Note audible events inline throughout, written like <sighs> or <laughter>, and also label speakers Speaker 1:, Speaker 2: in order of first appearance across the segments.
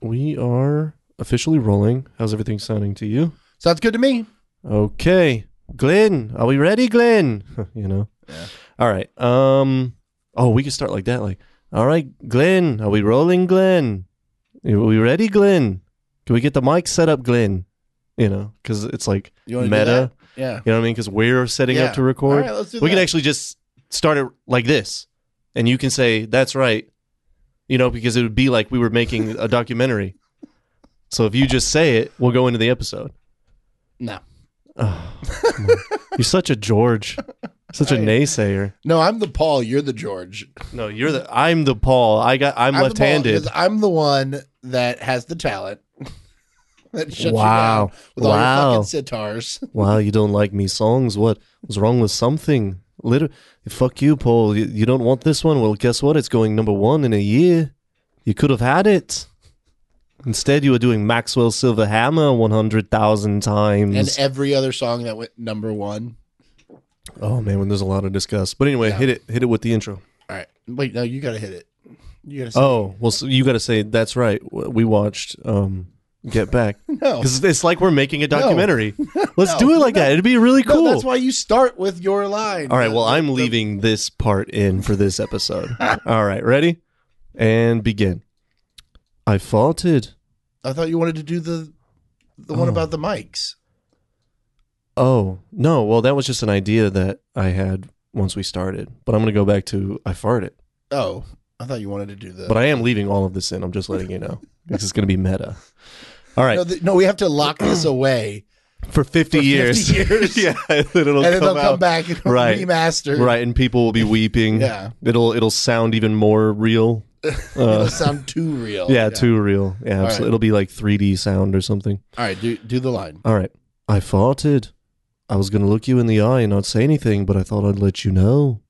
Speaker 1: we are officially rolling. How's everything sounding to you?
Speaker 2: Sounds good to me.
Speaker 1: Okay. Glenn, are we ready, Glenn? <laughs> you know.
Speaker 2: Yeah.
Speaker 1: All right. Um oh, we could start like that like, "All right, Glenn, are we rolling, Glenn? Are we ready, Glenn? Can we get the mic set up, Glenn?" You know, cuz it's like
Speaker 2: You wanna do
Speaker 1: meta,
Speaker 2: that? Yeah.
Speaker 1: you know what I mean? Cuz we're setting
Speaker 2: Yeah.
Speaker 1: up to record.
Speaker 2: All right, let's do
Speaker 1: we
Speaker 2: that.
Speaker 1: can actually just start it like this and you can say that's right you know because it would be like we were making a documentary so if you just say it we'll go into the episode
Speaker 2: No.
Speaker 1: oh, come on. you're such a george such a
Speaker 2: I-
Speaker 1: naysayer
Speaker 2: No, I'm the Paul. You're the George.
Speaker 1: no you're the i'm the paul i got i'm,
Speaker 2: I'm the Paul
Speaker 1: left-handed
Speaker 2: 'cause I'm the one that has the talent <laughs> that shuts
Speaker 1: Wow.
Speaker 2: you down with all
Speaker 1: Wow.
Speaker 2: your fucking sitars.
Speaker 1: wow you don't like me songs what was wrong with something Liter- fuck you paul you, you don't want this one well guess what it's going number one in a year you could have had it instead you were doing maxwell silver hammer 100000
Speaker 2: And
Speaker 1: times
Speaker 2: every other song that went number one.
Speaker 1: oh man when there's a lot to discuss but anyway hit it hit it with the intro
Speaker 2: All right. Wait, no, you gotta hit it. You gotta say
Speaker 1: oh well so you gotta say that's right w- we watched um get back
Speaker 2: <laughs> no.
Speaker 1: because it's like we're making a
Speaker 2: <laughs>
Speaker 1: documentary let's
Speaker 2: No,
Speaker 1: do it like that it'd be really
Speaker 2: No,
Speaker 1: cool
Speaker 2: that's why you start with your line.
Speaker 1: All right,
Speaker 2: The-
Speaker 1: well,
Speaker 2: the-
Speaker 1: I'm
Speaker 2: the-
Speaker 1: leaving this part in for this
Speaker 2: <laughs>
Speaker 1: episode. All right, ready? And begin. I faulted.
Speaker 2: I thought you wanted to do the the one
Speaker 1: Oh.
Speaker 2: about the mics.
Speaker 1: Oh, no. Well, that was just an idea that I had once we started, but I'm going to go back to I farted.
Speaker 2: Oh. I thought you wanted to do the
Speaker 1: But I am leaving all of this in. I'm just letting you
Speaker 2: <laughs>
Speaker 1: know. This is going to be meta. All right,
Speaker 2: no, th- no, we have to lock
Speaker 1: <clears throat>
Speaker 2: this away.
Speaker 1: for 50
Speaker 2: for 50 <laughs>
Speaker 1: years. <laughs>
Speaker 2: years.
Speaker 1: yeah, and it'll,
Speaker 2: and then
Speaker 1: come,
Speaker 2: they'll come
Speaker 1: out.
Speaker 2: back and
Speaker 1: Right.
Speaker 2: remastered.
Speaker 1: Right, and people will be weeping.
Speaker 2: Yeah.
Speaker 1: It'll it'll sound even more
Speaker 2: <laughs>
Speaker 1: real.
Speaker 2: It'll
Speaker 1: Uh,
Speaker 2: sound too real.
Speaker 1: yeah, too real. Yeah, absolutely.
Speaker 2: right.
Speaker 1: It'll be like 3D sound or something.
Speaker 2: All right, do do the line.
Speaker 1: All right. I farted. I was going to look you in the eye and not say anything, but I thought I'd let you know.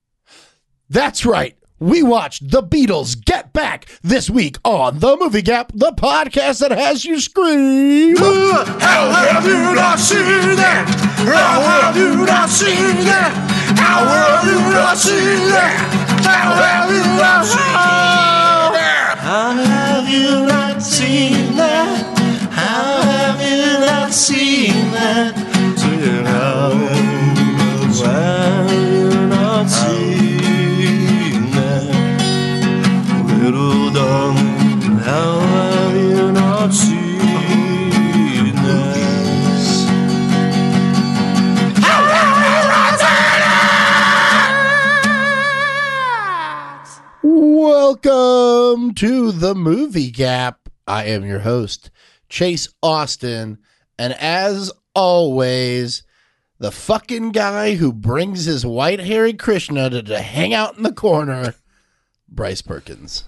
Speaker 2: That's right. We watched The Beatles Get Back this week on The Movie Gap, the podcast that has you scream.
Speaker 3: How well do I see that? How well do I see that? How well do I see that? How well do I see that? How have you not seen that? How have you not seen that? Till How have you not seen that? Little darling, how have you not seen this? How have you not seen it?
Speaker 2: Welcome to The Movie Gap. I am your host, Chase Austin. And as always, the fucking guy who brings his white hairy Krishna to, to hang out in the corner, Bryce Perkins.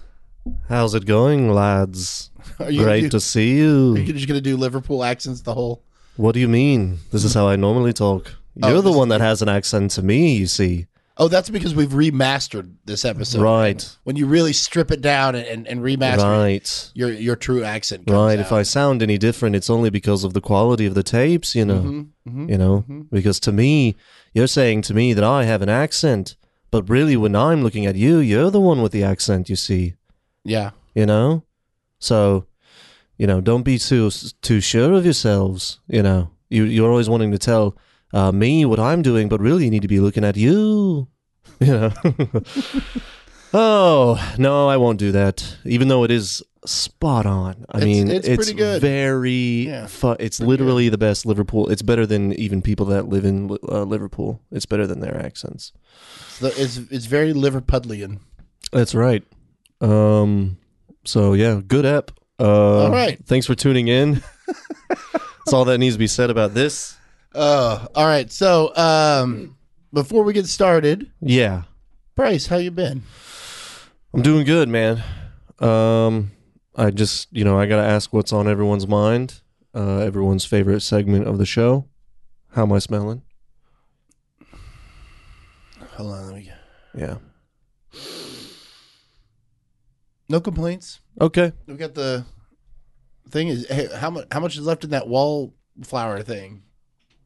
Speaker 1: How's it going, lads?
Speaker 2: Are you
Speaker 1: Great
Speaker 2: gonna do-
Speaker 1: to see
Speaker 2: Are
Speaker 1: you.
Speaker 2: you just gonna do Liverpool accents the whole?
Speaker 1: What do you mean? This is how I normally talk.
Speaker 2: Oh,
Speaker 1: You're the
Speaker 2: this-
Speaker 1: one that has an accent to me, you see.
Speaker 2: Oh, that's because we've remastered this episode.
Speaker 1: right.
Speaker 2: When you really strip it down and, and, and remaster it,
Speaker 1: Right.
Speaker 2: your your true accent. Comes
Speaker 1: Right.
Speaker 2: Out.
Speaker 1: If I sound any different, it's only because of the quality of the tapes, you know.
Speaker 2: Mm-hmm,
Speaker 1: You know, because to me, you're saying to me that I have an accent, but really when I'm looking at you, you're the one with the accent, you see.
Speaker 2: yeah.
Speaker 1: you know so you know don't be too too sure of yourselves you know you you're always wanting to tell uh, me what i'm doing but really you need to be looking at you <laughs> you know oh no i won't do that even though it is spot on i
Speaker 2: It's-
Speaker 1: mean
Speaker 2: it's pretty good.
Speaker 1: very
Speaker 2: Yeah,
Speaker 1: fu- it's literally the best liverpool it's better than even people that live in uh, liverpool it's better than their accents
Speaker 2: So it's it's very Liverpudlian.
Speaker 1: that's right. Um, so yeah, good app. Uh, all
Speaker 2: right.
Speaker 1: Thanks for tuning
Speaker 2: <laughs>
Speaker 1: in. That's all that needs to be said about this.
Speaker 2: Oh, all right. So, um, before we get started,
Speaker 1: Yeah,
Speaker 2: Bryce, how you been?
Speaker 1: I'm doing good, man. Um, I just you know I gotta ask what's on everyone's mind. Uh, everyone's favorite segment of the show. How am I smelling?
Speaker 2: Hold on, let me.
Speaker 1: Yeah.
Speaker 2: No complaints.
Speaker 1: Okay.
Speaker 2: We got the thing is hey, how much how much is left in that wallflower thing?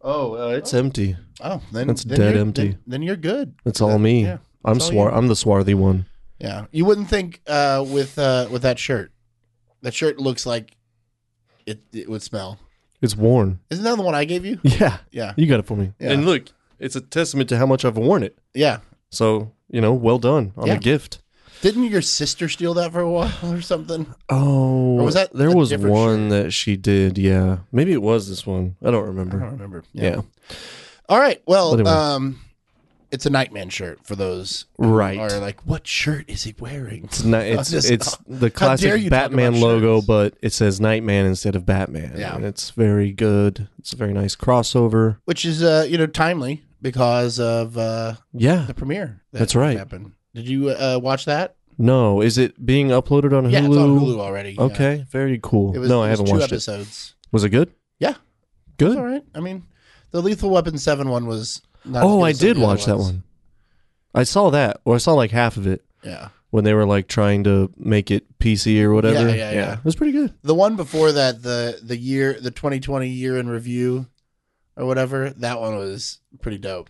Speaker 1: Oh, uh, it's empty.
Speaker 2: Oh, then
Speaker 1: It's
Speaker 2: then
Speaker 1: dead
Speaker 2: you're-
Speaker 1: empty.
Speaker 2: Then, then you're good.
Speaker 1: It's all me.
Speaker 2: Yeah,
Speaker 1: I'm
Speaker 2: it's all
Speaker 1: swar.
Speaker 2: you.
Speaker 1: I'm the swarthy one.
Speaker 2: Yeah, you wouldn't think uh, with uh, with that shirt. That shirt looks like it, it would smell.
Speaker 1: It's worn.
Speaker 2: Isn't that the one I gave you?
Speaker 1: Yeah.
Speaker 2: Yeah.
Speaker 1: <laughs> You got it for me.
Speaker 2: Yeah.
Speaker 1: And look, it's a testament to how much I've worn it.
Speaker 2: Yeah.
Speaker 1: So, you know, well done on
Speaker 2: Yeah.
Speaker 1: the gift.
Speaker 2: Didn't your sister steal that for a while or something?
Speaker 1: Oh,
Speaker 2: Or was that
Speaker 1: there
Speaker 2: a
Speaker 1: was
Speaker 2: different
Speaker 1: one that she did. Yeah. Maybe it was this one. I don't
Speaker 2: I
Speaker 1: remember.
Speaker 2: don't remember.
Speaker 1: yeah.
Speaker 2: All right. Well,
Speaker 1: Anyway.
Speaker 2: um, it's a Nightman shirt for those
Speaker 1: Right.
Speaker 2: are like, what shirt is he wearing?
Speaker 1: It's
Speaker 2: <laughs>
Speaker 1: not, it's,
Speaker 2: just-
Speaker 1: it's the
Speaker 2: dare you
Speaker 1: classic
Speaker 2: talk
Speaker 1: Batman
Speaker 2: about
Speaker 1: logo,
Speaker 2: shirts.
Speaker 1: but it says Nightman instead of Batman.
Speaker 2: Yeah.
Speaker 1: And it's very good. It's a very nice crossover.
Speaker 2: Which is uh, you know, timely because of uh,
Speaker 1: Yeah.
Speaker 2: the premiere. that
Speaker 1: That's right.
Speaker 2: Happened. Did you uh, watch that?
Speaker 1: No, is it being uploaded on Hulu?
Speaker 2: Yeah, it's on Hulu already. yeah.
Speaker 1: Okay, very cool.
Speaker 2: It was,
Speaker 1: no,
Speaker 2: it
Speaker 1: I
Speaker 2: was
Speaker 1: haven't
Speaker 2: two
Speaker 1: watched it.
Speaker 2: episodes.
Speaker 1: Was it good?
Speaker 2: Yeah. It's
Speaker 1: Good.
Speaker 2: all right. I mean, the Lethal Weapon Seven one was. Not as
Speaker 1: Oh,
Speaker 2: good
Speaker 1: I
Speaker 2: as some of
Speaker 1: did
Speaker 2: the other
Speaker 1: watch that
Speaker 2: ones.
Speaker 1: one. I saw that, or I saw like half of it
Speaker 2: Yeah,
Speaker 1: when they were like trying to make it PC or whatever.
Speaker 2: Yeah, yeah, yeah.
Speaker 1: It was pretty good.
Speaker 2: the one before that, the the year, the 2020 year in review, or whatever. That one was pretty dope.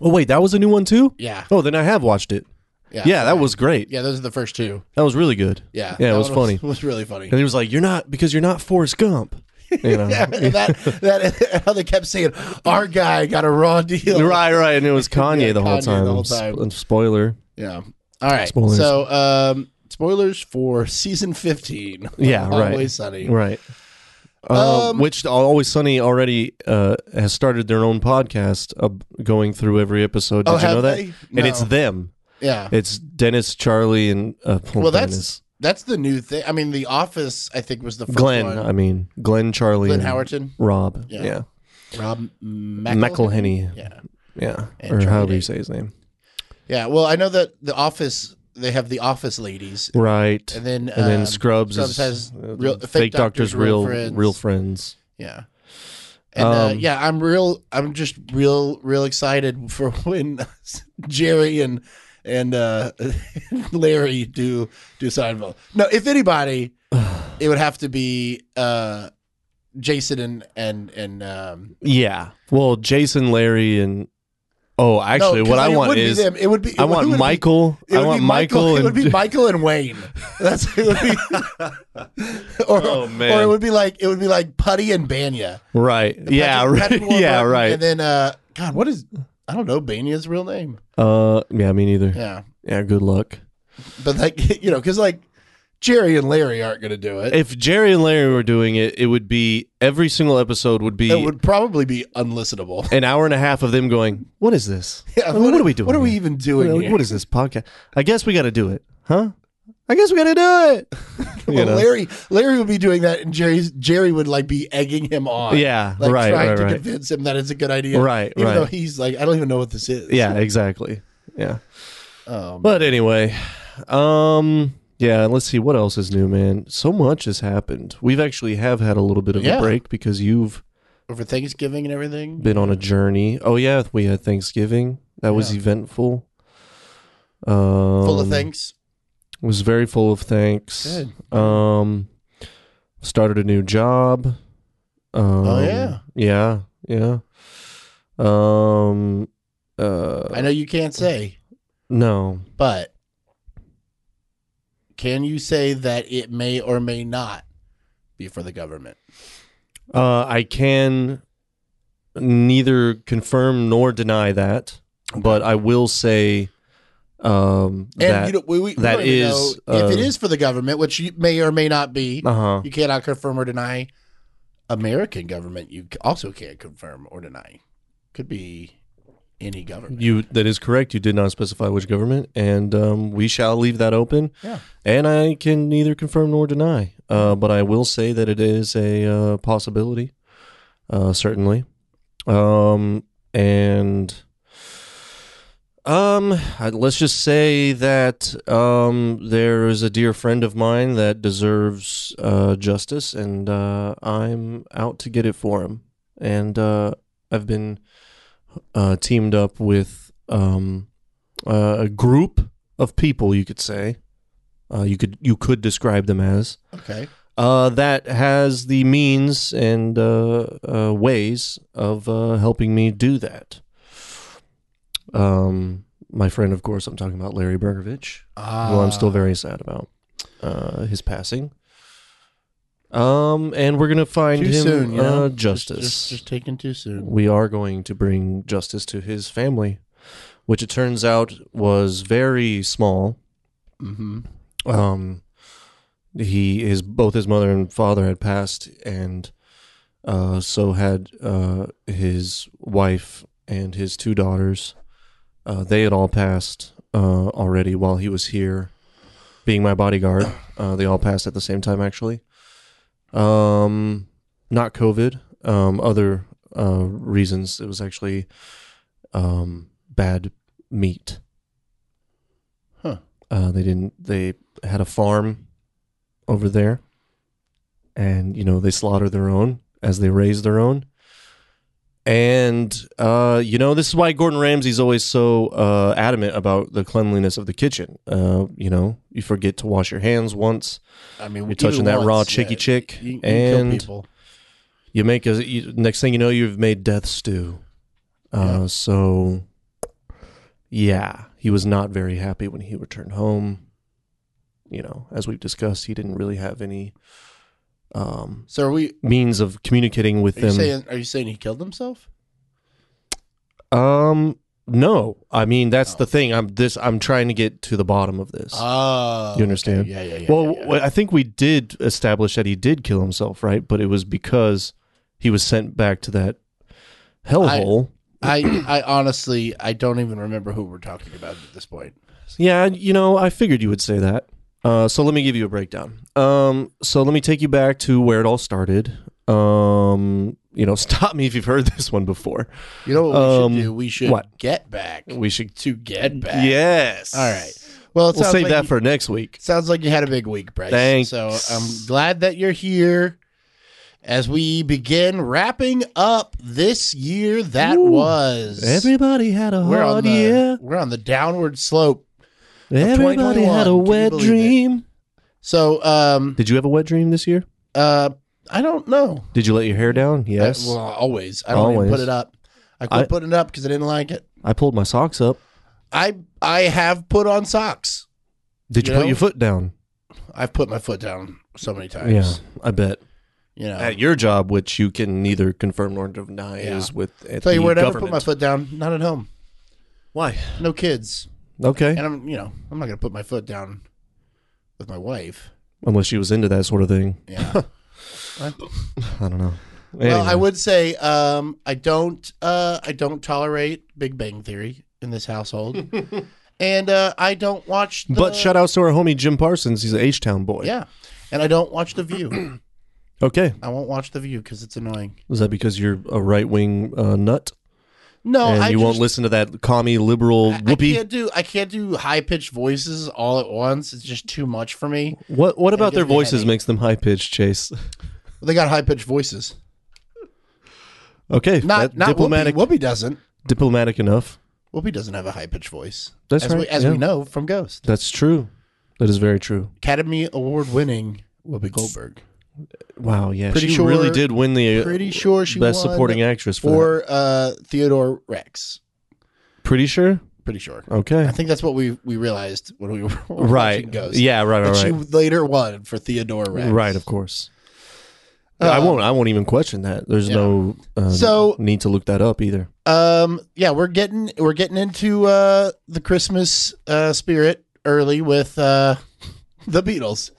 Speaker 1: Oh wait, that was a new one too.
Speaker 2: Yeah,
Speaker 1: Oh, then I have watched it.
Speaker 2: yeah,
Speaker 1: Yeah, that was great.
Speaker 2: Yeah, those are the first two.
Speaker 1: That was really good.
Speaker 2: Yeah,
Speaker 1: Yeah, it
Speaker 2: that
Speaker 1: was
Speaker 2: one
Speaker 1: funny.
Speaker 2: <laughs> Was, really funny.
Speaker 1: And he was like, "You're not because you're not Forrest Gump." You know?
Speaker 2: <laughs> Yeah, and that that <laughs> how they kept saying our guy got a raw deal.
Speaker 1: Right, right, and it was Kanye,
Speaker 2: <laughs> Yeah,
Speaker 1: the, whole
Speaker 2: Kanye the whole
Speaker 1: time.
Speaker 2: time.
Speaker 1: Sp- spoiler.
Speaker 2: Yeah. All right.
Speaker 1: Spoilers.
Speaker 2: So, um, spoilers for season 15.
Speaker 1: <laughs> Yeah, right.
Speaker 2: Always sunny.
Speaker 1: Right. Uh,
Speaker 2: Um,
Speaker 1: which Always Sunny already uh, has started their own podcast uh, going through every episode. Did
Speaker 2: Oh,
Speaker 1: you
Speaker 2: have
Speaker 1: know that?
Speaker 2: they?
Speaker 1: And it's
Speaker 2: No.
Speaker 1: them.
Speaker 2: Yeah.
Speaker 1: It's Dennis, Charlie, and uh,
Speaker 2: Well, that's
Speaker 1: Dennis.
Speaker 2: that's the new thing. I mean, The Office, I think, was the first
Speaker 1: Glenn.
Speaker 2: one.
Speaker 1: I mean, Glenn, Charlie,
Speaker 2: Glenn
Speaker 1: and
Speaker 2: Howerton,
Speaker 1: Rob.
Speaker 2: Yeah.
Speaker 1: Yeah,
Speaker 2: Rob Meckel.
Speaker 1: McElhenney. Yeah,
Speaker 2: Yeah. And
Speaker 1: or
Speaker 2: Charlie
Speaker 1: however
Speaker 2: Day.
Speaker 1: you say his name.
Speaker 2: Yeah. Well, I know that The Office, they have The Office ladies.
Speaker 1: Right.
Speaker 2: And then,
Speaker 1: And then
Speaker 2: um,
Speaker 1: Scrubs,
Speaker 2: Scrubs
Speaker 1: is,
Speaker 2: has
Speaker 1: uh,
Speaker 2: real-
Speaker 1: fake,
Speaker 2: fake doctors,
Speaker 1: doctors,
Speaker 2: real
Speaker 1: real
Speaker 2: friends.
Speaker 1: real friends.
Speaker 2: Yeah. And uh,
Speaker 1: Um,
Speaker 2: yeah, I'm real. I'm just real, real excited for <laughs> when Jerry and and uh, <laughs> Larry do do Seinfeld. No,
Speaker 1: <sighs>
Speaker 2: if anybody, it would have to be uh, Jason and and and. Um,
Speaker 1: Yeah. Well, Jason, Larry, and oh, actually,
Speaker 2: no, 'cause
Speaker 1: what I
Speaker 2: it
Speaker 1: want
Speaker 2: wouldn't be
Speaker 1: is
Speaker 2: them. it would be.
Speaker 1: I
Speaker 2: it would-
Speaker 1: want
Speaker 2: who would it be?
Speaker 1: Michael.
Speaker 2: It
Speaker 1: I
Speaker 2: would
Speaker 1: want
Speaker 2: be
Speaker 1: Michael.
Speaker 2: It
Speaker 1: and
Speaker 2: would be Michael and Wayne. <laughs> That's it
Speaker 1: <laughs>
Speaker 2: would be. <laughs> or,
Speaker 1: Oh, man.
Speaker 2: or it would be like it would be like Putty and Banya.
Speaker 1: Right. Yeah. <laughs>
Speaker 2: Patrick-
Speaker 1: Right.
Speaker 2: Patrick
Speaker 1: Yeah.
Speaker 2: Warburton, And
Speaker 1: Right.
Speaker 2: then uh, God, what is I don't know Banya's real name.
Speaker 1: Uh. Yeah. Me neither. Yeah.
Speaker 2: Yeah,
Speaker 1: Good luck.
Speaker 2: but like <laughs> you know, because like Jerry and Larry aren't gonna do it.
Speaker 1: If Jerry and Larry were doing it, it would be every single episode would be
Speaker 2: It would probably be unlistenable. <laughs>
Speaker 1: an hour and a half of them going. What is this? I mean, what, are we doing?
Speaker 2: What are we
Speaker 1: here?
Speaker 2: even doing?
Speaker 1: What-
Speaker 2: here?
Speaker 1: what is this podcast? I guess we got to do it, huh? I guess we got to do it. <laughs> You
Speaker 2: <laughs> Well,
Speaker 1: know?
Speaker 2: Larry, Larry would be doing that, and Jerry's Jerry would like be egging him on.
Speaker 1: Yeah.
Speaker 2: like
Speaker 1: right.
Speaker 2: trying
Speaker 1: Right.
Speaker 2: to
Speaker 1: Right.
Speaker 2: convince him that it's a good idea.
Speaker 1: Right,
Speaker 2: even
Speaker 1: right.
Speaker 2: though he's like, I don't even know what this is.
Speaker 1: Yeah. Exactly. Yeah.
Speaker 2: um,
Speaker 1: But anyway, um, yeah, let's see what else is new, man. So much has happened. We've actually have had a little bit of
Speaker 2: Yeah.
Speaker 1: a break because you've
Speaker 2: over Thanksgiving and everything.
Speaker 1: been on a journey. Oh yeah, we had Thanksgiving. That was
Speaker 2: Yeah.
Speaker 1: eventful. Um,
Speaker 2: Full of thanks.
Speaker 1: Was very full of thanks.
Speaker 2: Good.
Speaker 1: Um, started a new job. Um,
Speaker 2: Oh, yeah.
Speaker 1: yeah, yeah. Um, uh,
Speaker 2: I know you can't say,
Speaker 1: no,
Speaker 2: but can you say that it may or may not be for the government?
Speaker 1: Uh, I can neither confirm nor deny that, but I will say um,
Speaker 2: And
Speaker 1: that.
Speaker 2: you don't, we, we, we
Speaker 1: that
Speaker 2: don't even
Speaker 1: is,
Speaker 2: know if it
Speaker 1: uh,
Speaker 2: is for the government, which you may or may not be.
Speaker 1: uh huh.
Speaker 2: You cannot confirm or deny. American government, you c- also can't confirm or deny. Could be any government.
Speaker 1: You that is correct. You did not specify which government, and um, we shall leave that open.
Speaker 2: Yeah.
Speaker 1: And I can neither confirm nor deny, uh, but I will say that it is a uh, possibility, uh, certainly. Um, and um, I- let's just say that um, there is a dear friend of mine that deserves uh, justice, and uh, I'm out to get it for him. And uh, I've been uh, teamed up with um, uh, a group of people, you could say. Uh, you could you could describe them as
Speaker 2: Okay.
Speaker 1: uh, that has the means and uh, uh, ways of uh, helping me do that. Um, my friend, of course, I'm talking about Larry Bergovich,
Speaker 2: Ah,
Speaker 1: who I'm still very sad about uh, his passing. Um, and we're gonna find
Speaker 2: Ah, Too
Speaker 1: him
Speaker 2: soon, you
Speaker 1: uh,
Speaker 2: know? Just-
Speaker 1: justice.
Speaker 2: Just, just taken too soon.
Speaker 1: we are going to bring justice to his family, which it turns out was very small.
Speaker 2: hmm
Speaker 1: Um, he his both his mother and father had passed, and uh, so had uh, his wife and his two daughters. Uh, they had all passed uh, already while he was here, being my bodyguard. <coughs> Uh, they all passed at the same time, actually. Um, not COVID. Um, other uh, reasons. It was actually um, bad meat.
Speaker 2: Huh.
Speaker 1: Uh, they didn't. They had a farm over there, and you know they slaughter their own as they raise their own. And uh, you know this is why Gordon Ramsay's always so uh, adamant about the cleanliness of the kitchen. Uh, you know, you forget to wash your hands once.
Speaker 2: I mean,
Speaker 1: You're touching that raw chicky chick, and
Speaker 2: people.
Speaker 1: you make a you, next thing you know you've made death stew uh,
Speaker 2: Yeah.
Speaker 1: so yeah he was not very happy when he returned home you know as we've discussed he didn't really have any um,
Speaker 2: So are we?
Speaker 1: means of communicating with
Speaker 2: Are you
Speaker 1: them
Speaker 2: saying? Are you saying he killed himself?
Speaker 1: um no i mean that's
Speaker 2: Oh.
Speaker 1: the thing i'm this i'm trying to get to the bottom of this
Speaker 2: Oh,
Speaker 1: You understand?
Speaker 2: okay. Yeah, yeah, yeah.
Speaker 1: well
Speaker 2: yeah, yeah.
Speaker 1: i think we did establish that he did kill himself right but it was because he was sent back to that hellhole
Speaker 2: I, I honestly, I don't even remember who we're talking about at this point.
Speaker 1: Yeah, you know, I figured you would say that. Uh, so let me give you a breakdown. Um, so let me take you back to where it all started. Um, you know, <laughs> stop me if you've heard this one before.
Speaker 2: You know what we
Speaker 1: Um,
Speaker 2: should do? We should
Speaker 1: what?
Speaker 2: get back
Speaker 1: We should.
Speaker 2: to get back.
Speaker 1: Yes.
Speaker 2: All right. Well, it
Speaker 1: We'll
Speaker 2: sounds
Speaker 1: save
Speaker 2: like
Speaker 1: that
Speaker 2: you-
Speaker 1: for next week.
Speaker 2: Sounds like you had a big week, Bryce.
Speaker 1: Thanks.
Speaker 2: So I'm glad that you're here as we begin wrapping up this year that
Speaker 1: Ooh.
Speaker 2: was.
Speaker 1: Everybody had a
Speaker 2: we're on
Speaker 1: hard
Speaker 2: the
Speaker 1: year.
Speaker 2: we're on the downward slope.
Speaker 1: Everybody had
Speaker 2: 2021,
Speaker 1: a
Speaker 2: can you
Speaker 1: wet
Speaker 2: believe it?
Speaker 1: dream.
Speaker 2: So um
Speaker 1: Did you have a wet dream this year?
Speaker 2: uh I don't know.
Speaker 1: Did you let your hair down? Yes.
Speaker 2: I, well, always. I don't
Speaker 1: Always.
Speaker 2: even put it up. I quit
Speaker 1: I-
Speaker 2: putting it up because I didn't like it.
Speaker 1: I pulled my socks up.
Speaker 2: I I have put on socks.
Speaker 1: Did you,
Speaker 2: You
Speaker 1: put
Speaker 2: know?
Speaker 1: your foot down?
Speaker 2: I've put my foot down so many
Speaker 1: Yeah,
Speaker 2: times.
Speaker 1: I bet.
Speaker 2: You know.
Speaker 1: At your job, which you can neither confirm nor deny,
Speaker 2: Yeah.
Speaker 1: is with at
Speaker 2: Tell you
Speaker 1: the
Speaker 2: where I never
Speaker 1: government.
Speaker 2: put my foot down. Not at home.
Speaker 1: Why?
Speaker 2: No kids.
Speaker 1: Okay.
Speaker 2: And I'm, you know, I'm not gonna put my foot down with my wife.
Speaker 1: unless she was into that sort of thing. <laughs>
Speaker 2: Yeah.
Speaker 1: I don't know.
Speaker 2: well, I
Speaker 1: Anyway.
Speaker 2: would say um, I don't, uh, I don't tolerate Big Bang Theory in
Speaker 1: <laughs>
Speaker 2: this household, and uh, I don't watch. The,
Speaker 1: But shout outs to our homie Jim Parsons. He's an H Town boy.
Speaker 2: uh, Yeah, and I don't watch The View.
Speaker 1: Okay.
Speaker 2: I won't watch The View because it's annoying.
Speaker 1: Is that because you're a right wing uh, nut
Speaker 2: No,
Speaker 1: and
Speaker 2: Oh, I
Speaker 1: you
Speaker 2: just,
Speaker 1: won't listen to that commie liberal
Speaker 2: I- I
Speaker 1: whoopee?
Speaker 2: can't do. I can't do high pitched voices all at once. It's just too much for me.
Speaker 1: What What about
Speaker 2: gives
Speaker 1: their
Speaker 2: me a
Speaker 1: voices
Speaker 2: headache.
Speaker 1: makes them high pitched? Chase. <laughs>
Speaker 2: They got high pitched voices.
Speaker 1: Okay,
Speaker 2: Not
Speaker 1: that-
Speaker 2: not
Speaker 1: diplomatic
Speaker 2: Whoopi. Whoopi doesn't.
Speaker 1: diplomatic enough.
Speaker 2: Whoopi doesn't have a high pitched voice.
Speaker 1: That's
Speaker 2: as
Speaker 1: right,
Speaker 2: We, as
Speaker 1: yeah.
Speaker 2: we know from Ghost,
Speaker 1: That's true. That is very true.
Speaker 2: Academy Award winning Whoopi Goldberg.
Speaker 1: Wow. Yeah.
Speaker 2: Pretty
Speaker 1: she
Speaker 2: sure-
Speaker 1: really did win the uh,
Speaker 2: Pretty sure she
Speaker 1: best
Speaker 2: won
Speaker 1: supporting actress for. that.
Speaker 2: for uh, Theodore Rex.
Speaker 1: Pretty sure.
Speaker 2: Pretty sure. I
Speaker 1: Okay.
Speaker 2: think that's what we we realized when we were <laughs> when we were
Speaker 1: Right.
Speaker 2: watching Ghost.
Speaker 1: Yeah. Right.
Speaker 2: But
Speaker 1: Right.
Speaker 2: she
Speaker 1: Right.
Speaker 2: later won for Theodore Rex.
Speaker 1: Right. Of course.
Speaker 2: Uh,
Speaker 1: I won't. I won't even question that. There's
Speaker 2: yeah.
Speaker 1: no uh,
Speaker 2: So-
Speaker 1: need to look that up <laughs> either.
Speaker 2: Um. Yeah, we're getting we're getting into uh, the Christmas uh, spirit early with uh, <laughs> the Beatles.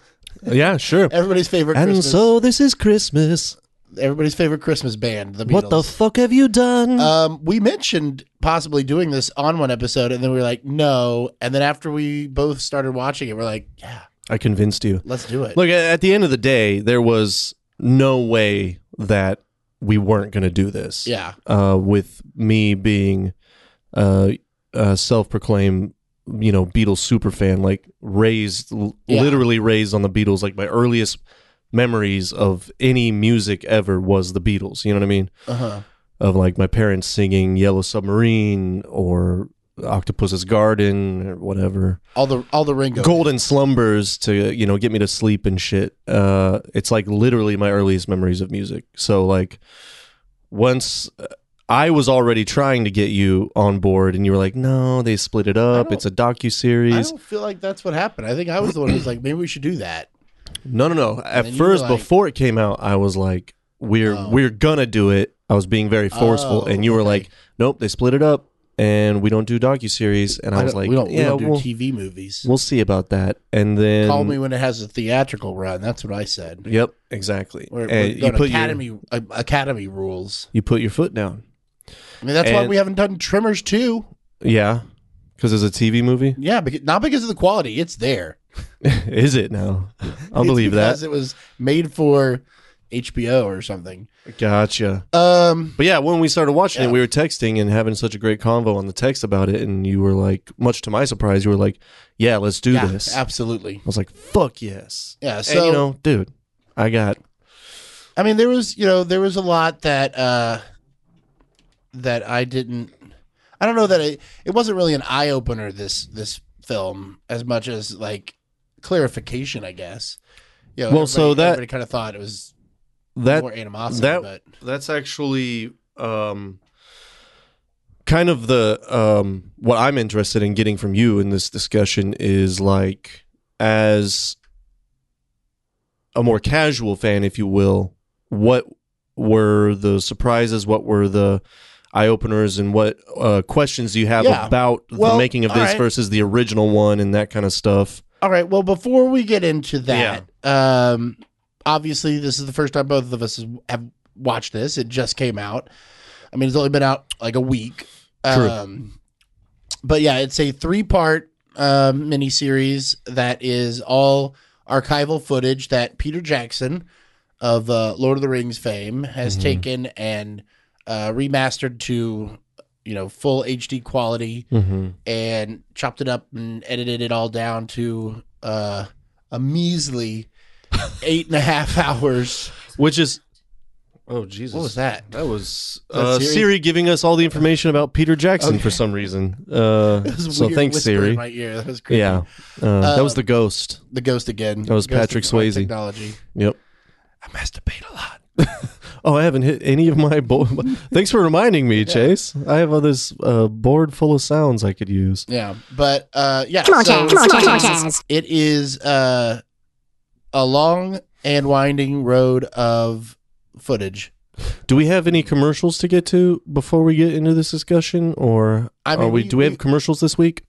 Speaker 1: Yeah, sure.
Speaker 2: Everybody's favorite.
Speaker 1: And
Speaker 2: Christmas,
Speaker 1: so this is Christmas.
Speaker 2: everybody's favorite Christmas band, the Beatles.
Speaker 1: What the fuck have you done?
Speaker 2: Um, we mentioned possibly doing this on one episode, and then we were like, no. And then after we both started watching it, we're like, yeah,
Speaker 1: I convinced you.
Speaker 2: let's do it.
Speaker 1: Look, a- at the end of the day, there was no way that we weren't going to do this.
Speaker 2: yeah,
Speaker 1: Uh, with me being uh, a self-proclaimed, you know, Beatles super fan, like raised, l-
Speaker 2: Yeah.
Speaker 1: literally raised on the Beatles. Like my earliest memories of any music ever was the Beatles. You know what I mean?
Speaker 2: uh huh.
Speaker 1: of like my parents singing Yellow Submarine or Octopus's Garden or whatever.
Speaker 2: All the all the Ringo.
Speaker 1: Golden Slumbers to, you know, get me to sleep and shit. Uh it's like literally my earliest memories of music. So like once uh, I was already trying to get you on board and you were like, "No, they split it up.
Speaker 2: don't-
Speaker 1: It's a docu
Speaker 2: I
Speaker 1: series."
Speaker 2: don't feel like that's what happened. I think I was the one who was like, maybe we should do that.
Speaker 1: No, no, no. At
Speaker 2: then you were
Speaker 1: first,
Speaker 2: like-
Speaker 1: before it came out, I was like, "We're
Speaker 2: Oh.
Speaker 1: we're gonna do it." I was being very forceful,
Speaker 2: Oh,
Speaker 1: and you were
Speaker 2: okay.
Speaker 1: like, "Nope, they split it up, and we don't do docu series." And I,
Speaker 2: I
Speaker 1: was
Speaker 2: don't-
Speaker 1: like,
Speaker 2: we don't, we
Speaker 1: "Yeah,
Speaker 2: don't do
Speaker 1: we'll,
Speaker 2: TV movies.
Speaker 1: we'll see about that." And then
Speaker 2: Call me when it has a theatrical run. That's what I said.
Speaker 1: Yep, exactly.
Speaker 2: We're, we're
Speaker 1: and Eh, you
Speaker 2: going
Speaker 1: put
Speaker 2: Academy
Speaker 1: your
Speaker 2: uh, Academy rules.
Speaker 1: you put your foot down.
Speaker 2: I mean, that's why
Speaker 1: And-
Speaker 2: we haven't done Trimmers too. Yeah,
Speaker 1: Because it's a TV movie,
Speaker 2: yeah, because, not because of the quality. It's there.
Speaker 1: <laughs> is it now? <laughs> I'll
Speaker 2: It's
Speaker 1: believe
Speaker 2: because
Speaker 1: that.
Speaker 2: it was made for HBO or something.
Speaker 1: <laughs> Gotcha.
Speaker 2: Um,
Speaker 1: But yeah, when we started watching it,
Speaker 2: Yeah.
Speaker 1: we were texting and having such a great convo on the text about it, and you were like, much to my surprise, you were like, "Yeah, let's do
Speaker 2: yeah,
Speaker 1: this."
Speaker 2: absolutely.
Speaker 1: I was like, fuck yes.
Speaker 2: Yeah. So
Speaker 1: and you know, dude, I got
Speaker 2: I mean, there was you know there was a lot that uh, that I didn't. I don't know that it it wasn't really an eye opener this this film as much as like clarification, I guess. You know,
Speaker 1: Well, so that-
Speaker 2: everybody kind of thought it was
Speaker 1: that
Speaker 2: more animosity,
Speaker 1: that-
Speaker 2: but
Speaker 1: that's actually um kind of the um what I'm interested in getting from you in this discussion is like as a more casual fan, if you will, what were the surprises, what were the eye openers and what uh, questions do you have
Speaker 2: Yeah.
Speaker 1: about the
Speaker 2: Well,
Speaker 1: making of
Speaker 2: all
Speaker 1: this
Speaker 2: right.
Speaker 1: versus the original one and that kind of stuff?
Speaker 2: All right. Well, before we get into that, um, obviously this is the first time both of us have watched this. It just came out. I mean, it's only been out like a week.
Speaker 1: True.
Speaker 2: Um, but yeah, it's a three-part um, miniseries that is all archival footage that Peter Jackson of uh, Lord of the Rings fame has
Speaker 1: Mhm.
Speaker 2: taken and uh, remastered to you know full HD quality
Speaker 1: Mm-hmm.
Speaker 2: and chopped it up and edited it all down to uh,
Speaker 1: <laughs>
Speaker 2: a measly eight and a half hours.
Speaker 1: Which is Oh Jesus.
Speaker 2: What was that?
Speaker 1: That was
Speaker 2: that
Speaker 1: uh, Siri?
Speaker 2: Siri?
Speaker 1: giving us all the information about Peter Jackson
Speaker 2: Okay.
Speaker 1: for some
Speaker 2: <laughs>
Speaker 1: reason. Uh,
Speaker 2: That was a
Speaker 1: so
Speaker 2: weird
Speaker 1: thanks,
Speaker 2: whisper
Speaker 1: Siri.
Speaker 2: In my ear. That was creepy.
Speaker 1: yeah, uh, that
Speaker 2: Um,
Speaker 1: was the ghost.
Speaker 2: the ghost again.
Speaker 1: That was
Speaker 2: Ghost
Speaker 1: Patrick
Speaker 2: of- like
Speaker 1: Swayze.
Speaker 2: Technology.
Speaker 1: Yep.
Speaker 2: I masturbate a lot.
Speaker 1: Oh, I haven't hit any of my. Bo- <laughs> thanks for reminding me, Chase. I have all this uh, board full of sounds I could use.
Speaker 2: Yeah, but uh, yeah.
Speaker 4: Come on,
Speaker 2: so-
Speaker 4: Chaz. Come on, Chaz.
Speaker 2: It is uh, a long and winding road of footage.
Speaker 1: Do we have any commercials to get to before we get into this discussion, or
Speaker 2: I mean,
Speaker 1: are we,
Speaker 2: we-
Speaker 1: Do we
Speaker 2: we-
Speaker 1: have commercials this week?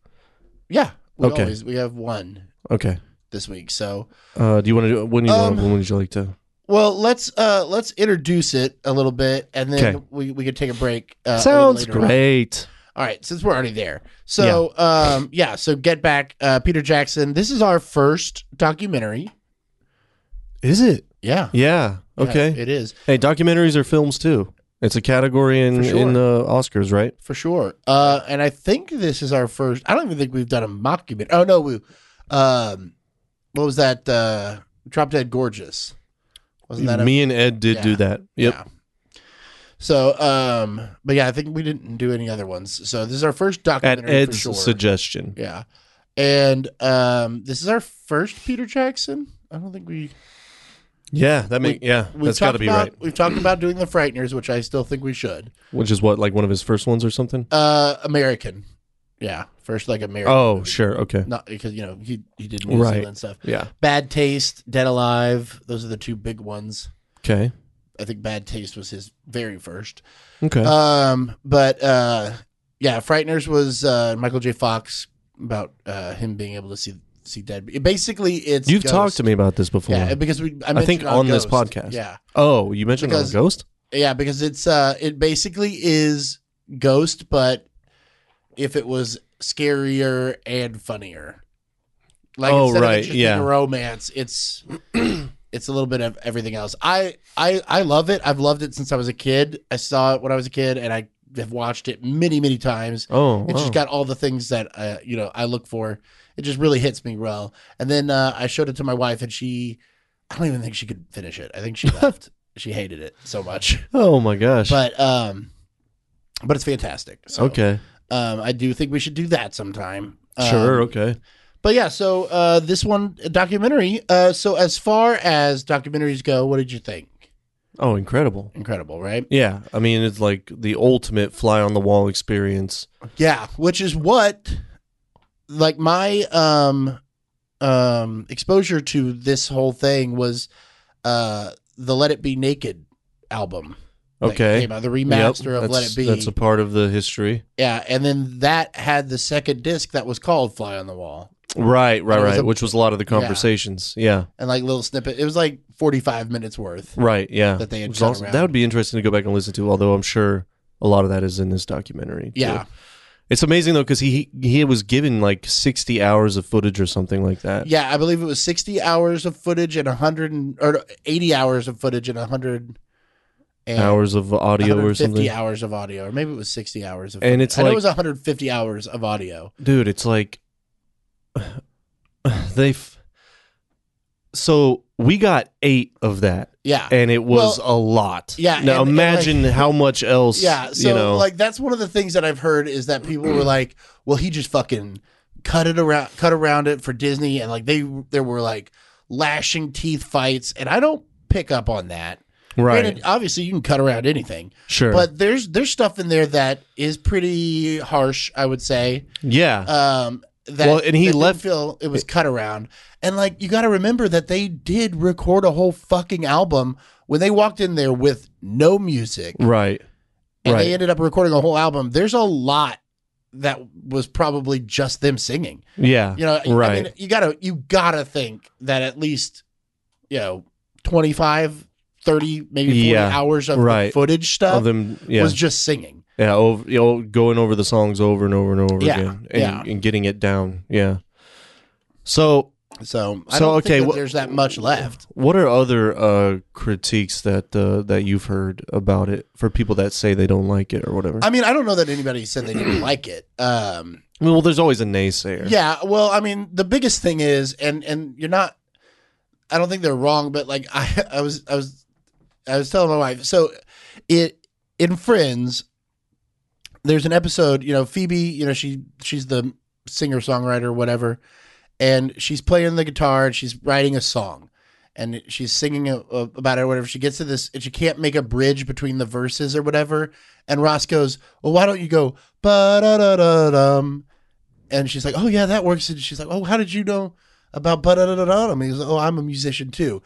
Speaker 2: Yeah. We
Speaker 1: Okay.
Speaker 2: Always, we have one
Speaker 1: Okay.
Speaker 2: this week, so
Speaker 1: Uh, do you want to do? When do you
Speaker 2: Um,
Speaker 1: want? When would you like to?
Speaker 2: Well, let's uh let's introduce it a little bit, and then
Speaker 1: 'Kay.
Speaker 2: we we can take a break. Uh, a little
Speaker 1: Sounds
Speaker 2: later on.
Speaker 1: great.
Speaker 2: All right, since we're already there, so um yeah, so get back, uh, Peter Jackson. This is our first documentary.
Speaker 1: Is it?
Speaker 2: Yeah.
Speaker 1: Yeah.
Speaker 2: Yeah,
Speaker 1: Okay.
Speaker 2: it is
Speaker 1: Hey, documentaries are films too. It's a category in
Speaker 2: For sure.
Speaker 1: in uh, Oscars, right?
Speaker 2: for sure. Uh, and I think this is our first. I don't even think we've done a mockumentary. Oh no, we. Um, what was that? Uh, Drop Dead Gorgeous. Wasn't that a
Speaker 1: Me and Ed did
Speaker 2: Yeah.
Speaker 1: do that. Yep.
Speaker 2: Yeah. So, um, but yeah, I think we didn't do any other ones. So this is our first
Speaker 1: At
Speaker 2: documentary
Speaker 1: Ed's
Speaker 2: for sure.
Speaker 1: suggestion.
Speaker 2: yeah, and um, this is our first Peter Jackson. I don't think we
Speaker 1: Yeah, that make
Speaker 2: We-
Speaker 1: yeah.
Speaker 2: we've
Speaker 1: That's got
Speaker 2: talked
Speaker 1: to be
Speaker 2: about,
Speaker 1: right.
Speaker 2: We've talked about doing the Frighteners, which I still think we should.
Speaker 1: Which is what like one of his first ones or something.
Speaker 2: Uh, American, yeah, first like American.
Speaker 1: Oh, sure. Okay.
Speaker 2: Not because you know he he did New
Speaker 1: Right.
Speaker 2: Zealand stuff.
Speaker 1: Yeah.
Speaker 2: Bad Taste, Dead Alive. Those are the two big ones.
Speaker 1: Okay.
Speaker 2: I think Bad Taste was his very first.
Speaker 1: Okay.
Speaker 2: Um, but uh, yeah, Frighteners was uh, Michael J. Fox about uh, him being able to see see dead. Basically, it's
Speaker 1: You've
Speaker 2: Ghost.
Speaker 1: talked to me about this before.
Speaker 2: yeah because we I,
Speaker 1: I think
Speaker 2: mentioned
Speaker 1: on this
Speaker 2: Ghost.
Speaker 1: podcast.
Speaker 2: yeah
Speaker 1: oh, you mentioned
Speaker 2: Because-
Speaker 1: a ghost.
Speaker 2: yeah because it's uh it basically is Ghost, but if it was scarier and funnier, like
Speaker 1: Oh,
Speaker 2: instead of it
Speaker 1: right,
Speaker 2: just being
Speaker 1: yeah.
Speaker 2: a romance, it's. <clears throat> It's a little bit of everything else. I, I I love it. I've loved it since I was a kid. I saw it when I was a kid, and I have watched it many many times.
Speaker 1: Oh,
Speaker 2: It
Speaker 1: wow.
Speaker 2: just got all the things that uh, you know I look for. It just really hits me well. And then uh, I showed it to my wife, and she, I don't even think she could finish it. I
Speaker 1: <laughs>
Speaker 2: think she left. she hated it so much.
Speaker 1: oh my gosh.
Speaker 2: But um, but it's fantastic. So,
Speaker 1: okay.
Speaker 2: Um, I do think we should do that sometime. Um,
Speaker 1: sure. Okay.
Speaker 2: But yeah, so uh, this one a documentary. Uh, so as far as documentaries go, what did you think?
Speaker 1: Oh, incredible.
Speaker 2: Incredible, right?
Speaker 1: Yeah. I mean, it's like the ultimate fly on the wall experience.
Speaker 2: Yeah, which is what like my um um, exposure to this whole thing was uh, the Let It Be Naked album. that
Speaker 1: Okay.
Speaker 2: came out, the remaster
Speaker 1: Yep,
Speaker 2: of Let
Speaker 1: that's-
Speaker 2: It Be.
Speaker 1: That's a part of the history.
Speaker 2: yeah, and then that had the second disc that was called Fly on the Wall.
Speaker 1: Right, right,
Speaker 2: It was
Speaker 1: right.
Speaker 2: a-
Speaker 1: which was a lot of the conversations. Yeah,
Speaker 2: and like little snippet. It was like 45 minutes worth.
Speaker 1: right, yeah.
Speaker 2: That they
Speaker 1: It
Speaker 2: had
Speaker 1: was
Speaker 2: cut
Speaker 1: also-
Speaker 2: around.
Speaker 1: that would be interesting to go back and listen to. Although I'm sure a lot of that is in this documentary. too.
Speaker 2: Yeah.
Speaker 1: it's amazing though because he he was given like 60 hours of footage or something like that.
Speaker 2: Yeah, I believe it was 60 hours of footage and 100 and, or 80 hours of footage and 100 and
Speaker 1: Hours of audio or
Speaker 2: 150
Speaker 1: something,
Speaker 2: hours of audio, or maybe it was 60 hours of
Speaker 1: and it's
Speaker 2: I know
Speaker 1: like
Speaker 2: it was 150 hours of audio.
Speaker 1: dude it's like <sighs> they f- so we got eight of that
Speaker 2: Yeah.
Speaker 1: and it was a lot
Speaker 2: yeah,
Speaker 1: now
Speaker 2: and- and,
Speaker 1: imagine how much else
Speaker 2: yeah, so
Speaker 1: you know
Speaker 2: like that's one of the things that I've heard is that people were like, "Well, he just fucking cut it around, cut around it for Disney," and like they there were like lashing teeth fights, and I don't pick up on that.
Speaker 1: right
Speaker 2: Granted, obviously, you can cut around anything,
Speaker 1: sure
Speaker 2: but there's there's stuff in there that is pretty harsh, I would say.
Speaker 1: yeah
Speaker 2: Um, that
Speaker 1: Well, and he
Speaker 2: that didn't
Speaker 1: left-
Speaker 2: feel it was cut around, and like you got to remember that they did record a whole fucking album when they walked in there with no music,
Speaker 1: right
Speaker 2: and
Speaker 1: right
Speaker 2: they ended up recording a whole album. There's a lot that was probably just them singing.
Speaker 1: yeah
Speaker 2: You know, I
Speaker 1: Right.
Speaker 2: mean, you gotta you gotta think that at least you know 25, 30, maybe 40
Speaker 1: Yeah,
Speaker 2: hours of the
Speaker 1: right.
Speaker 2: footage stuff
Speaker 1: of them yeah
Speaker 2: was just singing.
Speaker 1: yeah over, you know, going over the songs over and over and over
Speaker 2: Yeah,
Speaker 1: again and,
Speaker 2: yeah.
Speaker 1: and getting it down yeah so
Speaker 2: So I
Speaker 1: So,
Speaker 2: don't
Speaker 1: okay,
Speaker 2: think that
Speaker 1: wh-
Speaker 2: there's that much left.
Speaker 1: What are other uh, critiques that uh, that you've heard about it for people that say they don't like it or whatever?
Speaker 2: I mean, I don't know that anybody said they didn't like it. Um,
Speaker 1: I mean, well, there's always a naysayer.
Speaker 2: yeah, well, I mean, the biggest thing is, and and you're not. I don't think they're wrong, but like I, <laughs> I was, I was, I was telling my wife. So, it in Friends, there's an episode. You know, Phoebe. You know, she she's the singer songwriter, whatever, and she's playing the guitar and she's writing a song, and she's singing a, a- about it or whatever. She gets to this and she can't make a bridge between the verses or whatever. And Ross goes, "Well, why don't you go ba da da da dum?" And she's like, "Oh yeah, that works." And she's like, "Oh, how did you know about ba da da da da dum?" And he's like, "Oh, I'm a musician too."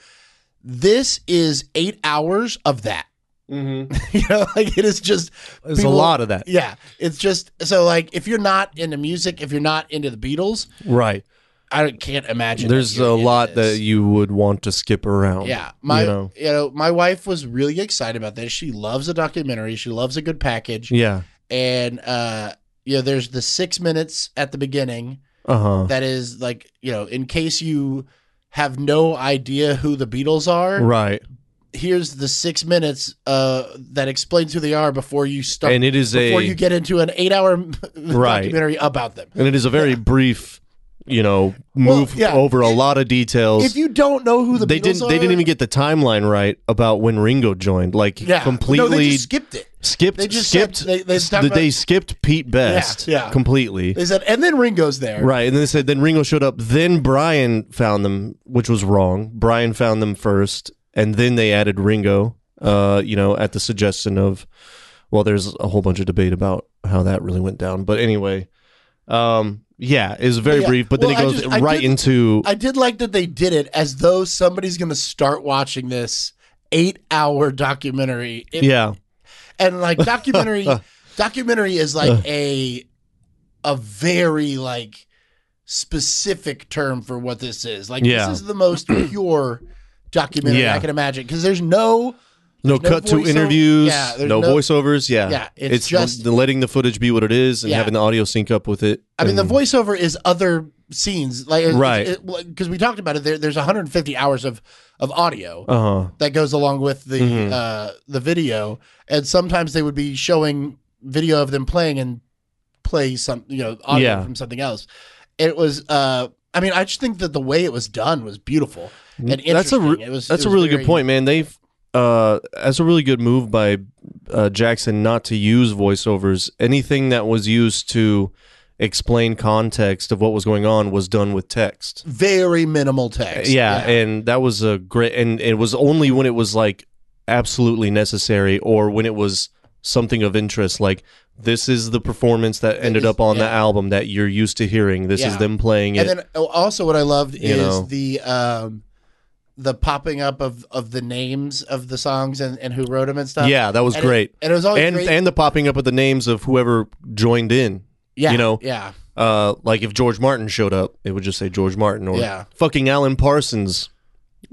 Speaker 2: This is eight hours of that. <laughs>
Speaker 1: Mm-hmm.
Speaker 2: you know, like it is just
Speaker 1: There's
Speaker 2: people-
Speaker 1: a lot of that.
Speaker 2: Yeah, it's just so like if you're not into music, if you're not into the Beatles,
Speaker 1: Right.
Speaker 2: I can't imagine. that
Speaker 1: There's
Speaker 2: you're
Speaker 1: a
Speaker 2: into
Speaker 1: lot that
Speaker 2: this.
Speaker 1: you would want to skip around.
Speaker 2: Yeah, my
Speaker 1: you know.
Speaker 2: my wife was really excited about this. She loves a documentary. She loves a good package,
Speaker 1: Yeah.
Speaker 2: and uh, you know, there's the six minutes at the beginning
Speaker 1: Uh huh.
Speaker 2: that is like you know, in case you have no idea who the Beatles are,
Speaker 1: Right.
Speaker 2: here's the six minutes uh, that explains who they are before you start.
Speaker 1: And it is
Speaker 2: before
Speaker 1: a
Speaker 2: you get into an eight-hour <laughs> documentary about them.
Speaker 1: and it is a very brief, you know, move
Speaker 2: yeah,
Speaker 1: over a
Speaker 2: if-
Speaker 1: lot of details.
Speaker 2: If you don't know who the
Speaker 1: they
Speaker 2: Beatles
Speaker 1: didn't
Speaker 2: are,
Speaker 1: they didn't even get the timeline right about when Ringo joined. Like
Speaker 2: yeah,
Speaker 1: completely
Speaker 2: No, they just skipped it.
Speaker 1: skipped
Speaker 2: They just
Speaker 1: skipped
Speaker 2: said- they- they
Speaker 1: s-
Speaker 2: talked
Speaker 1: that
Speaker 2: about-
Speaker 1: they skipped Pete Best
Speaker 2: yeah.
Speaker 1: completely.
Speaker 2: They said, and then Ringo's there.
Speaker 1: Right, and then they said then Ringo showed up, then Brian found them, which was wrong. Brian found them first, and then they added Ringo. Uh, you know, at the suggestion of, well, there's a whole bunch of debate about how that really went down, but anyway, um, yeah, it was very
Speaker 2: Yeah,
Speaker 1: brief, but then
Speaker 2: well,
Speaker 1: it
Speaker 2: I
Speaker 1: goes
Speaker 2: just- I
Speaker 1: right
Speaker 2: did-
Speaker 1: into
Speaker 2: I did like that they did it as though somebody's going to start watching this eight-hour documentary. It-
Speaker 1: yeah,
Speaker 2: and
Speaker 1: <laughs>
Speaker 2: like documentary, documentary is
Speaker 1: Uh.
Speaker 2: like a a very like specific term for what this is. Like
Speaker 1: Yeah.
Speaker 2: this is
Speaker 1: <clears throat>
Speaker 2: the most pure documentary
Speaker 1: Yeah.
Speaker 2: I can imagine because there's no
Speaker 1: no,
Speaker 2: no
Speaker 1: cut to
Speaker 2: voiceover-
Speaker 1: interviews,
Speaker 2: yeah, there's
Speaker 1: no,
Speaker 2: no-
Speaker 1: voiceovers, yeah,
Speaker 2: Yeah, it's just-
Speaker 1: Uh, the letting the footage be what it is and
Speaker 2: Yeah.
Speaker 1: having the audio sync up with it.
Speaker 2: I mean, the
Speaker 1: and-
Speaker 2: voiceover is other scenes, like
Speaker 1: Right.
Speaker 2: Because we talked about it. There, there's 150 hours of of audio
Speaker 1: uh-huh.
Speaker 2: that goes along with the
Speaker 1: Mhm.
Speaker 2: uh, the video, and sometimes they would be showing video of them playing and play some, you know, audio
Speaker 1: Yeah.
Speaker 2: from something else. It was. Uh, I mean, I just think that the way it was done was beautiful and interesting.
Speaker 1: That's a re-
Speaker 2: It was-
Speaker 1: That's
Speaker 2: it
Speaker 1: a
Speaker 2: was
Speaker 1: really
Speaker 2: very-
Speaker 1: good point, man. They've uh, that's a really good move by uh, Jackson not to use voiceovers. Anything that was used to explain context of what was going on was done with text.
Speaker 2: Very minimal text.
Speaker 1: Yeah, and that was a great. And it was only when it was like absolutely necessary, or when it was something of interest like this is the performance that ended
Speaker 2: is-
Speaker 1: up on the
Speaker 2: yeah.
Speaker 1: album that you're used to hearing this is
Speaker 2: Yeah.
Speaker 1: them playing it
Speaker 2: And then oh, also what I loved
Speaker 1: You
Speaker 2: is
Speaker 1: know.
Speaker 2: the um the popping up of of the names of the songs and, and who wrote them and stuff.
Speaker 1: yeah that was
Speaker 2: uh, And it-
Speaker 1: great
Speaker 2: and it was always
Speaker 1: and
Speaker 2: great.
Speaker 1: and the popping up of the names of whoever joined in
Speaker 2: yeah,
Speaker 1: you know,
Speaker 2: yeah,
Speaker 1: uh like if george martin showed up it would just say george martin or
Speaker 2: Yeah.
Speaker 1: fucking alan parsons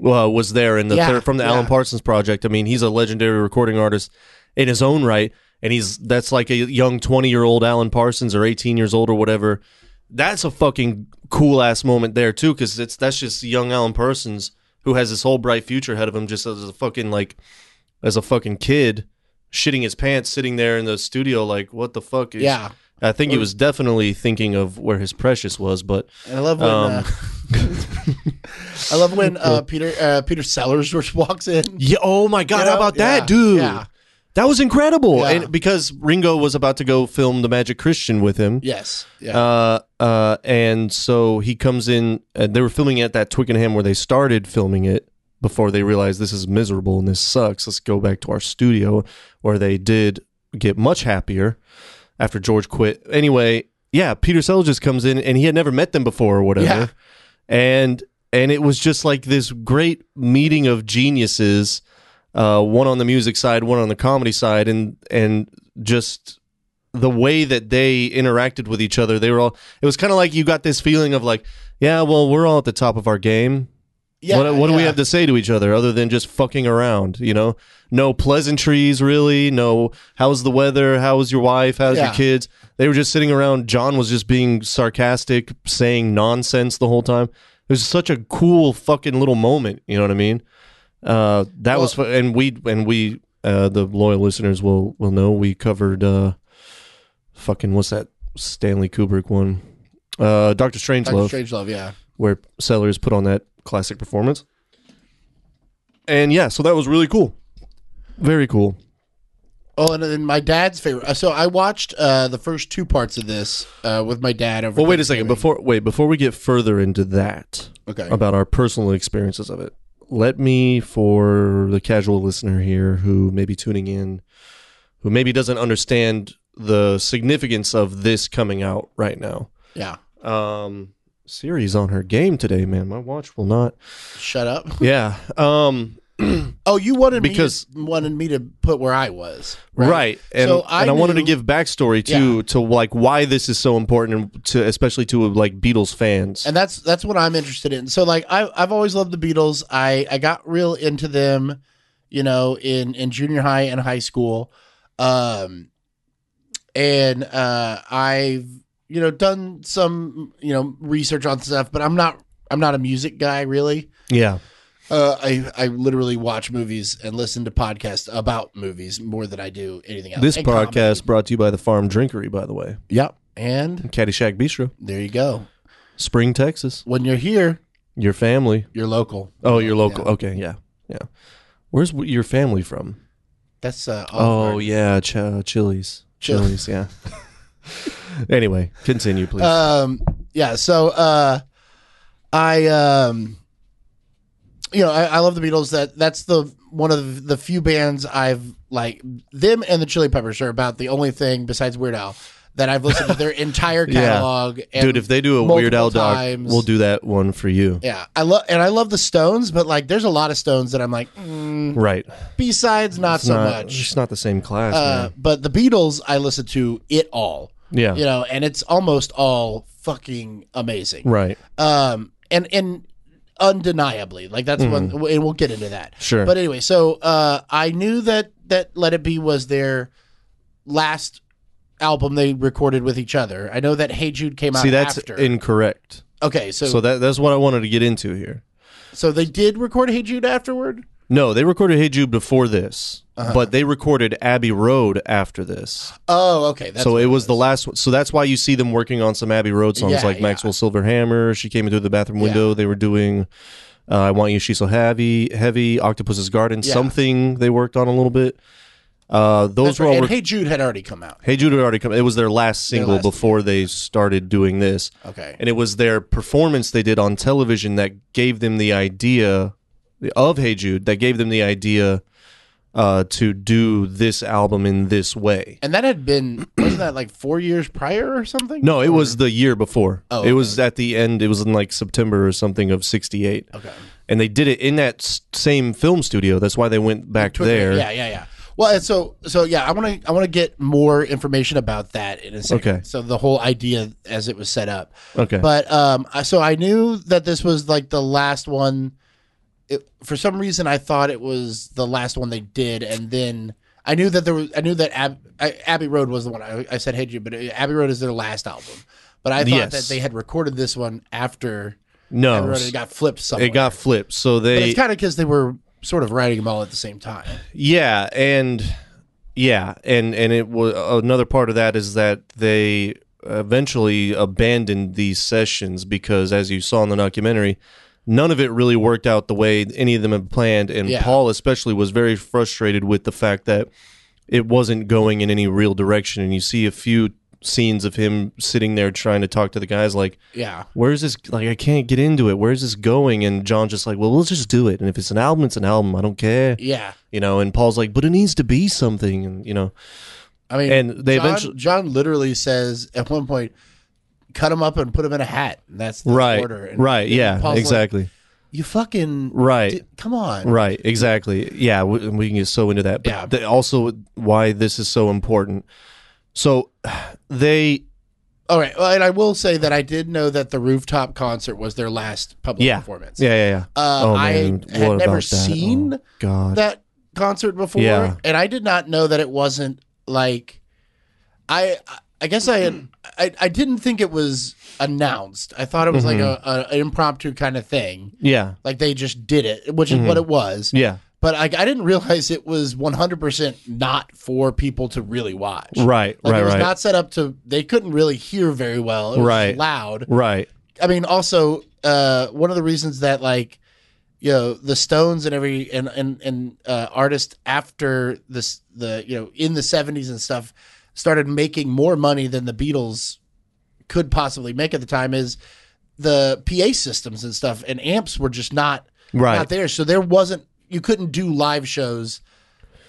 Speaker 1: uh, was there in the
Speaker 2: Yeah,
Speaker 1: third, from the
Speaker 2: yeah.
Speaker 1: alan parsons project i mean he's a legendary recording artist in his own right and he's that's like a young 20 year old alan parsons or 18 years old or whatever that's a fucking cool ass moment there too because it's that's just young alan parsons who has this whole bright future ahead of him just as a fucking like as a fucking kid shitting his pants sitting there in the studio like what the fuck is
Speaker 2: yeah.
Speaker 1: I think
Speaker 2: Oh.
Speaker 1: he was definitely thinking of where his precious was, but
Speaker 2: And I love when
Speaker 1: Um,
Speaker 2: uh,
Speaker 1: <laughs>
Speaker 2: I love when uh, Peter uh, Peter Sellers <laughs> just walks in.
Speaker 1: yeah, oh my god,
Speaker 2: You
Speaker 1: how
Speaker 2: know?
Speaker 1: about
Speaker 2: Yeah,
Speaker 1: that, dude?
Speaker 2: yeah.
Speaker 1: That was incredible,
Speaker 2: Yeah.
Speaker 1: and because Ringo was about to go film the Magic Christian with him,
Speaker 2: Yes. Yeah.
Speaker 1: uh, uh, and so he comes in. Uh, they were filming at that Twickenham where they started filming it before they realized this is miserable and this sucks. Let's go back to our studio where they did get much happier after George quit. Anyway, yeah, Peter Sellers just comes in and he had never met them before or whatever,
Speaker 2: Yeah.
Speaker 1: and and it was just like this great meeting of geniuses, uh, one on the music side, one on the comedy side, and and just the way that they interacted with each other, they were all. It was kind of like you got this feeling of like, yeah, well, we're all at the top of our game.
Speaker 2: yeah.
Speaker 1: what what do we
Speaker 2: yeah.
Speaker 1: have to say to each other other than just fucking around? You know, no pleasantries really. No, how's the weather? How's your wife? How's
Speaker 2: Yeah.
Speaker 1: your kids? They were just sitting around. John was just being sarcastic, saying nonsense the whole time. It was such a cool fucking little moment. You know what I mean? Uh, that was fun. and we and we uh, the loyal listeners will will know we covered uh, fucking what's that Stanley Kubrick one? Uh, Doctor
Speaker 2: Doctor
Speaker 1: Strangelove
Speaker 2: Strangelove, yeah.
Speaker 1: where Sellers put on that classic performance. And yeah, so that was really cool. Very cool.
Speaker 2: Oh, and then my dad's favorite. uh, So I watched uh, the first two parts of this uh, with my dad over.
Speaker 1: Well, wait a second um, before wait before we get further into that
Speaker 2: Okay.
Speaker 1: about our personal experiences of it. Let me for the casual listener here who may be tuning in who maybe doesn't understand the significance of this coming out right now.
Speaker 2: yeah.
Speaker 1: Um Siri's on her game today, man. My watch will not.
Speaker 2: Shut up.
Speaker 1: Yeah. Um
Speaker 2: Oh, you wanted
Speaker 1: Because-
Speaker 2: me to, wanted me to put where I was.
Speaker 1: Right. And,
Speaker 2: So I
Speaker 1: and I wanted to
Speaker 2: knew-
Speaker 1: give backstory too to like why this is so important and to especially to like Beatles fans.
Speaker 2: and that's that's what I'm interested in. So like I I've always loved the Beatles. I I got real into them, you know, in in junior high and high school. Um and uh I've you know done some you know research on stuff, but I'm not I'm not a music guy really.
Speaker 1: yeah.
Speaker 2: Uh I I literally watch movies and listen to podcasts about movies more than I do anything else.
Speaker 1: This
Speaker 2: And
Speaker 1: podcast
Speaker 2: comedy.
Speaker 1: brought to you by the Farm Drinkery, by the way.
Speaker 2: Yep. And
Speaker 1: Caddyshack Bistro.
Speaker 2: there you go.
Speaker 1: Spring, Texas.
Speaker 2: When you're here,
Speaker 1: Your family.
Speaker 2: you're local.
Speaker 1: Oh, your local. Okay, yeah. Yeah. Where's w- your family from?
Speaker 2: That's uh
Speaker 1: Oh,
Speaker 2: Olive Garden.
Speaker 1: yeah, Ch- Chili's.
Speaker 2: Chil-
Speaker 1: Chili's, yeah. <laughs> anyway, continue please.
Speaker 2: um yeah so uh i um you know I, I love the beatles that that's the one of the few bands i've like them and the chili peppers are about the only thing besides weird al that i've listened to their entire
Speaker 1: <laughs> Yeah.
Speaker 2: catalog and
Speaker 1: Dude, if they do a
Speaker 2: multiple
Speaker 1: Weird Al doc,
Speaker 2: times.
Speaker 1: we'll do that one for you.
Speaker 2: yeah i love and i love the stones but like there's a lot of stones that i'm like mm,
Speaker 1: Right.
Speaker 2: b-sides not
Speaker 1: It's
Speaker 2: so
Speaker 1: not,
Speaker 2: much
Speaker 1: It's not the same class,
Speaker 2: uh,
Speaker 1: man.
Speaker 2: but the beatles i listen to it all
Speaker 1: Yeah.
Speaker 2: you know and it's almost all fucking amazing
Speaker 1: Right.
Speaker 2: um and and undeniably like that's one and we'll get into that
Speaker 1: Mm. Sure.
Speaker 2: but anyway so uh i knew that that let it be was their last album they recorded with each other i know that hey jude came out
Speaker 1: See, that's
Speaker 2: after
Speaker 1: incorrect.
Speaker 2: okay so
Speaker 1: So
Speaker 2: so,
Speaker 1: that that's what I wanted to get into here.
Speaker 2: they did record hey jude afterward
Speaker 1: No, they recorded Hey Jude before this,
Speaker 2: Uh-huh.
Speaker 1: but they recorded Abbey Road after this.
Speaker 2: oh okay that's
Speaker 1: so it was the last one. So that's why you see them working on some Abbey Road songs
Speaker 2: Yeah,
Speaker 1: like
Speaker 2: yeah.
Speaker 1: Maxwell Silver Hammer. She came into the bathroom window. They were doing uh, I Want You, She's So Heavy, Heavy, Octopus's Garden,
Speaker 2: Yeah.
Speaker 1: something they worked on a little bit. Uh, those
Speaker 2: that's
Speaker 1: were
Speaker 2: right.
Speaker 1: all.
Speaker 2: and
Speaker 1: Re-
Speaker 2: hey jude had already come out
Speaker 1: hey Jude had already come. It was their last single
Speaker 2: last-
Speaker 1: before they started doing this.
Speaker 2: okay
Speaker 1: and it was their performance they did on television that gave them the idea of Hey Jude that gave them the idea uh, to do this album in this way.
Speaker 2: And that had been wasn't that like four years prior or something?
Speaker 1: No, it was the year before.
Speaker 2: Oh,
Speaker 1: it was at the end. It was in like September or something of '68.
Speaker 2: Okay.
Speaker 1: And they did it in that s- same film studio. That's why they went back there.
Speaker 2: Yeah, yeah, yeah. Well, and so so yeah, I want to I want to get more information about that in a second.
Speaker 1: Okay.
Speaker 2: So the whole idea as it was set up.
Speaker 1: Okay.
Speaker 2: But um, I- so I knew that this was like the last one. It, for some reason, I thought it was the last one they did, and then I knew that there was. I knew that Ab, I, Abbey Road was the one I, I said, "Hey, you," but uh, Abbey Road is their last album. But I thought
Speaker 1: Yes.
Speaker 2: that they had recorded this one after Abbey
Speaker 1: no,
Speaker 2: Road. and It got flipped somewhere.
Speaker 1: it got flipped. So
Speaker 2: But
Speaker 1: they
Speaker 2: it's kind of because they were sort of writing them all at the same time.
Speaker 1: Yeah, and yeah, and and it was another part of that is that they eventually abandoned these sessions because, as you saw in the documentary, none of it really worked out the way any of them had planned, and
Speaker 2: Yeah.
Speaker 1: Paul especially was very frustrated with the fact that it wasn't going in any real direction, and you see a few scenes of him sitting there trying to talk to the guys like
Speaker 2: Yeah.
Speaker 1: where's this like i can't get into it where's this going and john just like well let's just do it and if it's an album it's an album i don't care
Speaker 2: Yeah.
Speaker 1: you know and paul's like but it needs to be something and you know
Speaker 2: I mean,
Speaker 1: And they
Speaker 2: John,
Speaker 1: eventually-
Speaker 2: John literally says at one point, "Cut him up and put him in a hat." And that's the
Speaker 1: right
Speaker 2: order. And-
Speaker 1: right
Speaker 2: and
Speaker 1: yeah
Speaker 2: Paul's like,
Speaker 1: exactly
Speaker 2: you fucking
Speaker 1: Right.
Speaker 2: di- come on.
Speaker 1: right exactly yeah we, we can get so into that but
Speaker 2: Yeah.
Speaker 1: the- also why this is so important so they
Speaker 2: All right. Well, and I will say that I did know that the rooftop concert was their last public
Speaker 1: Yeah.
Speaker 2: performance.
Speaker 1: yeah yeah yeah
Speaker 2: Uh, I had
Speaker 1: what about
Speaker 2: never
Speaker 1: that?
Speaker 2: seen
Speaker 1: Oh, god
Speaker 2: that concert before,
Speaker 1: Yeah.
Speaker 2: and I did not know that it wasn't like I. I guess I had I, I didn't think it was announced. I thought it was like
Speaker 1: Mm-hmm.
Speaker 2: a, a an impromptu kind of thing.
Speaker 1: yeah
Speaker 2: Like they just did it, which is what it was.
Speaker 1: Mm-hmm. yeah
Speaker 2: But I, I didn't realize it was 100% not for people to really watch.
Speaker 1: right
Speaker 2: Like
Speaker 1: right
Speaker 2: it was
Speaker 1: right
Speaker 2: not set up to. They couldn't really hear very well. It was
Speaker 1: Right.
Speaker 2: loud.
Speaker 1: right
Speaker 2: I mean, also uh, one of the reasons that like you know the Stones and every and and and uh, artists after this the you know in the seventies and stuff started making more money than the Beatles could possibly make at the time is the PA systems and stuff and amps were just not
Speaker 1: Right.
Speaker 2: not there. So there wasn't you couldn't do live shows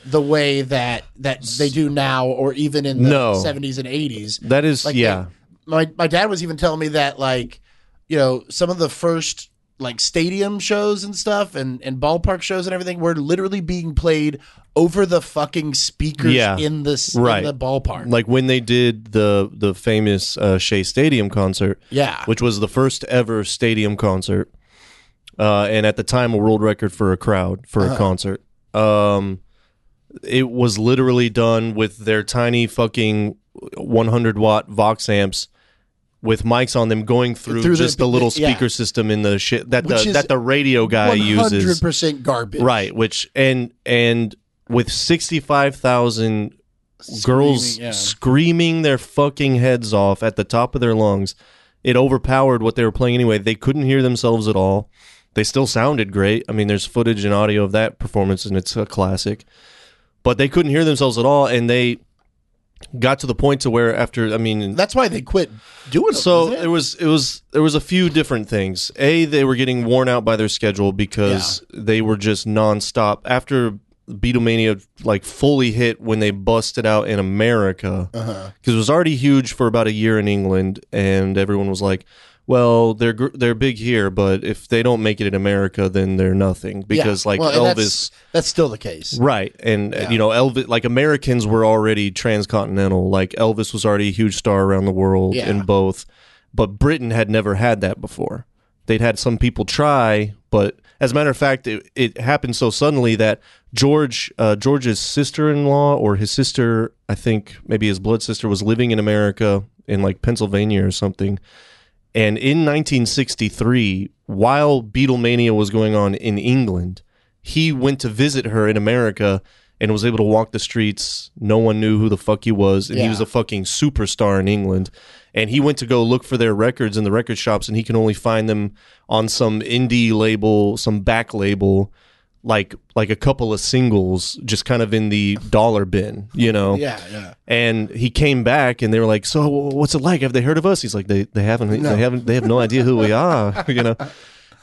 Speaker 2: the way that that they do now or even in the
Speaker 1: No.
Speaker 2: seventies and eighties.
Speaker 1: that is
Speaker 2: Like
Speaker 1: yeah
Speaker 2: they- my my dad was even telling me that like, you know, some of the first like stadium shows and stuff and and ballpark shows and everything were literally being played over the fucking speakers
Speaker 1: Yeah.
Speaker 2: in this
Speaker 1: Right.
Speaker 2: in the ballpark.
Speaker 1: like when they did the the famous uh, Shea Stadium concert
Speaker 2: yeah.
Speaker 1: which was the first ever stadium concert, uh, and at the time a world record for a crowd for
Speaker 2: Uh-huh.
Speaker 1: a concert. Um, it was literally done with their tiny fucking 100 watt Vox amps with mics on them going through,
Speaker 2: Through the-
Speaker 1: just the, little
Speaker 2: yeah.
Speaker 1: speaker system in the shit that
Speaker 2: Which
Speaker 1: the
Speaker 2: is
Speaker 1: that the radio guy uses.
Speaker 2: 100% garbage.
Speaker 1: Right, which and and with 65,000 girls
Speaker 2: yeah.
Speaker 1: screaming their fucking heads off at the top of their lungs. It overpowered what they were playing anyway. They couldn't hear themselves at all. They still sounded great. I mean, there's footage and audio of that performance, and it's a classic. But they couldn't hear themselves at all, and they got to the point to where after I mean,
Speaker 2: That's why they quit doing it.
Speaker 1: so
Speaker 2: wasn't it?
Speaker 1: there was it was there was a few different things. A, they were getting worn out by their schedule because they were just nonstop after Beatlemania like fully hit when they busted out in America because
Speaker 2: Uh-huh.
Speaker 1: it was already huge for about a year in England, and everyone was like. Well, they're gr- they're big here, but if they don't make it in America, then they're nothing
Speaker 2: Yeah.
Speaker 1: because like
Speaker 2: Well, and
Speaker 1: Elvis,
Speaker 2: that's, that's still the case.
Speaker 1: Right. And, uh, you know, Elvis, like Americans were already transcontinental. Like Elvis was already a huge star around the world
Speaker 2: Yeah.
Speaker 1: in both. But Britain had never had that before. They'd had some people try, but as a matter of fact, it, it happened so suddenly that George, uh, George's sister in law or his sister, I think maybe his blood sister, was living in America in like Pennsylvania or something. And in 1963, while Beatlemania was going on in England, he went to visit her in America and was able to walk the streets. No one knew who the fuck he was. And he
Speaker 2: Yeah.
Speaker 1: was a fucking superstar in England. And he went to go look for their records in the record shops, and he can only find them on some indie label, some back label, like like a couple of singles, just kind of in the dollar bin, you know?
Speaker 2: Yeah, yeah.
Speaker 1: And he came back, and they were like, "So, what's it like? Have they heard of us?" He's like, "They they haven't. They <laughs> haven't. They have no idea who we are." You know.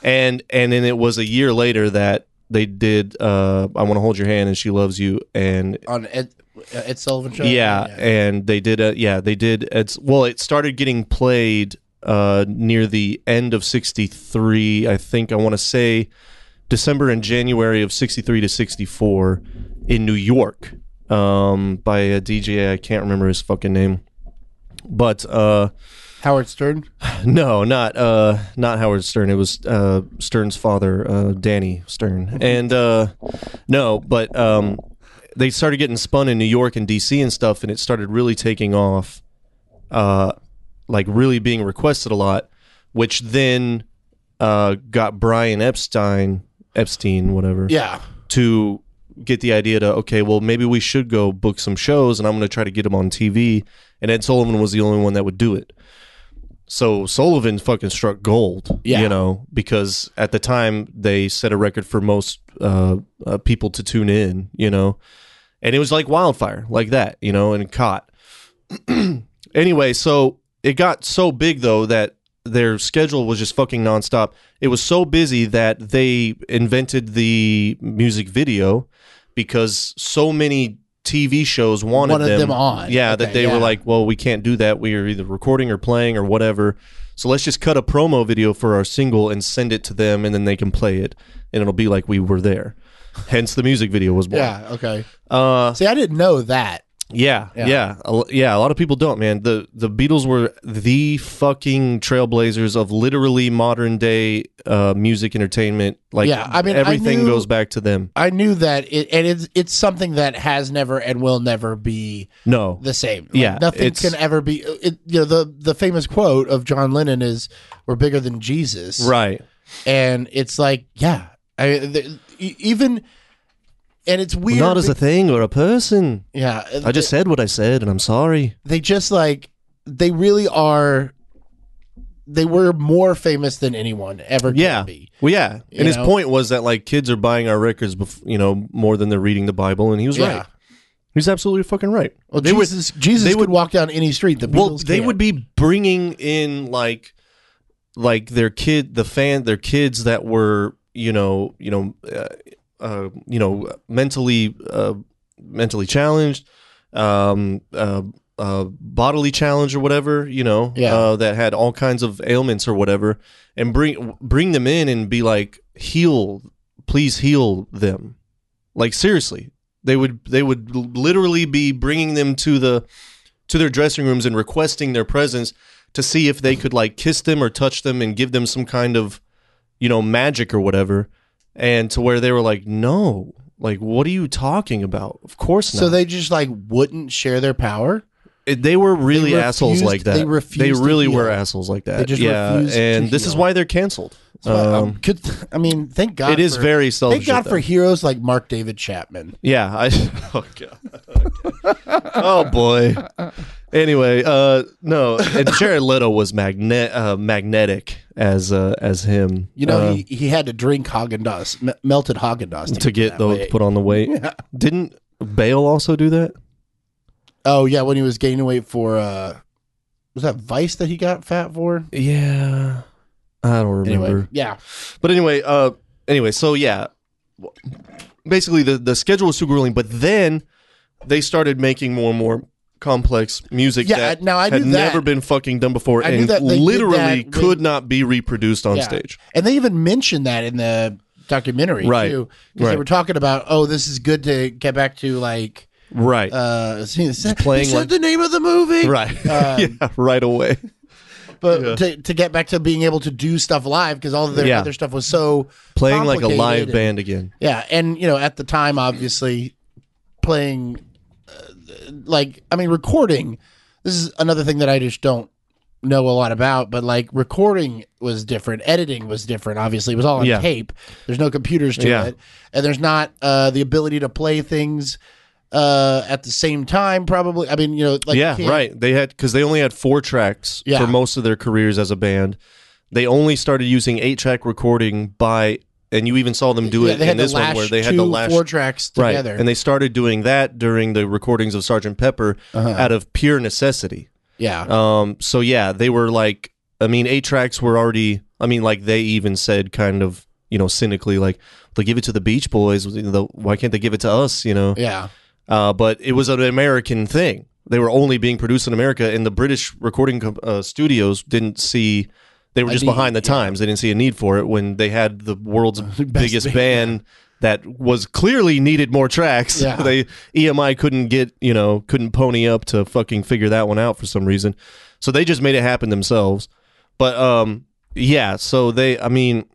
Speaker 1: And and then it was a year later that they did uh, I Want to Hold Your Hand and She Loves You and
Speaker 2: on Ed, Ed Sullivan show.
Speaker 1: yeah, and they did a yeah they did it's well it started getting played uh near the end of 63 i think i want to say december and january of 63 to 64 in new york um by a dj i can't remember his fucking name but uh
Speaker 2: Howard
Speaker 1: <laughs>
Speaker 2: Stern.
Speaker 1: no, not uh, not Howard Stern. It was uh, Stern's father, uh, Danny Stern, and uh, no, but um, they started getting spun in New York and D.C. and stuff, and it started really taking off, uh, like really being requested a lot, which then uh, got Brian Epstein, Epstein, whatever,
Speaker 2: Yeah.
Speaker 1: to get the idea to okay, well maybe we should go book some shows, and I'm going to try to get them on TV. And Ed Sullivan was the only one that would do it. So Sullivan fucking struck gold,
Speaker 2: Yeah.
Speaker 1: you know, because at the time they set a record for most uh, uh, people to tune in, you know, and it was like wildfire, like that, you know, and caught. anyway, so it got so big though that their schedule was just fucking nonstop. It was so busy that they invented the music video because so many TV shows wanted,
Speaker 2: Wanted
Speaker 1: them,
Speaker 2: them on.
Speaker 1: Yeah, that
Speaker 2: Okay,
Speaker 1: they
Speaker 2: yeah.
Speaker 1: were like, well, we can't do that. We are either recording or playing or whatever. So let's just cut a promo video for our single and send it to them, and then they can play it, and it'll be like we were there. Hence, the music video was born.
Speaker 2: Yeah. Okay.
Speaker 1: Uh,
Speaker 2: See, I didn't know that.
Speaker 1: yeah, yeah,
Speaker 2: Yeah.
Speaker 1: yeah. A, lo- yeah, a lot of people don't, man. The the Beatles were the fucking trailblazers of literally modern day uh, music entertainment. Like,
Speaker 2: Yeah, I mean, I
Speaker 1: everything
Speaker 2: knew-
Speaker 1: goes back to them.
Speaker 2: I knew that, it, and it's it's something that has never and will never be
Speaker 1: No,
Speaker 2: the same. Like,
Speaker 1: Yeah,
Speaker 2: nothing
Speaker 1: it's-
Speaker 2: can ever be. It, you know, the the famous quote of John Lennon is, "We're bigger than Jesus."
Speaker 1: right?
Speaker 2: and it's like, yeah, I the, e- even, and it's weird.
Speaker 1: Not as a thing or a person.
Speaker 2: be- yeah,
Speaker 1: I just said what I said, and I'm sorry.
Speaker 2: they just like they really are. They were more famous than anyone ever. Could
Speaker 1: Yeah.
Speaker 2: be.
Speaker 1: Well, yeah. And
Speaker 2: You
Speaker 1: his
Speaker 2: know?
Speaker 1: point was that like kids are buying our records, bef- you know, more than they're reading the Bible, and he was
Speaker 2: Yeah.
Speaker 1: right. He's absolutely fucking right.
Speaker 2: Well,
Speaker 1: They were-
Speaker 2: Jesus, Jesus
Speaker 1: they
Speaker 2: would walk down any street. The Beatles
Speaker 1: well they
Speaker 2: can't.
Speaker 1: would be bringing in like like their kid the fan their kids that were you know you know uh, uh, you know mentally uh, mentally challenged um uh, uh, bodily challenge or whatever you know
Speaker 2: Yeah.
Speaker 1: uh, that had all kinds of ailments or whatever and bring bring them in and be like heal please heal them like seriously they would they would l- literally be bringing them to the to their dressing rooms and requesting their presence to see if they could like kiss them or touch them and give them some kind of you know magic or whatever and to where they were like no like what are you talking about of course not
Speaker 2: So they just like wouldn't share their power.
Speaker 1: it- they were really
Speaker 2: refused-
Speaker 1: assholes like that
Speaker 2: they refused to
Speaker 1: really were
Speaker 2: heal.
Speaker 1: assholes like that
Speaker 2: They just
Speaker 1: yeah
Speaker 2: refused to
Speaker 1: and this is
Speaker 2: heal.
Speaker 1: why they're canceled
Speaker 2: So, um,
Speaker 1: Um,
Speaker 2: could- I mean, thank God.
Speaker 1: it is
Speaker 2: for-
Speaker 1: very selfish
Speaker 2: Thank God
Speaker 1: of
Speaker 2: for
Speaker 1: them.
Speaker 2: heroes like Mark David Chapman.
Speaker 1: Yeah, I. <laughs> Oh god. Okay. oh boy. Anyway, uh, no, and Jared Leto was magne- uh, magnetic as uh, as him.
Speaker 2: You know,
Speaker 1: uh,
Speaker 2: he, he had to drink Haagen Dazs, me- melted Haagen Dazs
Speaker 1: to get
Speaker 2: that
Speaker 1: the
Speaker 2: weight. <laughs>
Speaker 1: put on the weight. Didn't Bale also do that?
Speaker 2: Oh yeah, when he was gaining weight for uh, was that Vice that he got fat for?
Speaker 1: Yeah, I don't remember.
Speaker 2: Anyway, yeah,
Speaker 1: But anyway, uh, anyway, so yeah, basically the the schedule was too grueling. But then they started making more and more complex music.
Speaker 2: Yeah,
Speaker 1: that
Speaker 2: I- now I
Speaker 1: had
Speaker 2: knew that.
Speaker 1: never been fucking done before,
Speaker 2: I knew
Speaker 1: and
Speaker 2: that they did
Speaker 1: literally
Speaker 2: that with-
Speaker 1: could not be reproduced on
Speaker 2: Yeah.
Speaker 1: stage.
Speaker 2: and they even mentioned that in the documentary
Speaker 1: Right.
Speaker 2: too, because they
Speaker 1: Right.
Speaker 2: were talking about oh, this is good to get back to like
Speaker 1: Right,
Speaker 2: uh, <laughs> he said,
Speaker 1: playing
Speaker 2: he said
Speaker 1: like-
Speaker 2: the name of the
Speaker 1: <laughs>
Speaker 2: movie,
Speaker 1: right,
Speaker 2: um,
Speaker 1: <laughs> yeah, right away.
Speaker 2: But
Speaker 1: Yeah.
Speaker 2: to, to get back to being able to do stuff live because all of their
Speaker 1: Yeah.
Speaker 2: other stuff was so
Speaker 1: Playing like a
Speaker 2: complicated
Speaker 1: live
Speaker 2: and-
Speaker 1: band again.
Speaker 2: Yeah, and you know, at the time, obviously, playing, uh, like, I mean, recording. This is another thing that I just don't know a lot about, but like, recording was different, editing was different. Obviously, it was all on
Speaker 1: Yeah.
Speaker 2: tape. There's no computers to
Speaker 1: Yeah.
Speaker 2: it, and there's not uh, the ability to play things uh, at the same time. Probably, I mean, you know, like,
Speaker 1: yeah,
Speaker 2: can't-
Speaker 1: right. They had because they only had four tracks
Speaker 2: Yeah.
Speaker 1: for most of their careers as a band. They only started using eight track recording by, and you even saw them do
Speaker 2: Yeah,
Speaker 1: it
Speaker 2: they
Speaker 1: in
Speaker 2: had to
Speaker 1: this one
Speaker 2: lash
Speaker 1: where they had
Speaker 2: two
Speaker 1: the last
Speaker 2: four tracks together.
Speaker 1: Right. And they started doing that during the recordings of Sergeant Pepper out of pure necessity.
Speaker 2: Uh-huh. yeah,
Speaker 1: Um, so yeah, they were like, I mean, eight tracks were already. I mean, like they even said, kind of, you know, cynically, like they'll give it to the Beach Boys. You know, why can't they give it to us? You know,
Speaker 2: Yeah.
Speaker 1: uh, but it was an American thing. They were only being produced in America, and the British recording com- uh, studios didn't see. They were just
Speaker 2: need,
Speaker 1: behind the times. They didn't see a need for it when they had the
Speaker 2: <laughs>
Speaker 1: world's biggest
Speaker 2: band,
Speaker 1: band that was clearly needed more tracks.
Speaker 2: Yeah.
Speaker 1: <laughs> they EMI couldn't get you know couldn't pony up to fucking figure that one out for some reason. So they just made it happen themselves. But um, yeah. So they, I mean,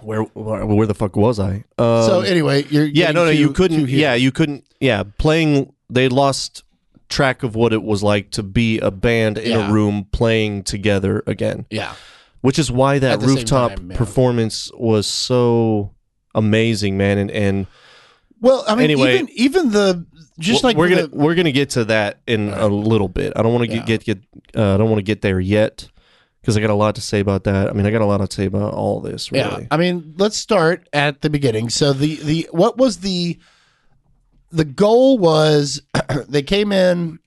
Speaker 1: where where, where the fuck was I? Um,
Speaker 2: so anyway, you're
Speaker 1: yeah,
Speaker 2: getting
Speaker 1: no, no,
Speaker 2: too-
Speaker 1: you couldn't.
Speaker 2: too here.
Speaker 1: Yeah, you couldn't. Yeah, playing. They lost track of what it was like to be a band in
Speaker 2: Yeah.
Speaker 1: a room playing together again,
Speaker 2: yeah,
Speaker 1: which is why
Speaker 2: At
Speaker 1: that
Speaker 2: the same
Speaker 1: rooftop
Speaker 2: time, yeah.
Speaker 1: performance was so amazing, man. And and
Speaker 2: Well, I mean,
Speaker 1: Anyway.
Speaker 2: even even the just
Speaker 1: we're-
Speaker 2: like
Speaker 1: we're
Speaker 2: the,
Speaker 1: gonna we're gonna get to that in a little bit. I don't want to
Speaker 2: Yeah.
Speaker 1: get get get. Uh, I don't want to get there yet because I got a lot to say about that. I mean, I got a lot to say about all this. Really.
Speaker 2: Yeah, I mean, let's start at the beginning. So the the what was the the goal was <clears throat> they came in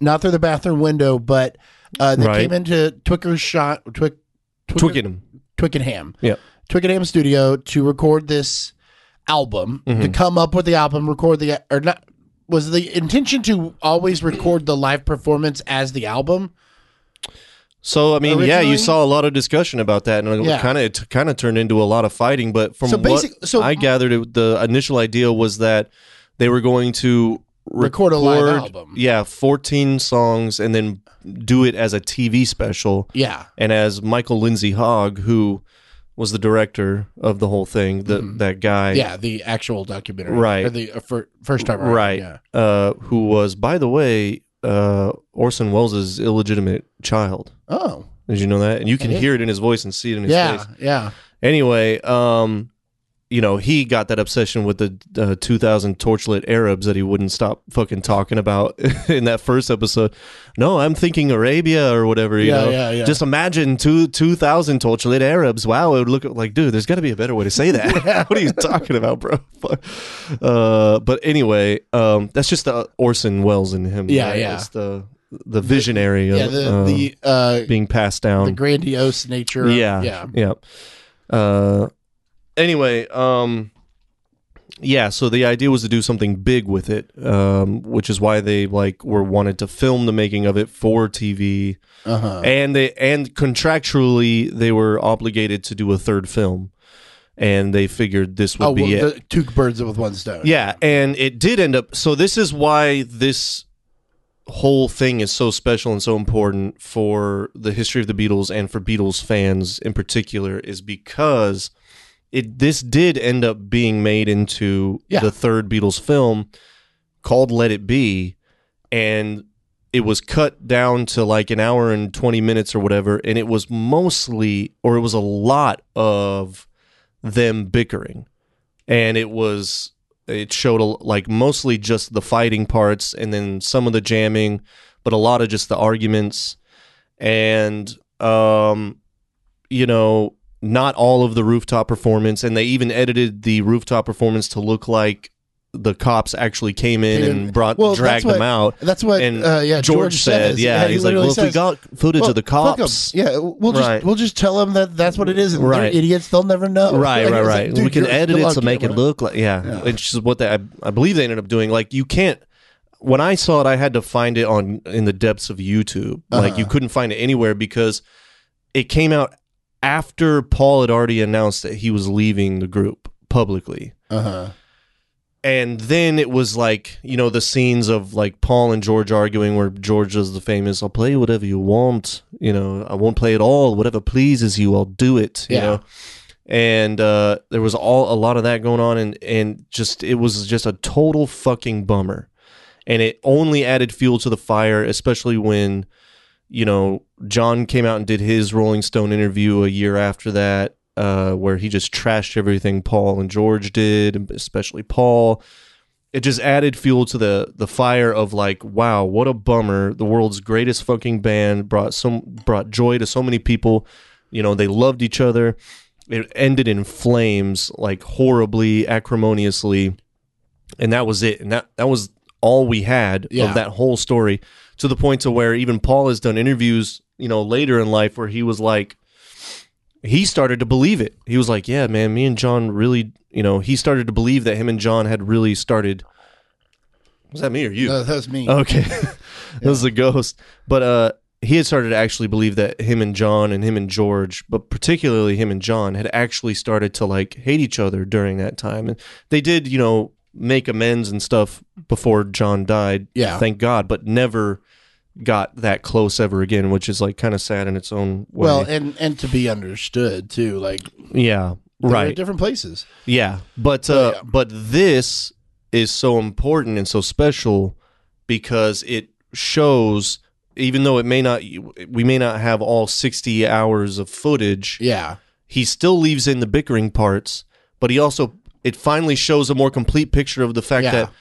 Speaker 2: not through the bathroom window, but uh, they
Speaker 1: Right.
Speaker 2: came into Twicker's shot Twick, Twicker-
Speaker 1: Twickenham.
Speaker 2: Twickenham.
Speaker 1: Yeah.
Speaker 2: Twickenham Studio to record this album, to
Speaker 1: Mm-hmm.
Speaker 2: come up with the album, record the or not was the intention to always record the live performance as the album?
Speaker 1: So I mean, yeah,
Speaker 2: Originally?
Speaker 1: you saw a lot of discussion about that, and
Speaker 2: Yeah.
Speaker 1: it kind of it kind of turned into a lot of fighting. But from
Speaker 2: So
Speaker 1: what
Speaker 2: basic- so-
Speaker 1: I gathered, it, the initial idea was that they were going to
Speaker 2: Record a live album.
Speaker 1: yeah, fourteen songs, and then do it as a TV special.
Speaker 2: Yeah.
Speaker 1: And as Michael Lindsay Hogg, who was the director of the whole thing, the, that guy,
Speaker 2: Mm-hmm. Yeah, the actual documentary,
Speaker 1: Right.
Speaker 2: Or the uh, fir- first time, around,
Speaker 1: right,
Speaker 2: Yeah.
Speaker 1: uh, who was, by the way, uh, Orson Welles' illegitimate child.
Speaker 2: Oh,
Speaker 1: Did you know that? And you can
Speaker 2: did.
Speaker 1: hear it in his voice and see it in his
Speaker 2: yeah,
Speaker 1: face.
Speaker 2: yeah,
Speaker 1: Anyway, um, you know, he got that obsession with the uh, 2000 torchlit Arabs that he wouldn't stop fucking talking about <laughs> in that first episode. No, I'm thinking Arabia or whatever, you
Speaker 2: Yeah,
Speaker 1: know.
Speaker 2: yeah, yeah.
Speaker 1: Just imagine two 2000 torchlit Arabs. Wow, it would look like, dude, there's got to be a better way to say
Speaker 2: <laughs>
Speaker 1: that. <laughs> what are you talking about, bro? Fuck. uh, but anyway, um, that's just the Orson Welles in him.
Speaker 2: Yeah,
Speaker 1: right?
Speaker 2: yeah.
Speaker 1: It's the, the visionary
Speaker 2: yeah.
Speaker 1: of
Speaker 2: The
Speaker 1: uh,
Speaker 2: the uh,
Speaker 1: being passed down.
Speaker 2: the grandiose nature. of-
Speaker 1: um, Yeah.
Speaker 2: yeah,
Speaker 1: Yeah. Uh, anyway, um, yeah. So the idea was to do something big with it, um, which is why they like were wanted to film the making of it for TV,
Speaker 2: uh huh.
Speaker 1: and they and contractually they were obligated to do a third film, and they figured this would
Speaker 2: Oh,
Speaker 1: be
Speaker 2: well,
Speaker 1: it.
Speaker 2: the two birds with one stone.
Speaker 1: Yeah, and it did end up. So this is why this whole thing is so special and so important for the history of the Beatles and for Beatles fans in particular is because it this did end up being made into
Speaker 2: Yeah.
Speaker 1: the third Beatles film called Let It Be and it was cut down to like an hour and 20 minutes or whatever and it was mostly or it was a lot of them bickering and it was it showed a, like mostly just the fighting parts and then some of the jamming but a lot of just the arguments and um you know not all of the rooftop performance and they even edited the rooftop performance to look like the cops actually came in
Speaker 2: Came in-
Speaker 1: and brought
Speaker 2: well,
Speaker 1: dragged
Speaker 2: that's
Speaker 1: them
Speaker 2: what-
Speaker 1: out
Speaker 2: that's what.
Speaker 1: and
Speaker 2: uh, yeah,
Speaker 1: George, said,
Speaker 2: says.
Speaker 1: yeah,
Speaker 2: he
Speaker 1: he's like,
Speaker 2: literally
Speaker 1: well, if we
Speaker 2: says,
Speaker 1: got footage
Speaker 2: "Well,
Speaker 1: of the
Speaker 2: fuck 'em."
Speaker 1: cops,
Speaker 2: Yeah, we'll just
Speaker 1: Right.
Speaker 2: we'll just tell them that that's what it is, and
Speaker 1: Right.
Speaker 2: they're idiots. They'll never know.
Speaker 1: right,
Speaker 2: Like,
Speaker 1: right,
Speaker 2: it's
Speaker 1: right.
Speaker 2: like,
Speaker 1: we
Speaker 2: dude,
Speaker 1: can
Speaker 2: you're
Speaker 1: edit
Speaker 2: still
Speaker 1: it
Speaker 2: on
Speaker 1: to make it
Speaker 2: camera.
Speaker 1: look like yeah,
Speaker 2: Yeah.
Speaker 1: which is what they, I, I believe they ended up doing. Like you can't. When I saw it, I had to find it on in the depths of YouTube. Like
Speaker 2: Uh-huh.
Speaker 1: you couldn't find it anywhere because it came out after Paul had already announced that he was leaving the group publicly
Speaker 2: Uh-huh.
Speaker 1: and then it was like you know the scenes of like Paul and George arguing, where George does the famous "I'll play whatever you want," you know, "I won't play at all, whatever pleases you, I'll do it," you
Speaker 2: Yeah.
Speaker 1: know. And uh, there was all a lot of that going on, and and just it was just a total fucking bummer, and it only added fuel to the fire, especially when you know, John came out and did his Rolling Stone interview a year after that, uh, where he just trashed everything Paul and George did, and especially Paul. It just added fuel to the the fire of like, wow, what a bummer! The world's greatest fucking band brought some brought joy to so many people. You know, they loved each other. It ended in flames, like horribly, acrimoniously, and that was it. And that that was all we had
Speaker 2: Yeah.
Speaker 1: of that whole story to the point to where even Paul has done interviews, you know, later in life where he was like, he started to believe it. He was like, "Yeah, man, me and John really, you know, he started to believe that him and John had really started." Was that me or you?
Speaker 2: No, that's me.
Speaker 1: Okay. <laughs> that was the ghost. But uh he had started to actually believe that him and John and him and George, but particularly him and John, had actually started to like hate each other during that time. And they did, you know, make amends and stuff before John died.
Speaker 2: Yeah.
Speaker 1: Thank God, but never got that close ever again, which is like kind of sad in its own way.
Speaker 2: well, and and to be understood too, like
Speaker 1: yeah.
Speaker 2: they're
Speaker 1: Right.
Speaker 2: at different places.
Speaker 1: Yeah,
Speaker 2: Oh,
Speaker 1: but uh, but this is so important and so special because it shows, even though it may not, we may not have all sixty hours of footage.
Speaker 2: Yeah,
Speaker 1: He still leaves in the bickering parts, but he also it finally shows a more complete picture of the fact
Speaker 2: Yeah.
Speaker 1: that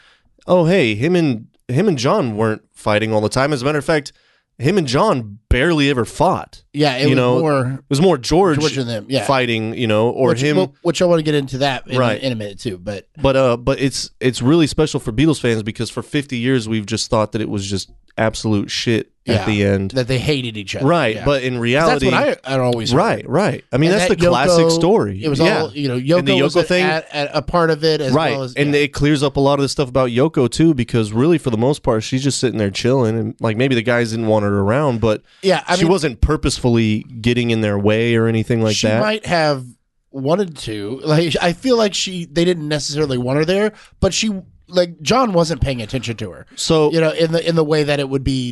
Speaker 1: oh hey him and him and John weren't fighting all the time. As a matter of fact, him and John barely ever fought.
Speaker 2: yeah. It
Speaker 1: You
Speaker 2: was
Speaker 1: know,
Speaker 2: more
Speaker 1: It was more George,
Speaker 2: George and them. Yeah,
Speaker 1: fighting, you know, or
Speaker 2: which,
Speaker 1: him.
Speaker 2: well, which I want to get into that in,
Speaker 1: Right.
Speaker 2: in a minute too. But
Speaker 1: But uh, but it's it's really special for Beatles fans because for 50 years we've just thought that it was just absolute shit
Speaker 2: Yeah.
Speaker 1: at the end,
Speaker 2: that they hated each other.
Speaker 1: right?
Speaker 2: yeah.
Speaker 1: But in
Speaker 2: that's
Speaker 1: reality,
Speaker 2: what I, I always heard.
Speaker 1: right, right. I mean,
Speaker 2: And
Speaker 1: that's
Speaker 2: that
Speaker 1: the
Speaker 2: Yoko-
Speaker 1: classic story.
Speaker 2: It was
Speaker 1: Yeah.
Speaker 2: all you know. Yoko,
Speaker 1: And the
Speaker 2: was
Speaker 1: Yoko
Speaker 2: a-
Speaker 1: thing-
Speaker 2: at, at a part of it as
Speaker 1: right,
Speaker 2: well as
Speaker 1: and
Speaker 2: yeah.
Speaker 1: it clears up a lot of the stuff about Yoko too, because really, for the most part, she's just sitting there chilling, and like maybe the guys didn't want her around, but
Speaker 2: yeah. I
Speaker 1: she
Speaker 2: mean,
Speaker 1: wasn't purposefully getting in their way or anything like
Speaker 2: she
Speaker 1: that.
Speaker 2: might have wanted to. Like I feel like she they didn't necessarily want her there, but she like John wasn't paying attention to her.
Speaker 1: so
Speaker 2: You know, in the in the way that it would be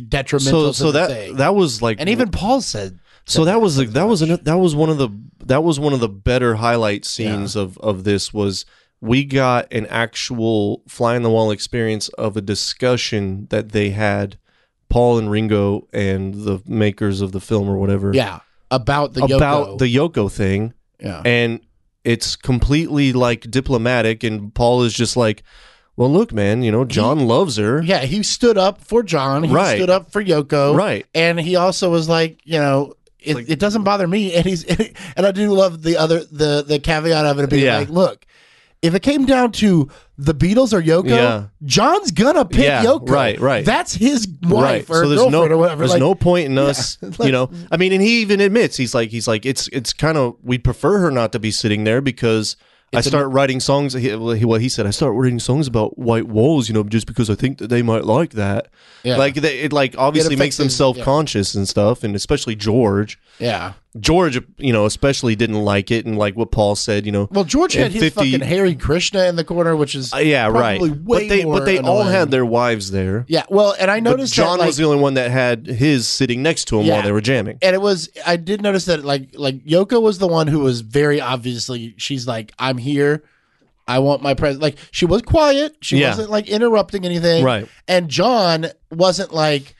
Speaker 1: so
Speaker 2: detrimental. to
Speaker 1: so
Speaker 2: the
Speaker 1: that
Speaker 2: thing.
Speaker 1: that was like
Speaker 2: and even Paul said
Speaker 1: So that was that was an, that was one of the that was one of the better highlight scenes of of this was we got an actual fly in the wall experience of a discussion that they had Paul and Ringo and the makers of the film or whatever
Speaker 2: yeah about the
Speaker 1: about
Speaker 2: Yoko.
Speaker 1: the Yoko thing
Speaker 2: yeah.
Speaker 1: and it's completely like diplomatic and Paul is just like well look man you know John loves her
Speaker 2: yeah, he stood up for John. He
Speaker 1: Right.
Speaker 2: stood up for Yoko.
Speaker 1: right
Speaker 2: and he also was like, you know, it,
Speaker 1: Like-
Speaker 2: it doesn't bother me. And he's <laughs> and I do love the other the the caveat of it being
Speaker 1: Yeah.
Speaker 2: like, look, if it came down to the Beatles or Yoko,
Speaker 1: Yeah.
Speaker 2: John's gonna pick
Speaker 1: Yeah,
Speaker 2: Yoko.
Speaker 1: right, right.
Speaker 2: That's his wife or
Speaker 1: so there's
Speaker 2: girlfriend
Speaker 1: no
Speaker 2: or whatever.
Speaker 1: there's
Speaker 2: Like,
Speaker 1: no point
Speaker 2: <laughs>
Speaker 1: in us you know i mean and he even admits he's like he's like it's it's kind of we prefer her not to be sitting there because I start writing songs. He, well, he- well, he said I start writing songs about white walls, you know, just because I think that they might like that.
Speaker 2: Yeah.
Speaker 1: Like they, it, like obviously makes
Speaker 2: affects
Speaker 1: them
Speaker 2: his- yeah.
Speaker 1: self conscious and stuff, and especially George.
Speaker 2: yeah.
Speaker 1: George, you know, especially didn't like it, and like what Paul said, you know.
Speaker 2: Well, George had
Speaker 1: And
Speaker 2: his
Speaker 1: 50
Speaker 2: fucking Harry Krishna in the corner, which is
Speaker 1: Uh, yeah, right.
Speaker 2: probably way
Speaker 1: but they
Speaker 2: more
Speaker 1: but they all
Speaker 2: annoying.
Speaker 1: had their wives there.
Speaker 2: yeah. Well, and I
Speaker 1: But
Speaker 2: noticed
Speaker 1: John
Speaker 2: that, like,
Speaker 1: was the only one that had his sitting next to him
Speaker 2: Yeah.
Speaker 1: while they were jamming.
Speaker 2: and it was I did notice that like like Yoko was the one who was very obviously she's like I'm here, I want my present. Like she was quiet, she
Speaker 1: Yeah.
Speaker 2: wasn't like interrupting anything,
Speaker 1: Right.
Speaker 2: And John wasn't like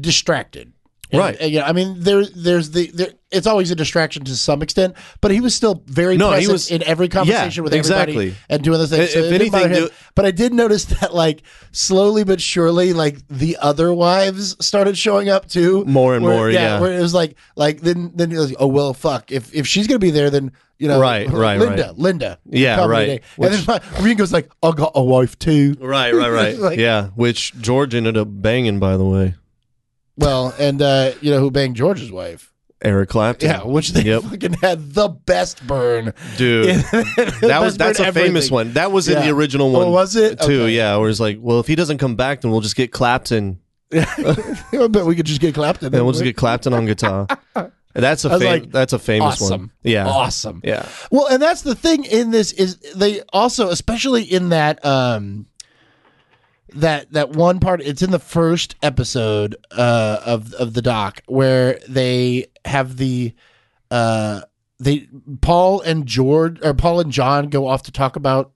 Speaker 2: distracted, And-
Speaker 1: Right.
Speaker 2: and, you know, I mean there there's the there, it's always a distraction to some extent, but he was still very
Speaker 1: No, he
Speaker 2: present
Speaker 1: was-
Speaker 2: in every conversation with everybody
Speaker 1: exactly.
Speaker 2: and doing those things.
Speaker 1: If-
Speaker 2: So
Speaker 1: if
Speaker 2: it didn't bother
Speaker 1: anything,
Speaker 2: him.
Speaker 1: do-
Speaker 2: but I did notice <laughs> that like slowly but surely, like the other wives started showing up too,
Speaker 1: More and
Speaker 2: where-
Speaker 1: more, yeah.
Speaker 2: Where it was like, like then then it was oh well, fuck. If if she's gonna be there, then you know, <laughs>
Speaker 1: Right, right,
Speaker 2: Linda,
Speaker 1: right.
Speaker 2: Linda,
Speaker 1: Yeah,
Speaker 2: come
Speaker 1: right.
Speaker 2: today. and then my, Ringo's like, I got a wife too.
Speaker 1: Right, right, right.
Speaker 2: <laughs> Like-
Speaker 1: yeah, which George ended up banging, by the way.
Speaker 2: Well, and uh, you know who banged George's wife?
Speaker 1: Eric Clapton.
Speaker 2: Yeah, which they
Speaker 1: Yep.
Speaker 2: fucking had the best burn.
Speaker 1: dude. <laughs>
Speaker 2: <laughs>
Speaker 1: That was that's a famous one. That was in
Speaker 2: Yeah.
Speaker 1: the original
Speaker 2: Oh,
Speaker 1: one.
Speaker 2: was it?
Speaker 1: too?
Speaker 2: <laughs> Okay.
Speaker 1: Yeah, where it's like, well, if he doesn't come back, then we'll just get Clapton,
Speaker 2: but we could just get clapped in.
Speaker 1: and we'll just get Clapton on
Speaker 2: <laughs>
Speaker 1: guitar. That's a
Speaker 2: was
Speaker 1: fam-
Speaker 2: like,
Speaker 1: that's a famous
Speaker 2: awesome.
Speaker 1: one. Yeah,
Speaker 2: awesome.
Speaker 1: yeah,
Speaker 2: Well, and that's the thing in this is they also, especially in that um that that one part, it's in the first episode uh of of the doc where they have the uh they Paul and George or Paul and John go off to talk about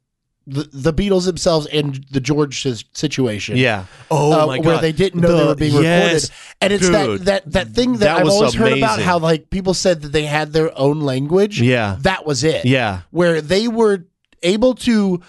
Speaker 2: the, the Beatles themselves and the George si- situation.
Speaker 1: yeah. Oh
Speaker 2: uh,
Speaker 1: my god,
Speaker 2: where they didn't know they
Speaker 1: The-
Speaker 2: were being
Speaker 1: yes,
Speaker 2: recorded. And it's
Speaker 1: dude.
Speaker 2: that, that that thing that,
Speaker 1: That
Speaker 2: I've
Speaker 1: was
Speaker 2: always heard about
Speaker 1: amazing.
Speaker 2: how like people said that they had their own language.
Speaker 1: Yeah,
Speaker 2: That was it.
Speaker 1: yeah,
Speaker 2: Where they were able to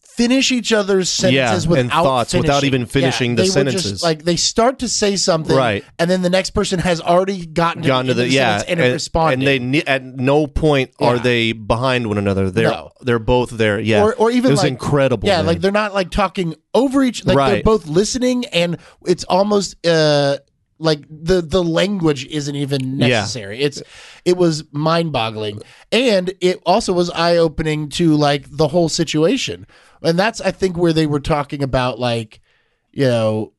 Speaker 2: finish each other's sentences
Speaker 1: Yeah,
Speaker 2: without
Speaker 1: and thoughts without
Speaker 2: finishing.
Speaker 1: even finishing the
Speaker 2: they were just,
Speaker 1: sentences.
Speaker 2: like they start to say something
Speaker 1: Right.
Speaker 2: and then the next person has already gotten to
Speaker 1: gone to
Speaker 2: end of
Speaker 1: the yeah,
Speaker 2: sentence and, it responded.
Speaker 1: and they ne- at no point are
Speaker 2: Yeah.
Speaker 1: they behind one another. They're
Speaker 2: No.
Speaker 1: they're both there. Yeah,
Speaker 2: Or- or even
Speaker 1: it was
Speaker 2: like-
Speaker 1: incredible.
Speaker 2: yeah,
Speaker 1: man.
Speaker 2: like they're not like talking over each like they're
Speaker 1: Right.
Speaker 2: both listening and it's almost uh like the the language isn't even necessary. It's it was mind boggling, and it also was eye opening to like the whole situation. And that's I think where they were talking about like, you know,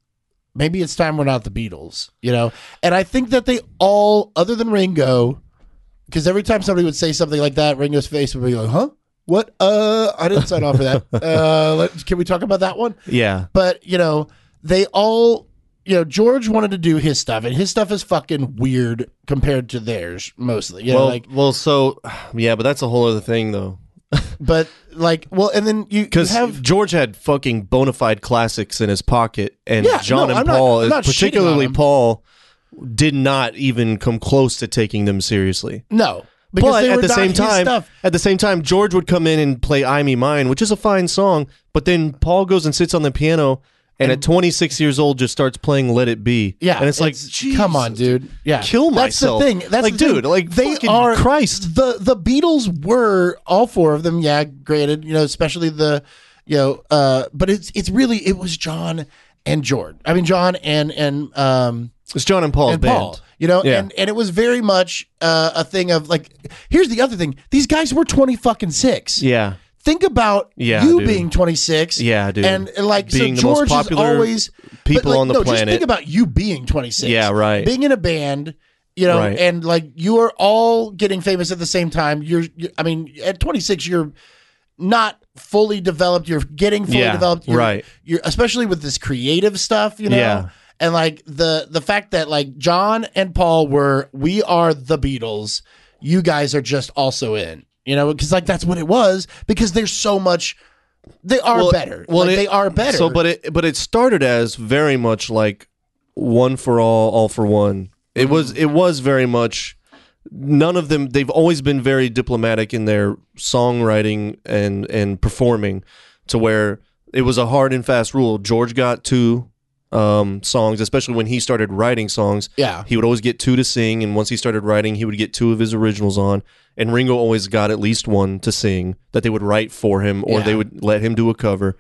Speaker 2: maybe it's time we're not the Beatles, you know. And I think that they all, other than Ringo, because every time somebody would say something like that, Ringo's face would be like, "Huh." What? Uh, I didn't sign off for that. Uh, let, can we talk about that one?
Speaker 1: Yeah.
Speaker 2: but you know they all you know george wanted to do his stuff and his stuff is fucking weird compared to theirs mostly you know
Speaker 1: well,
Speaker 2: like
Speaker 1: well, so yeah, but that's a whole other thing though.
Speaker 2: but like well and then you, you
Speaker 1: Because
Speaker 2: have
Speaker 1: George had fucking bona fide classics in his pocket, and
Speaker 2: Yeah,
Speaker 1: John
Speaker 2: no,
Speaker 1: and
Speaker 2: I'm not-
Speaker 1: Paul,
Speaker 2: I'm not shitting on
Speaker 1: particularly
Speaker 2: him.
Speaker 1: Paul, did not even come close to taking them seriously.
Speaker 2: no because
Speaker 1: but
Speaker 2: they
Speaker 1: at
Speaker 2: were
Speaker 1: the
Speaker 2: not
Speaker 1: same
Speaker 2: his
Speaker 1: time,
Speaker 2: stuff.
Speaker 1: at the same time, George would come in and play "I Me Mine," which is a fine song. But then Paul goes and sits on the piano, and, at 26 years old, just starts playing "Let It Be."
Speaker 2: yeah
Speaker 1: and it's, like,
Speaker 2: come on
Speaker 1: Jesus,
Speaker 2: dude yeah
Speaker 1: kill myself.
Speaker 2: that's the thing that's
Speaker 1: like,
Speaker 2: the thing.
Speaker 1: dude, like
Speaker 2: they
Speaker 1: fucking
Speaker 2: are
Speaker 1: Christ.
Speaker 2: the the Beatles were all four of them. Yeah, granted, you know, especially the, you know, uh, but it's it's really it was John and George. I mean, John and and um
Speaker 1: It's John and Paul's
Speaker 2: and
Speaker 1: band.
Speaker 2: Paul. You know,
Speaker 1: Yeah.
Speaker 2: and and it was very much uh, a thing of like. Here's the other thing: these guys were twenty fucking six.
Speaker 1: Yeah,
Speaker 2: Think about
Speaker 1: Yeah,
Speaker 2: you
Speaker 1: dude.
Speaker 2: being twenty six.
Speaker 1: Yeah, dude.
Speaker 2: And, and, like
Speaker 1: Being
Speaker 2: so,
Speaker 1: the most
Speaker 2: George
Speaker 1: popular
Speaker 2: is always but,
Speaker 1: people
Speaker 2: like,
Speaker 1: on the
Speaker 2: no, Just
Speaker 1: planet.
Speaker 2: think about you being twenty six.
Speaker 1: Yeah, right.
Speaker 2: Being in a band. You know,
Speaker 1: Right.
Speaker 2: and like you are all getting famous at the same time. You're, you I mean, at 26, you're not fully developed. You're getting fully
Speaker 1: Yeah,
Speaker 2: developed. You're,
Speaker 1: right.
Speaker 2: You're especially with this creative stuff, you know.
Speaker 1: Yeah.
Speaker 2: And like the the fact that like John and Paul were we are the Beatles. You guys are just also in, you know, because like that's what it was. Because there's so much. They are better. Well,
Speaker 1: it-
Speaker 2: they are better.
Speaker 1: So, but it but it started as very much like one for all, all for one. It
Speaker 2: Mm.
Speaker 1: was it was very much none of them. They've always been very diplomatic in their songwriting and and performing, to where it was a hard and fast rule. George got two um, songs, especially when he started writing songs.
Speaker 2: yeah,
Speaker 1: He would always get two to sing, and once he started writing, he would get two of his originals on. And Ringo always got at least one to sing that they would write for him, or
Speaker 2: Yeah.
Speaker 1: they would let him do a cover.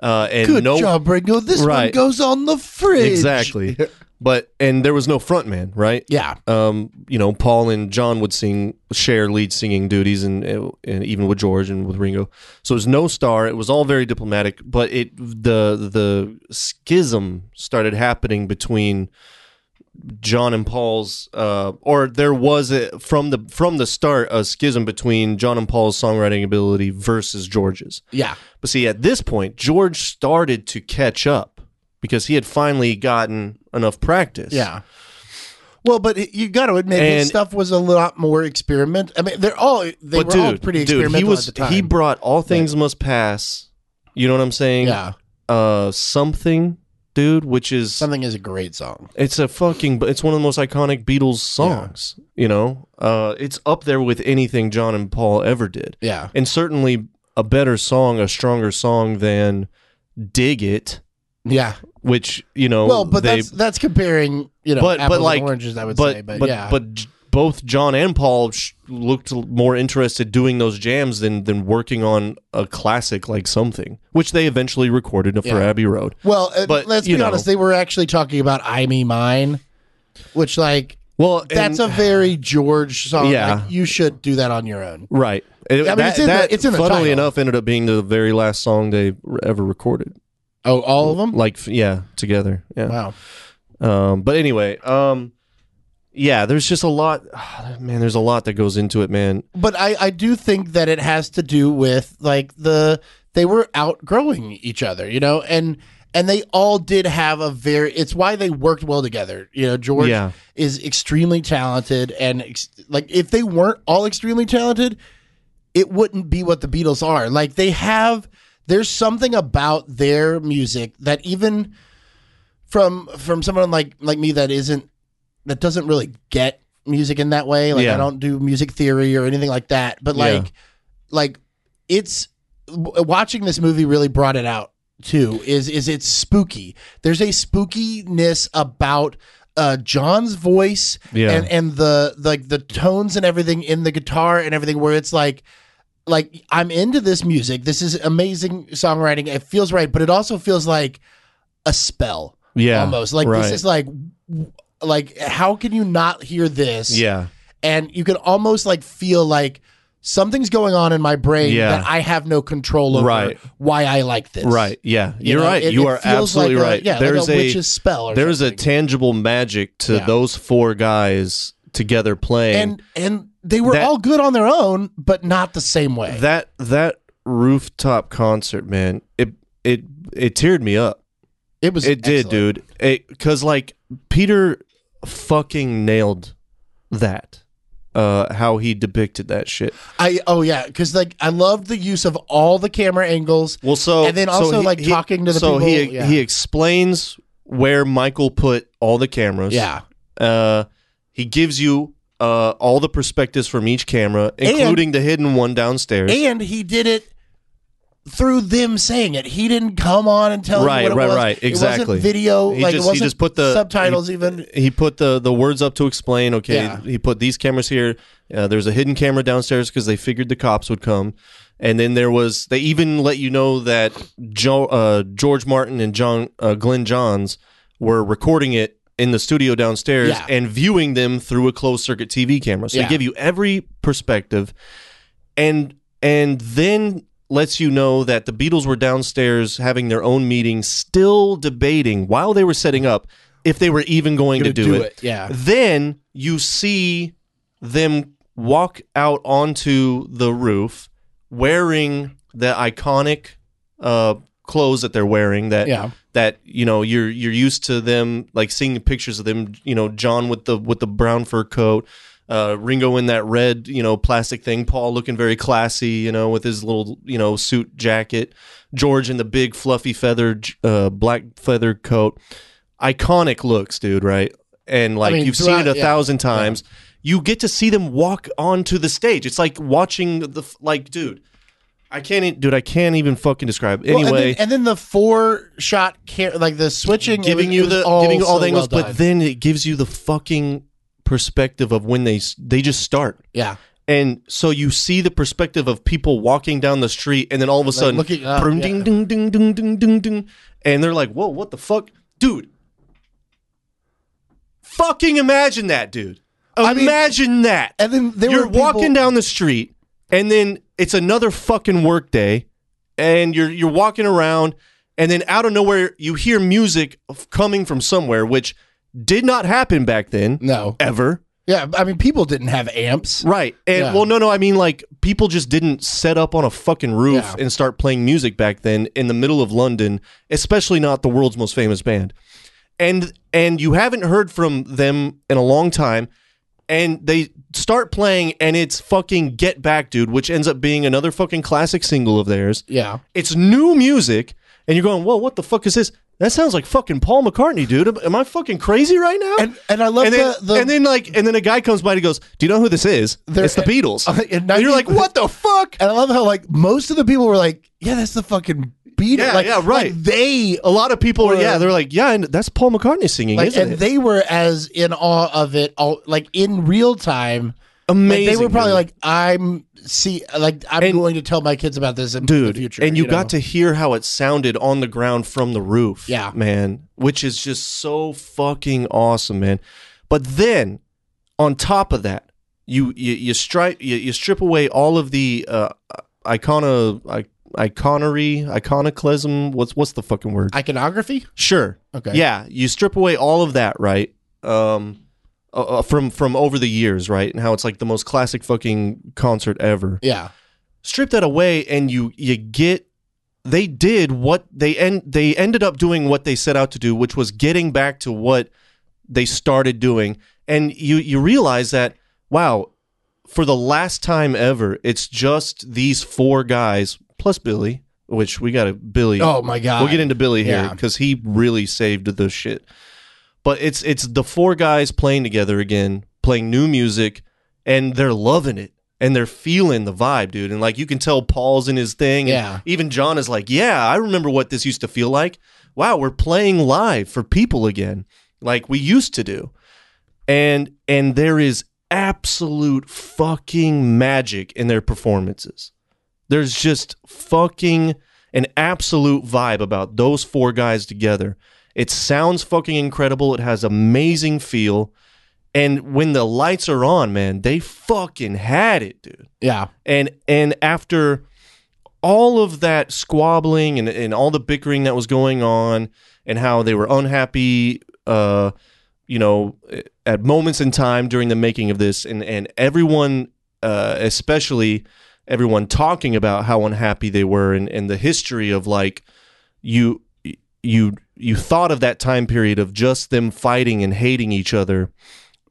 Speaker 1: Uh, and
Speaker 2: good
Speaker 1: no,
Speaker 2: job, Ringo. This one
Speaker 1: Right.
Speaker 2: goes on the fridge.
Speaker 1: exactly. but and there was no frontman, right?
Speaker 2: Yeah.
Speaker 1: Um, you know, Paul and John would sing, share lead singing duties, and and even with George and with Ringo. So it was no star. It was all very diplomatic, but it the the schism started happening between John and Paul's, uh, or there was a, from the from the start a schism between John and Paul's songwriting ability versus George's.
Speaker 2: Yeah.
Speaker 1: But see, at this point, George started to catch up because he had finally gotten enough practice.
Speaker 2: Yeah. Well, but it- you got to admit his
Speaker 1: And-
Speaker 2: stuff was a lot more experiment. I mean, they're all they were
Speaker 1: but
Speaker 2: all
Speaker 1: dude,
Speaker 2: pretty experimental
Speaker 1: dude, he was
Speaker 2: at the time.
Speaker 1: he brought all things must pass. You know what I'm saying?
Speaker 2: yeah,
Speaker 1: Uh, something, dude, which is
Speaker 2: something is a great song.
Speaker 1: it's a fucking it's one of the most iconic Beatles songs. You know, uh, it's up there with anything John and Paul ever did,
Speaker 2: Yeah,
Speaker 1: and certainly a better song, a stronger song than "Dig It,"
Speaker 2: yeah.
Speaker 1: which you know
Speaker 2: Well, but
Speaker 1: they
Speaker 2: that's that's comparing you know
Speaker 1: But- but
Speaker 2: apples
Speaker 1: like-
Speaker 2: and oranges. I would say, but, yeah,
Speaker 1: but j- both John and Paul sh- looked l- more interested doing those jams than than working on a classic like something, which they eventually recorded for
Speaker 2: Yeah.
Speaker 1: Abbey Road.
Speaker 2: well, uh,
Speaker 1: but,
Speaker 2: let's
Speaker 1: you
Speaker 2: be
Speaker 1: know.
Speaker 2: honest. They were actually talking about "I Me Mine," which like
Speaker 1: Well, and-
Speaker 2: that's a very George song.
Speaker 1: Yeah.
Speaker 2: like, you should do that on your own.
Speaker 1: right. It-
Speaker 2: mean,
Speaker 1: that,
Speaker 2: it's in the-
Speaker 1: that,
Speaker 2: it's in the
Speaker 1: funnily
Speaker 2: title.
Speaker 1: enough, ended up being the very last song they r- ever recorded.
Speaker 2: Oh, all of them.
Speaker 1: Like, f- yeah, together. Yeah.
Speaker 2: Wow.
Speaker 1: Um, but anyway, um, yeah, there's just a lot, <sighs> man. There's a lot that goes into it, man.
Speaker 2: But I, I do think that it has to do with like the they were outgrowing each other, you know, and and they all did have a very it's why they worked well together. You know, George
Speaker 1: Yeah.
Speaker 2: is extremely talented and ex- like if they weren't all extremely talented, it wouldn't be what the Beatles are. Like they have there's something about their music that even from from someone like like me that isn't that doesn't really get music in that way. Like I
Speaker 1: Yeah.
Speaker 2: don't do music theory or anything like that. But like
Speaker 1: Yeah.
Speaker 2: like it's w- watching this movie really brought it out too is is it's spooky there's a spookiness about uh john's voice
Speaker 1: Yeah.
Speaker 2: and and the like the tones and everything in the guitar and everything where it's like like i'm into this music this is amazing songwriting it feels right but it also feels like a spell
Speaker 1: Yeah,
Speaker 2: almost like
Speaker 1: right.
Speaker 2: this is like w- like how can you not hear this?
Speaker 1: Yeah.
Speaker 2: and you can almost like feel like something's going on in my brain
Speaker 1: Yeah.
Speaker 2: that I have no control over.
Speaker 1: Right.
Speaker 2: Why I like this.
Speaker 1: Right. Yeah.
Speaker 2: You
Speaker 1: You're
Speaker 2: know,
Speaker 1: right.
Speaker 2: it-
Speaker 1: you
Speaker 2: it
Speaker 1: are
Speaker 2: feels
Speaker 1: absolutely
Speaker 2: like a-
Speaker 1: right.
Speaker 2: yeah, like
Speaker 1: there's
Speaker 2: a
Speaker 1: a,
Speaker 2: witch's spell or
Speaker 1: There's
Speaker 2: something.
Speaker 1: a tangible magic to
Speaker 2: Yeah.
Speaker 1: those four guys together playing.
Speaker 2: And and they were
Speaker 1: That-
Speaker 2: all good on their own, but not the same way.
Speaker 1: that that rooftop concert, man, it it it teared me up.
Speaker 2: it was.
Speaker 1: It did,
Speaker 2: excellent.
Speaker 1: dude. It cuz like Peter fucking nailed that. Uh how he depicted that shit.
Speaker 2: I oh yeah, because like I loved the use of all the camera angles.
Speaker 1: Well, so
Speaker 2: And then
Speaker 1: so
Speaker 2: also,
Speaker 1: he-
Speaker 2: like,
Speaker 1: he-
Speaker 2: talking to the
Speaker 1: so he
Speaker 2: people, yeah.
Speaker 1: he explains where Michael put all the cameras.
Speaker 2: Yeah.
Speaker 1: uh, he gives you uh, all the perspectives from each camera, including the hidden one downstairs.
Speaker 2: and he did it through them saying it. He didn't come on and tell
Speaker 1: Right,
Speaker 2: you what
Speaker 1: right,
Speaker 2: it was.
Speaker 1: right,
Speaker 2: It
Speaker 1: exactly.
Speaker 2: wasn't video.
Speaker 1: He
Speaker 2: like
Speaker 1: just-
Speaker 2: it
Speaker 1: he
Speaker 2: wasn't
Speaker 1: just put the-
Speaker 2: subtitles even.
Speaker 1: he put the, the words up to explain. Okay,
Speaker 2: Yeah.
Speaker 1: he put these cameras here. Uh, there's a hidden camera downstairs because they figured the cops would come, and then there was. They even let you know that jo- uh, George Martin and John uh, Glenn Johns were recording it in the studio downstairs
Speaker 2: Yeah.
Speaker 1: and viewing them through a closed circuit TV camera. So
Speaker 2: Yeah.
Speaker 1: they give you every perspective, and and then lets you know that the Beatles were downstairs having their own meeting, still debating while they were setting up if they were even going to
Speaker 2: Gonna
Speaker 1: do,
Speaker 2: do
Speaker 1: it.
Speaker 2: it, yeah.
Speaker 1: Then you see them walk out onto the roof wearing the iconic uh, clothes that they're wearing that
Speaker 2: Yeah.
Speaker 1: that you know you're you're used to them like seeing pictures of them you know John with the with the brown fur coat uh, Ringo in that red you know plastic thing Paul looking very classy you know with his little you know suit jacket George in the big fluffy feather uh, black feather coat iconic looks dude right and like
Speaker 2: mean,
Speaker 1: you've seen it
Speaker 2: throughout-
Speaker 1: a
Speaker 2: yeah.
Speaker 1: thousand times you get to see them walk onto the stage it's like watching the f- like dude I can't, e- dude. I can't even fucking describe. Anyway,
Speaker 2: Well, and, then, and then the four shot, ca- like the switching, it
Speaker 1: giving
Speaker 2: was-
Speaker 1: you
Speaker 2: it was
Speaker 1: the
Speaker 2: all
Speaker 1: giving you all
Speaker 2: so
Speaker 1: the angles,
Speaker 2: well
Speaker 1: but
Speaker 2: done.
Speaker 1: then it gives you the fucking perspective of when they s- they just start,
Speaker 2: yeah,
Speaker 1: and so you see the perspective of people walking down the street, and then all of a sudden,
Speaker 2: looking up,
Speaker 1: brum,
Speaker 2: yeah.
Speaker 1: ding, ding, ding, ding, ding, ding, ding, and they're like, "Whoa, what the fuck, dude? Fucking imagine that, dude!
Speaker 2: mean-
Speaker 1: Imagine that!"
Speaker 2: and then there
Speaker 1: you're
Speaker 2: were people-
Speaker 1: walking down the street and then it's another fucking work day and you're you're walking around and then out of nowhere you hear music f- coming from somewhere which did not happen back then
Speaker 2: No,
Speaker 1: ever
Speaker 2: yeah, I mean, people didn't have amps.
Speaker 1: right and
Speaker 2: Yeah.
Speaker 1: well no no i mean like people just didn't set up on a fucking roof
Speaker 2: Yeah.
Speaker 1: and start playing music back then in the middle of london especially not the world's most famous band and and you haven't heard from them in a long time and they start playing and it's fucking get back dude which ends up being another fucking classic single of theirs
Speaker 2: <laughs> Yeah,
Speaker 1: it's new music and you're going whoa what the fuck is this that sounds like fucking paul mccartney dude am, am i fucking crazy right now
Speaker 2: and and I love
Speaker 1: and then,
Speaker 2: the, the
Speaker 1: and then like and then a guy comes by and he goes, "Do you know who this is?
Speaker 2: They're-
Speaker 1: it's the Beatles."
Speaker 2: in
Speaker 1: and you're
Speaker 2: 19
Speaker 1: like, "What the fuck?"
Speaker 2: and I love how like most of the people were like, yeah, that's the fucking beat.
Speaker 1: Yeah,
Speaker 2: like,
Speaker 1: yeah, right.
Speaker 2: like, they
Speaker 1: A lot of people are
Speaker 2: Or-
Speaker 1: yeah, they're like, "Yeah, and that's Paul McCartney singing,
Speaker 2: like,
Speaker 1: isn't
Speaker 2: and
Speaker 1: it?"
Speaker 2: they were as in awe of it all, like in real time. Like,
Speaker 1: Amazing.
Speaker 2: they were probably
Speaker 1: dude.
Speaker 2: like, I'm see, like I'm going to tell my kids about this in
Speaker 1: dude,
Speaker 2: the future.
Speaker 1: and you, got to
Speaker 2: know?
Speaker 1: hear how it sounded on the ground from the roof.
Speaker 2: Yeah.
Speaker 1: man, which is just so fucking awesome, man. But then, on top of that, you you you strip you, you strip away all of the uh, icona I, iconery iconoclasm. What's what's the fucking word?
Speaker 2: iconography.
Speaker 1: Sure.
Speaker 2: Okay.
Speaker 1: Yeah, you strip away all of that, right? Um, uh, uh, from from over the years, right? And how it's like the most classic fucking concert ever.
Speaker 2: Yeah.
Speaker 1: Strip that away, and you you get they did what they end they ended up doing what they set out to do, which was getting back to what they started doing, and you you realize that wow, for the last time ever, it's just these four guys plus Billy, which we got a Billy.
Speaker 2: Oh my god.
Speaker 1: We'll get into Billy here
Speaker 2: Yeah.
Speaker 1: because he really saved the shit. But it's it's the four guys playing together again, playing new music, and they're loving it and they're feeling the vibe, dude. And like you can tell, Paul's in his thing. and
Speaker 2: Yeah.
Speaker 1: even John is like, yeah, I remember what this used to feel like. Wow, we're playing live for people again, like we used to do. And and there is absolute fucking magic in their performances. There's just fucking an absolute vibe about those four guys together. It sounds fucking incredible. It has amazing feel. And when the lights are on, man, they fucking had it, dude.
Speaker 2: Yeah.
Speaker 1: And and after all of that squabbling and, and all the bickering that was going on and how they were unhappy uh you know at moments in time during the making of this and and everyone uh especially everyone talking about how unhappy they were and and the history of like you you you thought of that time period of just them fighting and hating each other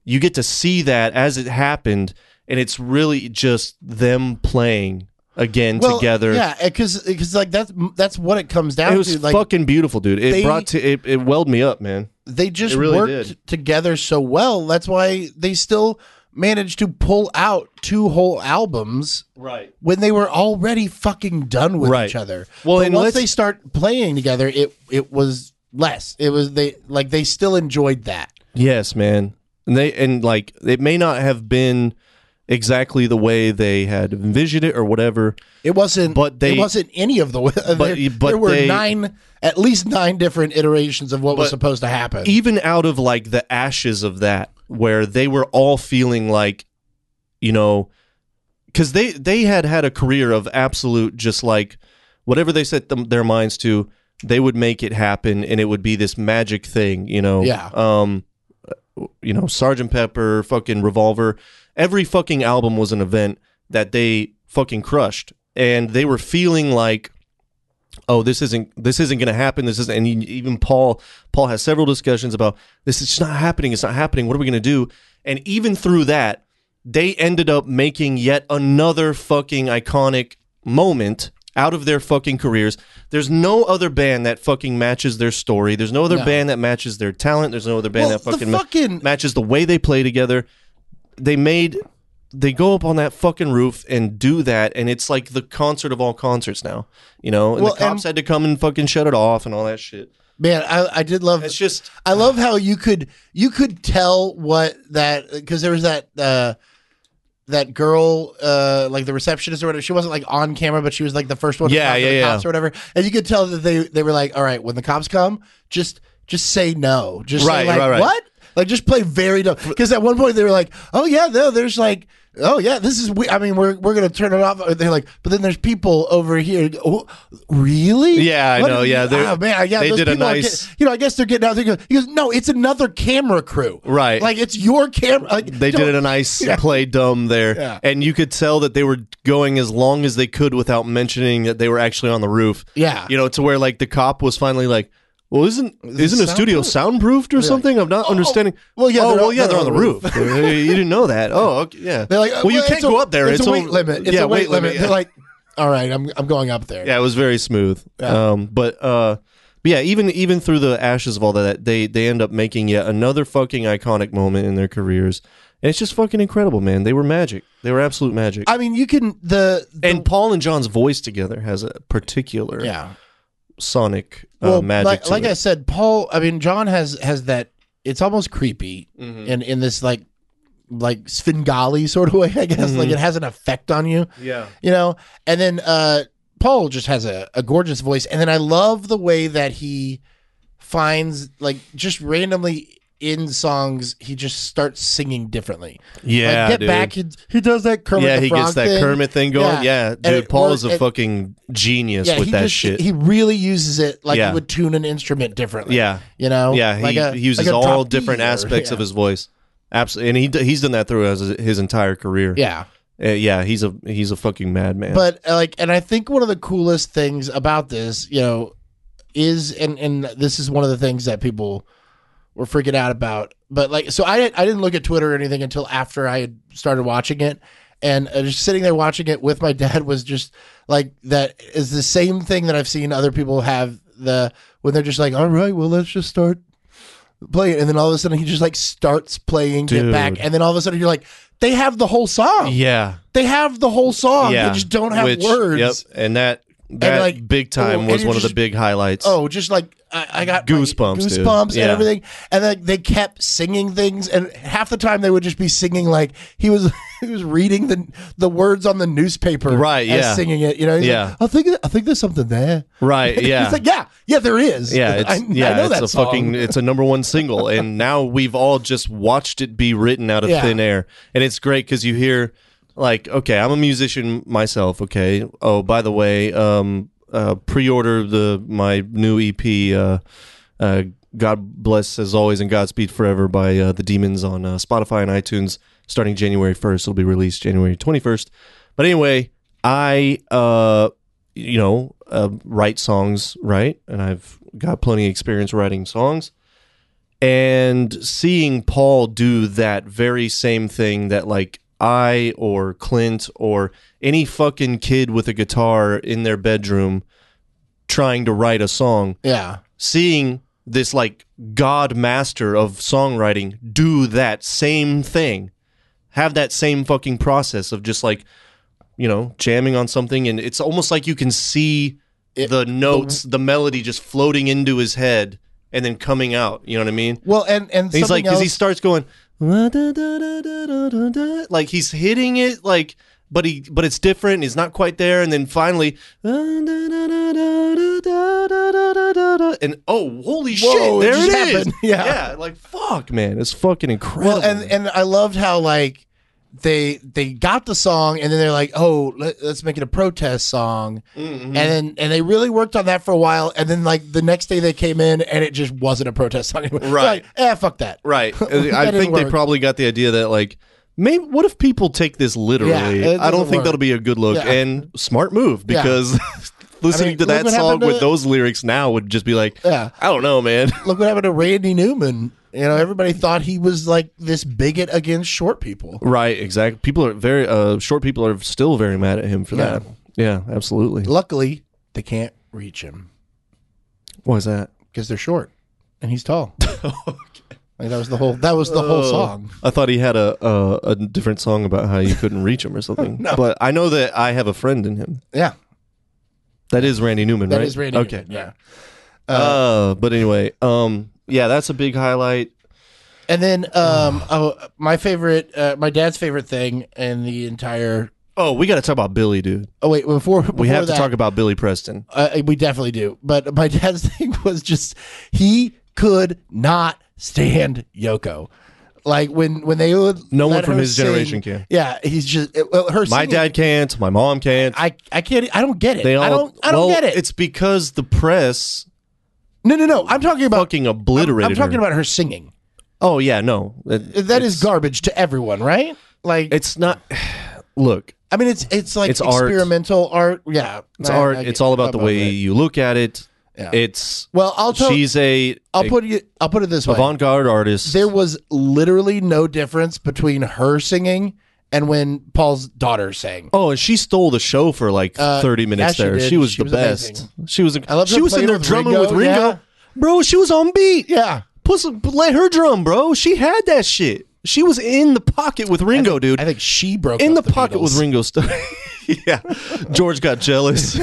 Speaker 1: you get to see that as it happened and it's really just them playing again
Speaker 2: Well,
Speaker 1: together
Speaker 2: Yeah, because because like that's that's what it comes down
Speaker 1: it was
Speaker 2: to. Like
Speaker 1: fucking beautiful, dude. It
Speaker 2: they-
Speaker 1: brought to it, it welled me up, man.
Speaker 2: they just
Speaker 1: it really
Speaker 2: worked
Speaker 1: did.
Speaker 2: together so well. That's why they still managed to pull out two whole albums
Speaker 1: Right.
Speaker 2: when they were already fucking done with
Speaker 1: Right.
Speaker 2: each other.
Speaker 1: Well,
Speaker 2: But
Speaker 1: and
Speaker 2: once
Speaker 1: let's-
Speaker 2: they start playing together, it it was less. It was they like they still enjoyed that.
Speaker 1: Yes, man. And they and like it may not have been exactly the way they had envisioned it or whatever.
Speaker 2: It wasn't.
Speaker 1: But they-
Speaker 2: it wasn't any of the. <laughs> there,
Speaker 1: but
Speaker 2: there were
Speaker 1: they-
Speaker 2: nine, at least nine different iterations of what was
Speaker 1: But
Speaker 2: supposed to happen.
Speaker 1: Even out of like the ashes of that, where they were all feeling like, you know, because they they had had a career of absolute just like whatever they set them, their minds to, they would make it happen, and it would be this magic thing, you know.
Speaker 2: Yeah.
Speaker 1: Um, you know, Sergeant Pepper, fucking Revolver, every fucking album was an event that they fucking crushed, and they were feeling like oh this isn't this isn't going to happen this isn't and e- even paul paul has several discussions about this is just not happening it's not happening what are we going to do and even through that they ended up making yet another fucking iconic moment out of their fucking careers there's no other band that fucking matches their story there's no other
Speaker 2: No.
Speaker 1: band that matches their talent there's no other band
Speaker 2: Well,
Speaker 1: that fucking, ma-
Speaker 2: the fucking
Speaker 1: matches the way they play together they made they go up on that fucking roof and do that and it's like the concert of all concerts now you know and
Speaker 2: Well,
Speaker 1: the cops had to come and fucking shut it off and all that shit
Speaker 2: man, I, I did love.
Speaker 1: it's just
Speaker 2: I love how you could you could tell what that because there was that uh, that girl uh, like the receptionist or whatever. She wasn't like on camera, but she was like the first one. to
Speaker 1: Yeah,
Speaker 2: talk to
Speaker 1: yeah,
Speaker 2: the
Speaker 1: yeah.
Speaker 2: Cops or whatever, and you could tell that they they were like, all right, when the cops come, just just say no, just
Speaker 1: Right,
Speaker 2: say like
Speaker 1: right, right.
Speaker 2: what. Like just play very dumb because at one point they were like, "Oh yeah, no, there's like, oh yeah, this is. We- I mean, we're we're gonna turn it off." They're like, "But then there's people over here." Oh, really?
Speaker 1: Yeah, I
Speaker 2: What
Speaker 1: know,
Speaker 2: are you-
Speaker 1: yeah, they're-
Speaker 2: oh, man, yeah,
Speaker 1: they
Speaker 2: those
Speaker 1: did a
Speaker 2: people are
Speaker 1: nice-
Speaker 2: get- you know, I guess they're getting out there. He goes- He goes, no, it's another camera crew.
Speaker 1: Right.
Speaker 2: Like, it's your camera. Like,
Speaker 1: they
Speaker 2: don't-
Speaker 1: did a
Speaker 2: <laughs>
Speaker 1: nice play dumb there
Speaker 2: Yeah.
Speaker 1: and you could tell that they were going as long as they could without mentioning that they were actually on the roof
Speaker 2: Yeah.
Speaker 1: you know to where like the cop was finally like well isn't isn't a studio soundproofed or something i'm not understanding
Speaker 2: oh. Well, yeah,
Speaker 1: oh,
Speaker 2: they're
Speaker 1: well
Speaker 2: on-
Speaker 1: yeah
Speaker 2: they're
Speaker 1: they're
Speaker 2: on
Speaker 1: on the
Speaker 2: the
Speaker 1: roof <laughs> you didn't know that oh okay, yeah
Speaker 2: They're like,
Speaker 1: well, you can't
Speaker 2: it's a-
Speaker 1: go up there
Speaker 2: It's, a weight
Speaker 1: on-
Speaker 2: limit. It's
Speaker 1: yeah
Speaker 2: a weight, limit.
Speaker 1: yeah.
Speaker 2: They're like, all right, I'm, I'm going up there.
Speaker 1: Yeah, it was very smooth.
Speaker 2: Yeah.
Speaker 1: Um, but uh, but yeah, even even through the ashes of all that, they they end up making yet another fucking iconic moment in their careers, and it's just fucking incredible, man. They were magic. They were absolute magic.
Speaker 2: I mean, you can, the, the-
Speaker 1: and Paul and John's voice together has a particular
Speaker 2: yeah.
Speaker 1: sonic uh,
Speaker 2: Well,
Speaker 1: magic.
Speaker 2: like,
Speaker 1: to
Speaker 2: like
Speaker 1: it.
Speaker 2: I said, Paul, I mean, John has, has that, it's almost creepy
Speaker 1: Mm.
Speaker 2: in, in this, like, like Svengali sort of way, I guess. Like,
Speaker 1: Mm-hmm.
Speaker 2: it has an effect on you.
Speaker 1: yeah,
Speaker 2: you know and then uh paul just has a, a gorgeous voice and then i love the way that he finds like just randomly in songs he just starts singing differently
Speaker 1: yeah,
Speaker 2: like, get
Speaker 1: dude.
Speaker 2: back he, he does that kermit
Speaker 1: yeah,
Speaker 2: the
Speaker 1: he
Speaker 2: Frog
Speaker 1: gets that
Speaker 2: thing.
Speaker 1: Kermit thing going. Yeah,
Speaker 2: And
Speaker 1: dude,
Speaker 2: it
Speaker 1: Paul
Speaker 2: works-
Speaker 1: is a
Speaker 2: and-
Speaker 1: fucking genius
Speaker 2: yeah,
Speaker 1: with
Speaker 2: he
Speaker 1: that
Speaker 2: just,
Speaker 1: shit.
Speaker 2: he really uses it like
Speaker 1: Yeah.
Speaker 2: he would tune an instrument differently
Speaker 1: yeah,
Speaker 2: you know
Speaker 1: Yeah, he,
Speaker 2: Like a-
Speaker 1: he uses
Speaker 2: like a
Speaker 1: all
Speaker 2: drop D
Speaker 1: different
Speaker 2: or-
Speaker 1: aspects
Speaker 2: yeah.
Speaker 1: of his voice. Absolutely, and he d- he's done that through his, his entire career.
Speaker 2: yeah
Speaker 1: Uh, yeah, he's a he's a fucking madman.
Speaker 2: But uh, like, and I think one of the coolest things about this, you know, is and and this is one of the things that people were freaking out about. But like, so I didn't- I didn't look at Twitter or anything until after I had started watching it, and uh, just sitting there watching it with my <laughs> dad was just like that is the same thing that I've seen other people have the when they're just like, all right, well, let's just start playing, and then all of a sudden he just like starts playing Get Back,
Speaker 1: Dude.
Speaker 2: and then all of a sudden you're like, they have the whole song.
Speaker 1: yeah,
Speaker 2: They have the whole song.
Speaker 1: yeah,
Speaker 2: Oh, They just don't have
Speaker 1: Which-
Speaker 2: words.
Speaker 1: Yep, and that that
Speaker 2: like,
Speaker 1: big
Speaker 2: oh,
Speaker 1: time
Speaker 2: and
Speaker 1: was
Speaker 2: it
Speaker 1: one of
Speaker 2: just-
Speaker 1: the big highlights.
Speaker 2: Oh, just like I, I got like,
Speaker 1: Goosebumps, dude.
Speaker 2: goosebumps, and
Speaker 1: Yeah.
Speaker 2: everything. And like they kept singing things, and half the time they would just be singing like he was <laughs> he was reading the the words on the newspaper,
Speaker 1: Right,
Speaker 2: as
Speaker 1: yeah.
Speaker 2: singing it, you know. He's
Speaker 1: Yeah.
Speaker 2: like, I think I think there's something there.
Speaker 1: right, yeah,
Speaker 2: <laughs> He's like, yeah, Yeah, there is.
Speaker 1: Yeah, it's
Speaker 2: <laughs> I,
Speaker 1: yeah,
Speaker 2: I know
Speaker 1: it's
Speaker 2: that
Speaker 1: a
Speaker 2: song.
Speaker 1: fucking it's a number one single,
Speaker 2: <laughs>
Speaker 1: and now we've all just watched it be written out of
Speaker 2: Yeah.
Speaker 1: thin air, and it's great because you hear like, okay, I'm a musician myself. Okay, oh by the way, um, uh, pre-order the my new EP. Uh, uh, God bless as always and Godspeed forever by uh, the Demons on uh, Spotify and iTunes starting January 1st. It'll be released January 21st. But anyway, I uh, you know, uh, write songs, right? And I've got plenty of experience writing songs. And seeing Paul do that very same thing that, like, I or Clint or any fucking kid with a guitar in their bedroom trying to write a song,
Speaker 2: Yeah.
Speaker 1: seeing this, like, god master of songwriting do that same thing, have that same fucking process of just like, you know, jamming on something. And it's almost like you can see
Speaker 2: It-
Speaker 1: the notes, the melody just floating into his head and then coming out. You know what I mean?
Speaker 2: Well, and and
Speaker 1: And he's like,
Speaker 2: something
Speaker 1: because he
Speaker 2: else-
Speaker 1: starts going, "La da da da da da da da," like he's hitting it, like, but he, but it's different. He's not quite there, and then finally, "La da da da da da da da da da da da," and oh, holy
Speaker 2: Whoa,
Speaker 1: shit,
Speaker 2: it
Speaker 1: there
Speaker 2: just
Speaker 1: it is.
Speaker 2: happened. <laughs> Yeah.
Speaker 1: like fuck, man, it's fucking incredible.
Speaker 2: well, and and I loved how like they they got the song and then they're like, oh, let, let's make it a protest song,
Speaker 1: Mm-hmm.
Speaker 2: and then and they really worked on that for a while, and then like the next day they came in and it just wasn't a protest song <laughs> anymore. They're
Speaker 1: Right.
Speaker 2: Like, eh, fuck <laughs> that.
Speaker 1: right, I
Speaker 2: didn't
Speaker 1: think they
Speaker 2: work.
Speaker 1: probably got the idea that like. Maybe, what if people take this literally?
Speaker 2: it
Speaker 1: I don't
Speaker 2: doesn't
Speaker 1: think
Speaker 2: work.
Speaker 1: that'll be a good look
Speaker 2: Yeah.
Speaker 1: and smart move
Speaker 2: Yeah.
Speaker 1: because <laughs> listening to
Speaker 2: look
Speaker 1: that
Speaker 2: what
Speaker 1: song
Speaker 2: happened to
Speaker 1: with
Speaker 2: the-
Speaker 1: those lyrics now would just be like,
Speaker 2: Yeah.
Speaker 1: I don't know, man.
Speaker 2: Look what happened to Randy Newman. You know, everybody thought he was like this bigot against short people.
Speaker 1: Right, exactly. People are very uh short people are still very mad at him for
Speaker 2: Yeah.
Speaker 1: that. Yeah, absolutely.
Speaker 2: Luckily, they can't reach him
Speaker 1: What is that?
Speaker 2: because they're short and
Speaker 1: <laughs>
Speaker 2: he's tall. Like, that was the whole. That was the
Speaker 1: Oh.
Speaker 2: whole song.
Speaker 1: I thought he had a uh, a different song about how you couldn't reach
Speaker 2: <laughs>
Speaker 1: him or something. But I know that I have a friend in him.
Speaker 2: Yeah,
Speaker 1: That is Randy Newman,
Speaker 2: that is
Speaker 1: right?
Speaker 2: Randy.
Speaker 1: Okay.
Speaker 2: Newman, yeah.
Speaker 1: Uh, but anyway, um yeah, that's a big highlight.
Speaker 2: And then, um, oh, my favorite, uh, my dad's favorite thing, and the entire.
Speaker 1: Oh, we got to talk about Billy, dude.
Speaker 2: Oh wait, before, before
Speaker 1: We have
Speaker 2: that,
Speaker 1: to talk about Billy Preston.
Speaker 2: Uh, we definitely do. But my <laughs> dad's thing was just he could not stand Yoko. Like when when they would
Speaker 1: No one
Speaker 2: let
Speaker 1: from
Speaker 2: her
Speaker 1: his generation
Speaker 2: sing-
Speaker 1: can.
Speaker 2: Yeah, he's just it, well, her.
Speaker 1: My
Speaker 2: singing-
Speaker 1: dad can't, my mom can't.
Speaker 2: I I can't. I don't get it.
Speaker 1: they all
Speaker 2: I don't. I don't
Speaker 1: well,
Speaker 2: get it.
Speaker 1: It's because the press
Speaker 2: no, no, no. I'm talking about.
Speaker 1: fucking obliterated
Speaker 2: I'm
Speaker 1: her.
Speaker 2: talking about her singing.
Speaker 1: Oh yeah, no.
Speaker 2: That is garbage to everyone, right? Like,
Speaker 1: It's not. <sighs> Look,
Speaker 2: I mean, it's it's like
Speaker 1: It's art.
Speaker 2: experimental art. Yeah,
Speaker 1: it's art. it's all about the way you look at it.
Speaker 2: Yeah.
Speaker 1: It's
Speaker 2: Well, I'll tell.
Speaker 1: she's a,
Speaker 2: I'll put you. I'll put it this way.
Speaker 1: avant-garde artist.
Speaker 2: there was literally no difference between her singing and when Paul's daughter sang.
Speaker 1: oh, and she stole the show for like thirty minutes
Speaker 2: yeah, Uh, she
Speaker 1: there.
Speaker 2: did.
Speaker 1: She was
Speaker 2: She
Speaker 1: the
Speaker 2: was
Speaker 1: best. She was.
Speaker 2: love
Speaker 1: she
Speaker 2: her
Speaker 1: was in
Speaker 2: playing
Speaker 1: there
Speaker 2: with
Speaker 1: drumming
Speaker 2: Ringo,
Speaker 1: with Ringo.
Speaker 2: yeah.
Speaker 1: Bro, she was on beat.
Speaker 2: Yeah.
Speaker 1: Puss, let her drum, bro. She had that shit. She was in the pocket with Ringo, dude.
Speaker 2: I think she broke
Speaker 1: in the,
Speaker 2: up
Speaker 1: pocket with
Speaker 2: Beatles.
Speaker 1: Ringo Starr. <laughs> yeah, George got
Speaker 2: <laughs>
Speaker 1: jealous.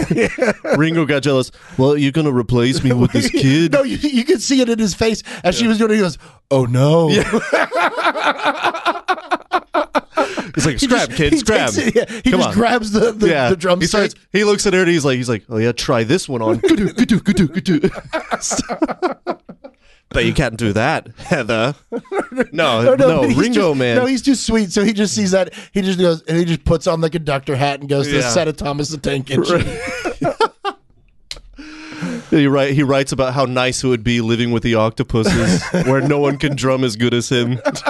Speaker 1: Ringo got jealous. Well, you're gonna replace me with this
Speaker 2: <laughs>
Speaker 1: kid.
Speaker 2: No, you, you could see it in his face as she was doing it. He goes, "Oh no!"
Speaker 1: It's like
Speaker 2: <laughs> He
Speaker 1: scrap,
Speaker 2: just-
Speaker 1: kid,
Speaker 2: he
Speaker 1: scrap.
Speaker 2: takes it- yeah, he
Speaker 1: Come
Speaker 2: just
Speaker 1: on.
Speaker 2: grabs the the, the drum
Speaker 1: he starts.
Speaker 2: stick.
Speaker 1: He looks at her and he's like, he's like, oh yeah, try this one
Speaker 2: <laughs>
Speaker 1: on. Gadoo, gadoo, gadoo, <laughs> gadoo. Bet you can't do that,
Speaker 2: <laughs>
Speaker 1: Heather. No, no,
Speaker 2: but he's
Speaker 1: Ringo
Speaker 2: just-
Speaker 1: man.
Speaker 2: No, he's too sweet. So he just sees that. He just goes and he just puts on the conductor hat and goes to the
Speaker 1: Yeah.
Speaker 2: set of Thomas the
Speaker 1: <laughs>
Speaker 2: Tank Engine.
Speaker 1: he, write, he writes about how nice it would be living with the
Speaker 2: <laughs>
Speaker 1: octopuses, where no one can drum as good as him. <laughs>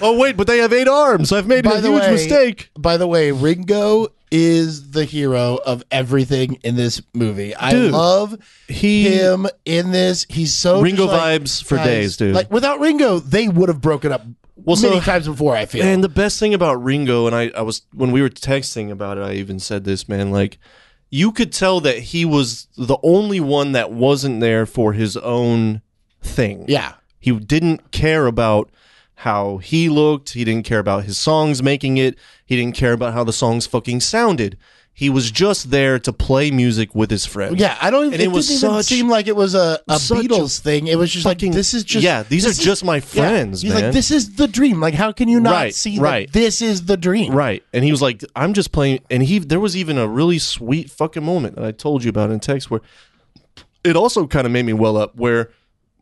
Speaker 1: oh wait, but they have eight arms. I've made
Speaker 2: By
Speaker 1: a
Speaker 2: the
Speaker 1: huge
Speaker 2: way-
Speaker 1: mistake.
Speaker 2: By the way, Ringo is the hero of everything in this movie. I
Speaker 1: Dude,
Speaker 2: love
Speaker 1: he-
Speaker 2: him in this. He's so just
Speaker 1: Ringo
Speaker 2: like,
Speaker 1: vibes for
Speaker 2: guys,
Speaker 1: days, dude.
Speaker 2: Like without Ringo, they would have broken up
Speaker 1: Well,
Speaker 2: many
Speaker 1: so-
Speaker 2: times before. I feel.
Speaker 1: And the best thing about Ringo, and I, I was when we were texting about it, I even said this, man, like you could tell that he was the only one that wasn't there for his own thing.
Speaker 2: yeah,
Speaker 1: He didn't care about how he looked, he didn't care about his songs making it, he didn't care about how the songs fucking sounded. He was just there to play music with his friends.
Speaker 2: yeah. I don't.
Speaker 1: And
Speaker 2: It,
Speaker 1: it was
Speaker 2: didn't even
Speaker 1: such-
Speaker 2: seem like it was a, a
Speaker 1: such a
Speaker 2: Beatles thing. It was just
Speaker 1: Fucking-
Speaker 2: like this is just.
Speaker 1: Yeah, these are
Speaker 2: this is-
Speaker 1: just my
Speaker 2: yeah.
Speaker 1: friends,
Speaker 2: He's
Speaker 1: man.
Speaker 2: like, this is the dream. Like, how can you not
Speaker 1: Right,
Speaker 2: see
Speaker 1: right.
Speaker 2: that this is the dream?
Speaker 1: Right. And he was like, I'm just playing. And he, there was even a really sweet fucking moment that I told you about in text where it also kind of made me well up where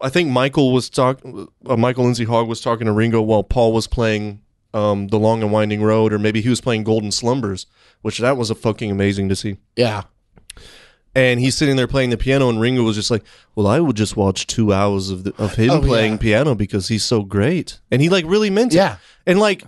Speaker 1: I think Michael was talk uh, Michael Lindsay Hogg was talking to Ringo while Paul was playing um, the Long and Winding Road, or maybe he was playing Golden Slumbers, which that was a fucking amazing to see.
Speaker 2: Yeah.
Speaker 1: And he's sitting there playing the piano, and Ringo was just like, "Well, I will just watch two hours of the, of him
Speaker 2: Oh,
Speaker 1: playing
Speaker 2: yeah.
Speaker 1: piano because he's so great." And he like really meant it.
Speaker 2: Yeah.
Speaker 1: And like,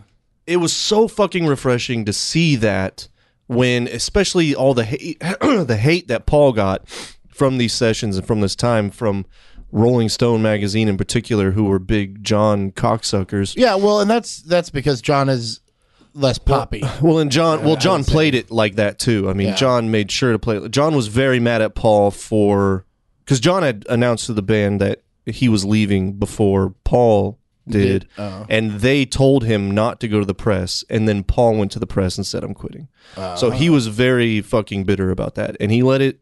Speaker 1: it was so fucking refreshing to see that when, especially all the hate, <clears throat> the hate that Paul got from these sessions and from this time from Rolling Stone magazine in particular, who were big John cocksuckers.
Speaker 2: Yeah, well, and that's that's because John is less poppy.
Speaker 1: Well, and John, well, John played it like that too. I mean,
Speaker 2: Yeah.
Speaker 1: John made sure to play. it. John was very mad at Paul for because John had announced to the band that he was leaving before Paul did,
Speaker 2: Did, oh.
Speaker 1: and they told him not to go to the press. And then Paul went to the press and said, "I'm quitting." so he was very fucking bitter about that, and he let it.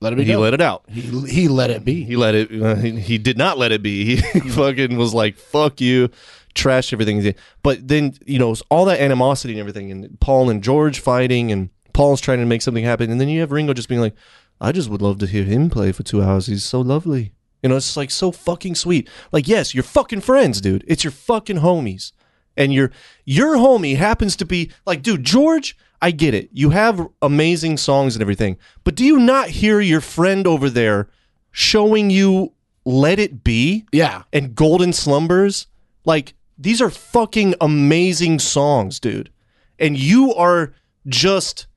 Speaker 2: Let it be.
Speaker 1: He
Speaker 2: known.
Speaker 1: let it out.
Speaker 2: He, he let it be.
Speaker 1: He let it. uh, he, he did not let it be. <laughs> He fucking was like, "Fuck you," trash everything. But then you know it's all that animosity and everything, and Paul and George fighting, and Paul's trying to make something happen, and then you have Ringo just being like, "I just would love to hear him play for two hours. He's so lovely." You know, it's like so fucking sweet. Like, yes, you're fucking friends, dude. It's your fucking homies, and your your homie happens to be like, dude, George. I get it. You have amazing songs and everything, but do you not hear your friend over there showing you Let It Be
Speaker 2: Yeah.
Speaker 1: and Golden Slumbers. Like, these are fucking amazing songs, dude. And you are just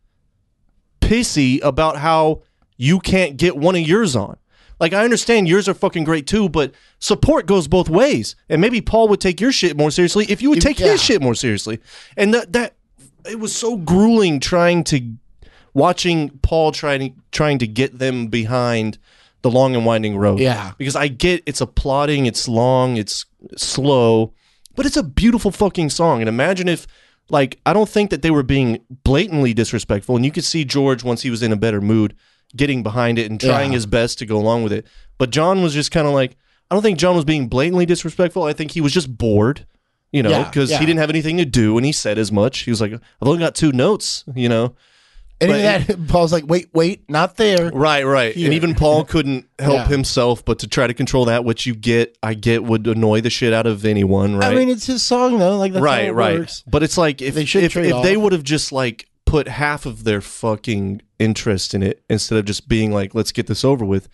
Speaker 1: pissy about how you can't get one of yours on. Like, I understand yours are fucking great too, but support goes both ways. And maybe Paul would take your shit more seriously if you would take
Speaker 2: yeah.
Speaker 1: his shit more seriously. And that, that, it was so grueling trying to watching Paul trying trying to get them behind the long and winding road.
Speaker 2: Yeah.
Speaker 1: because I get it's a plodding, it's long, it's slow, but it's a beautiful fucking song. And imagine if, like, I don't think that they were being blatantly disrespectful, and you could see George once he was in a better mood, getting behind it and trying
Speaker 2: Yeah.
Speaker 1: his best to go along with it. But John was just kind of like, I don't think John was being blatantly disrespectful. I think he was just bored. You know,
Speaker 2: Yeah,
Speaker 1: because
Speaker 2: yeah.
Speaker 1: he didn't have anything to do, and he said as much. He was like, "I've only got two notes," you know.
Speaker 2: And
Speaker 1: But-
Speaker 2: that <laughs> Paul's like, wait, wait, not there.
Speaker 1: Right, right.
Speaker 2: here.
Speaker 1: And even
Speaker 2: <laughs>
Speaker 1: Paul couldn't help
Speaker 2: Yeah.
Speaker 1: himself but to try to control that, which you get, I get, would annoy the shit out of anyone, right?
Speaker 2: I mean, it's his song though. Like that's right, how
Speaker 1: right,
Speaker 2: it
Speaker 1: right.
Speaker 2: works.
Speaker 1: But it's like if
Speaker 2: They
Speaker 1: they
Speaker 2: should
Speaker 1: if,
Speaker 2: trade
Speaker 1: if they
Speaker 2: off.
Speaker 1: would have just like put half of their fucking interest in it instead of just being like, let's get this over with,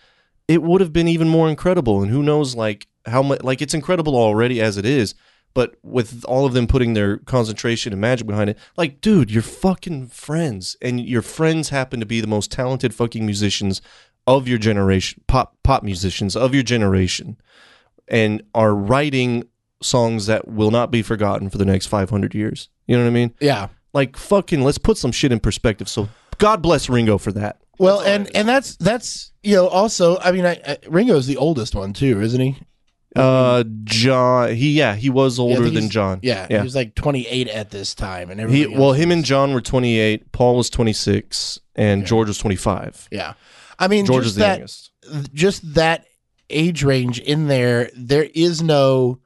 Speaker 1: it would have been even more incredible. And who knows, like how much? Like it's incredible already as it is. But with all of them putting their concentration and magic behind it, like, dude, you're fucking friends, and your friends happen to be the most talented fucking musicians of your generation, pop pop musicians of your generation and are writing songs that will not be forgotten for the next 500 years. You know what I mean?
Speaker 2: Yeah.
Speaker 1: Like fucking let's put some shit in perspective. So God bless Ringo for that.
Speaker 2: Well, and and that's that's you know also I mean I, I, Ringo's the oldest one too, isn't he?
Speaker 1: Uh John he yeah, he was
Speaker 2: Yeah, I
Speaker 1: older
Speaker 2: think
Speaker 1: than
Speaker 2: he's-
Speaker 1: John.
Speaker 2: Yeah, he
Speaker 1: Yeah.
Speaker 2: was like 28 at this time, and
Speaker 1: He
Speaker 2: everybody
Speaker 1: well
Speaker 2: else
Speaker 1: him and
Speaker 2: was-
Speaker 1: John were 28, Paul was 26 and George was 25.
Speaker 2: yeah, I mean
Speaker 1: George
Speaker 2: just
Speaker 1: is the
Speaker 2: that
Speaker 1: youngest.
Speaker 2: just that age range in there, there is no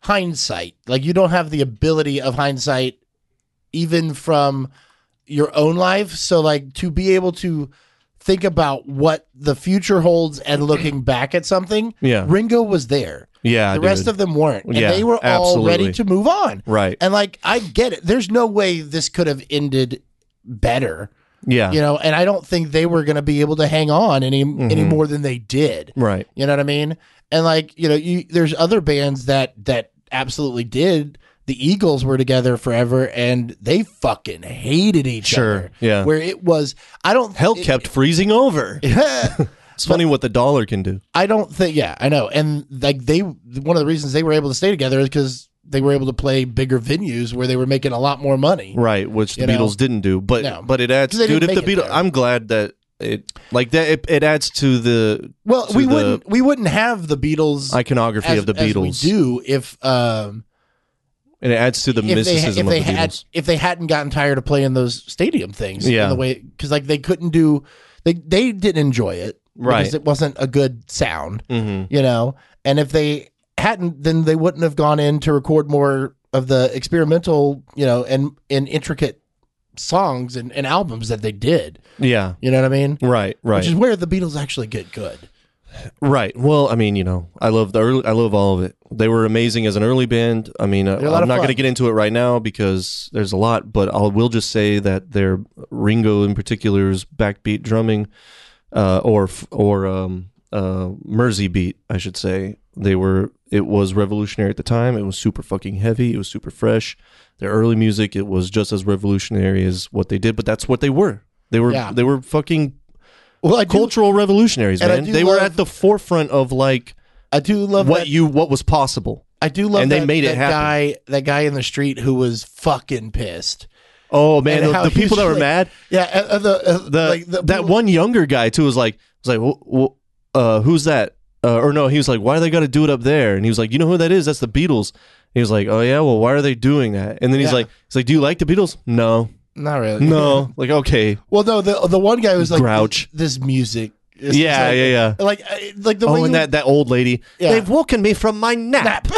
Speaker 2: hindsight. Like you don't have the ability of hindsight even from your own life. So like to be able to think about what the future holds
Speaker 1: <clears throat>
Speaker 2: and looking back at something,
Speaker 1: Yeah.
Speaker 2: Ringo was there.
Speaker 1: Yeah.
Speaker 2: the rest
Speaker 1: dude.
Speaker 2: of them weren't. And
Speaker 1: Yeah,
Speaker 2: they were all ready
Speaker 1: absolutely.
Speaker 2: to move on.
Speaker 1: Right.
Speaker 2: And like I get it. There's no way this could have ended better
Speaker 1: Yeah.
Speaker 2: you know and i don't think they were going to be able to hang on any
Speaker 1: Mm-hmm.
Speaker 2: any more than they did
Speaker 1: Right.
Speaker 2: you know what i mean and like you know you there's other bands that that absolutely did the eagles were together forever and they fucking hated each
Speaker 1: Sure,
Speaker 2: other
Speaker 1: yeah.
Speaker 2: where it was i don't
Speaker 1: Hell
Speaker 2: it-
Speaker 1: kept freezing over. It's funny what the dollar can do.
Speaker 2: <laughs> i don't think yeah i know and like they one of the reasons they were able to stay together is because they were able to play bigger venues where they were making a lot more money
Speaker 1: Right, which the
Speaker 2: You know?
Speaker 1: Beatles didn't do, but
Speaker 2: No.
Speaker 1: but it adds,
Speaker 2: 'Cause they
Speaker 1: dude.
Speaker 2: didn't
Speaker 1: If the
Speaker 2: make it
Speaker 1: Beatles,
Speaker 2: there.
Speaker 1: I'm glad that it like that. It, it adds to the
Speaker 2: well
Speaker 1: to
Speaker 2: we
Speaker 1: the
Speaker 2: wouldn't we wouldn't have the beatles
Speaker 1: iconography
Speaker 2: as,
Speaker 1: of the
Speaker 2: as we
Speaker 1: Beatles,
Speaker 2: do if um
Speaker 1: and it adds to the
Speaker 2: if they, if
Speaker 1: mysticism
Speaker 2: they
Speaker 1: of the Beatles.
Speaker 2: had if they hadn't gotten tired of playing those stadium things in
Speaker 1: Yeah.
Speaker 2: the way because like they couldn't do they they didn't enjoy it
Speaker 1: Right.
Speaker 2: because it wasn't a good sound
Speaker 1: Mhm.
Speaker 2: you know and if they hadn't then they wouldn't have gone in to record more of the experimental you know and and intricate songs and, and albums that they did.
Speaker 1: Yeah.
Speaker 2: You know what I mean?
Speaker 1: Right. Right.
Speaker 2: Which is where the Beatles actually get good.
Speaker 1: Right. Well, I mean, you know, I love the early, I love all of it. They were amazing as an early band. I mean, I,
Speaker 2: They're a lot
Speaker 1: I'm
Speaker 2: of
Speaker 1: not
Speaker 2: fun.
Speaker 1: going to get into it right now because there's a lot, but I will just say that their Ringo in particular's backbeat drumming, uh, or f- or um, uh, Mersey beat, I should say, they were. It was revolutionary at the time. It was super fucking heavy. It was super fresh. Their early music, it was just as revolutionary as what they did. But that's what they were. They were
Speaker 2: Yeah.
Speaker 1: they were fucking
Speaker 2: Well, I do,
Speaker 1: cultural revolutionaries,
Speaker 2: And I
Speaker 1: man.
Speaker 2: do
Speaker 1: They were
Speaker 2: love-
Speaker 1: at the forefront of like
Speaker 2: I do love
Speaker 1: what
Speaker 2: that.
Speaker 1: you what was possible.
Speaker 2: I do love
Speaker 1: and they
Speaker 2: that,
Speaker 1: made it
Speaker 2: that
Speaker 1: happen.
Speaker 2: guy that guy in the street who was fucking pissed.
Speaker 1: Oh man,
Speaker 2: And
Speaker 1: the,
Speaker 2: how
Speaker 1: the
Speaker 2: he
Speaker 1: people
Speaker 2: was
Speaker 1: that were
Speaker 2: like-
Speaker 1: mad.
Speaker 2: Yeah, uh, uh, the, uh,
Speaker 1: The,
Speaker 2: like the
Speaker 1: that one younger guy too was like was like "Wh- wh- uh, who's that? Uh, or no, he was like, why do they got to do it up there? And he was like, you know who that is? That's the Beatles. And he was like, oh yeah, well why are they doing that? And then he's
Speaker 2: Yeah.
Speaker 1: like, he's like, do you like the Beatles?
Speaker 2: <laughs>
Speaker 1: No,
Speaker 2: Not really.
Speaker 1: no. like okay,
Speaker 2: Well, no, the the one guy was like
Speaker 1: Grouch.
Speaker 2: This, this music. It's
Speaker 1: yeah,
Speaker 2: like,
Speaker 1: yeah, yeah.
Speaker 2: Like I- like the way
Speaker 1: Oh,
Speaker 2: you-
Speaker 1: and that that old lady.
Speaker 2: Yeah.
Speaker 1: They've woken me from my nap.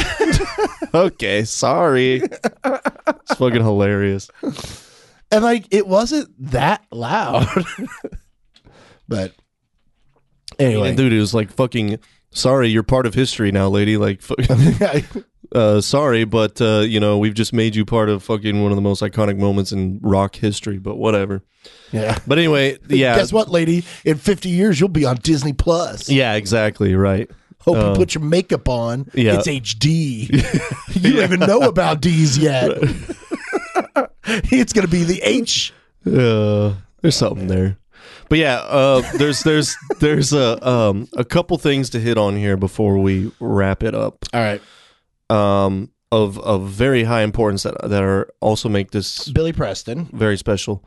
Speaker 1: <laughs> okay, sorry. it's fucking hilarious.
Speaker 2: <laughs> and like it wasn't that
Speaker 1: <laughs>
Speaker 2: loud. but anyway,
Speaker 1: And dude, it was like fucking. Sorry, you're part of history now, lady. Like, fuck- <laughs> uh, sorry, but uh, you know we've just made you part of fucking one of the most iconic moments in rock history. But whatever.
Speaker 2: <laughs> yeah.
Speaker 1: But anyway, yeah,
Speaker 2: Guess what, lady? In 50 years, you'll be on Disney Plus.
Speaker 1: yeah, exactly right.
Speaker 2: Hope you put your makeup on.
Speaker 1: yeah. <laughs>
Speaker 2: It's HD. you don't even know about D's yet. <laughs> it's going to be the H.
Speaker 1: Uh, there's something there. But yeah, uh, there's there's <laughs> there's a um, a couple things to hit on here before we wrap it up.
Speaker 2: All right.
Speaker 1: Um, of of very high importance that that are also make this
Speaker 2: Billy Preston.
Speaker 1: very special.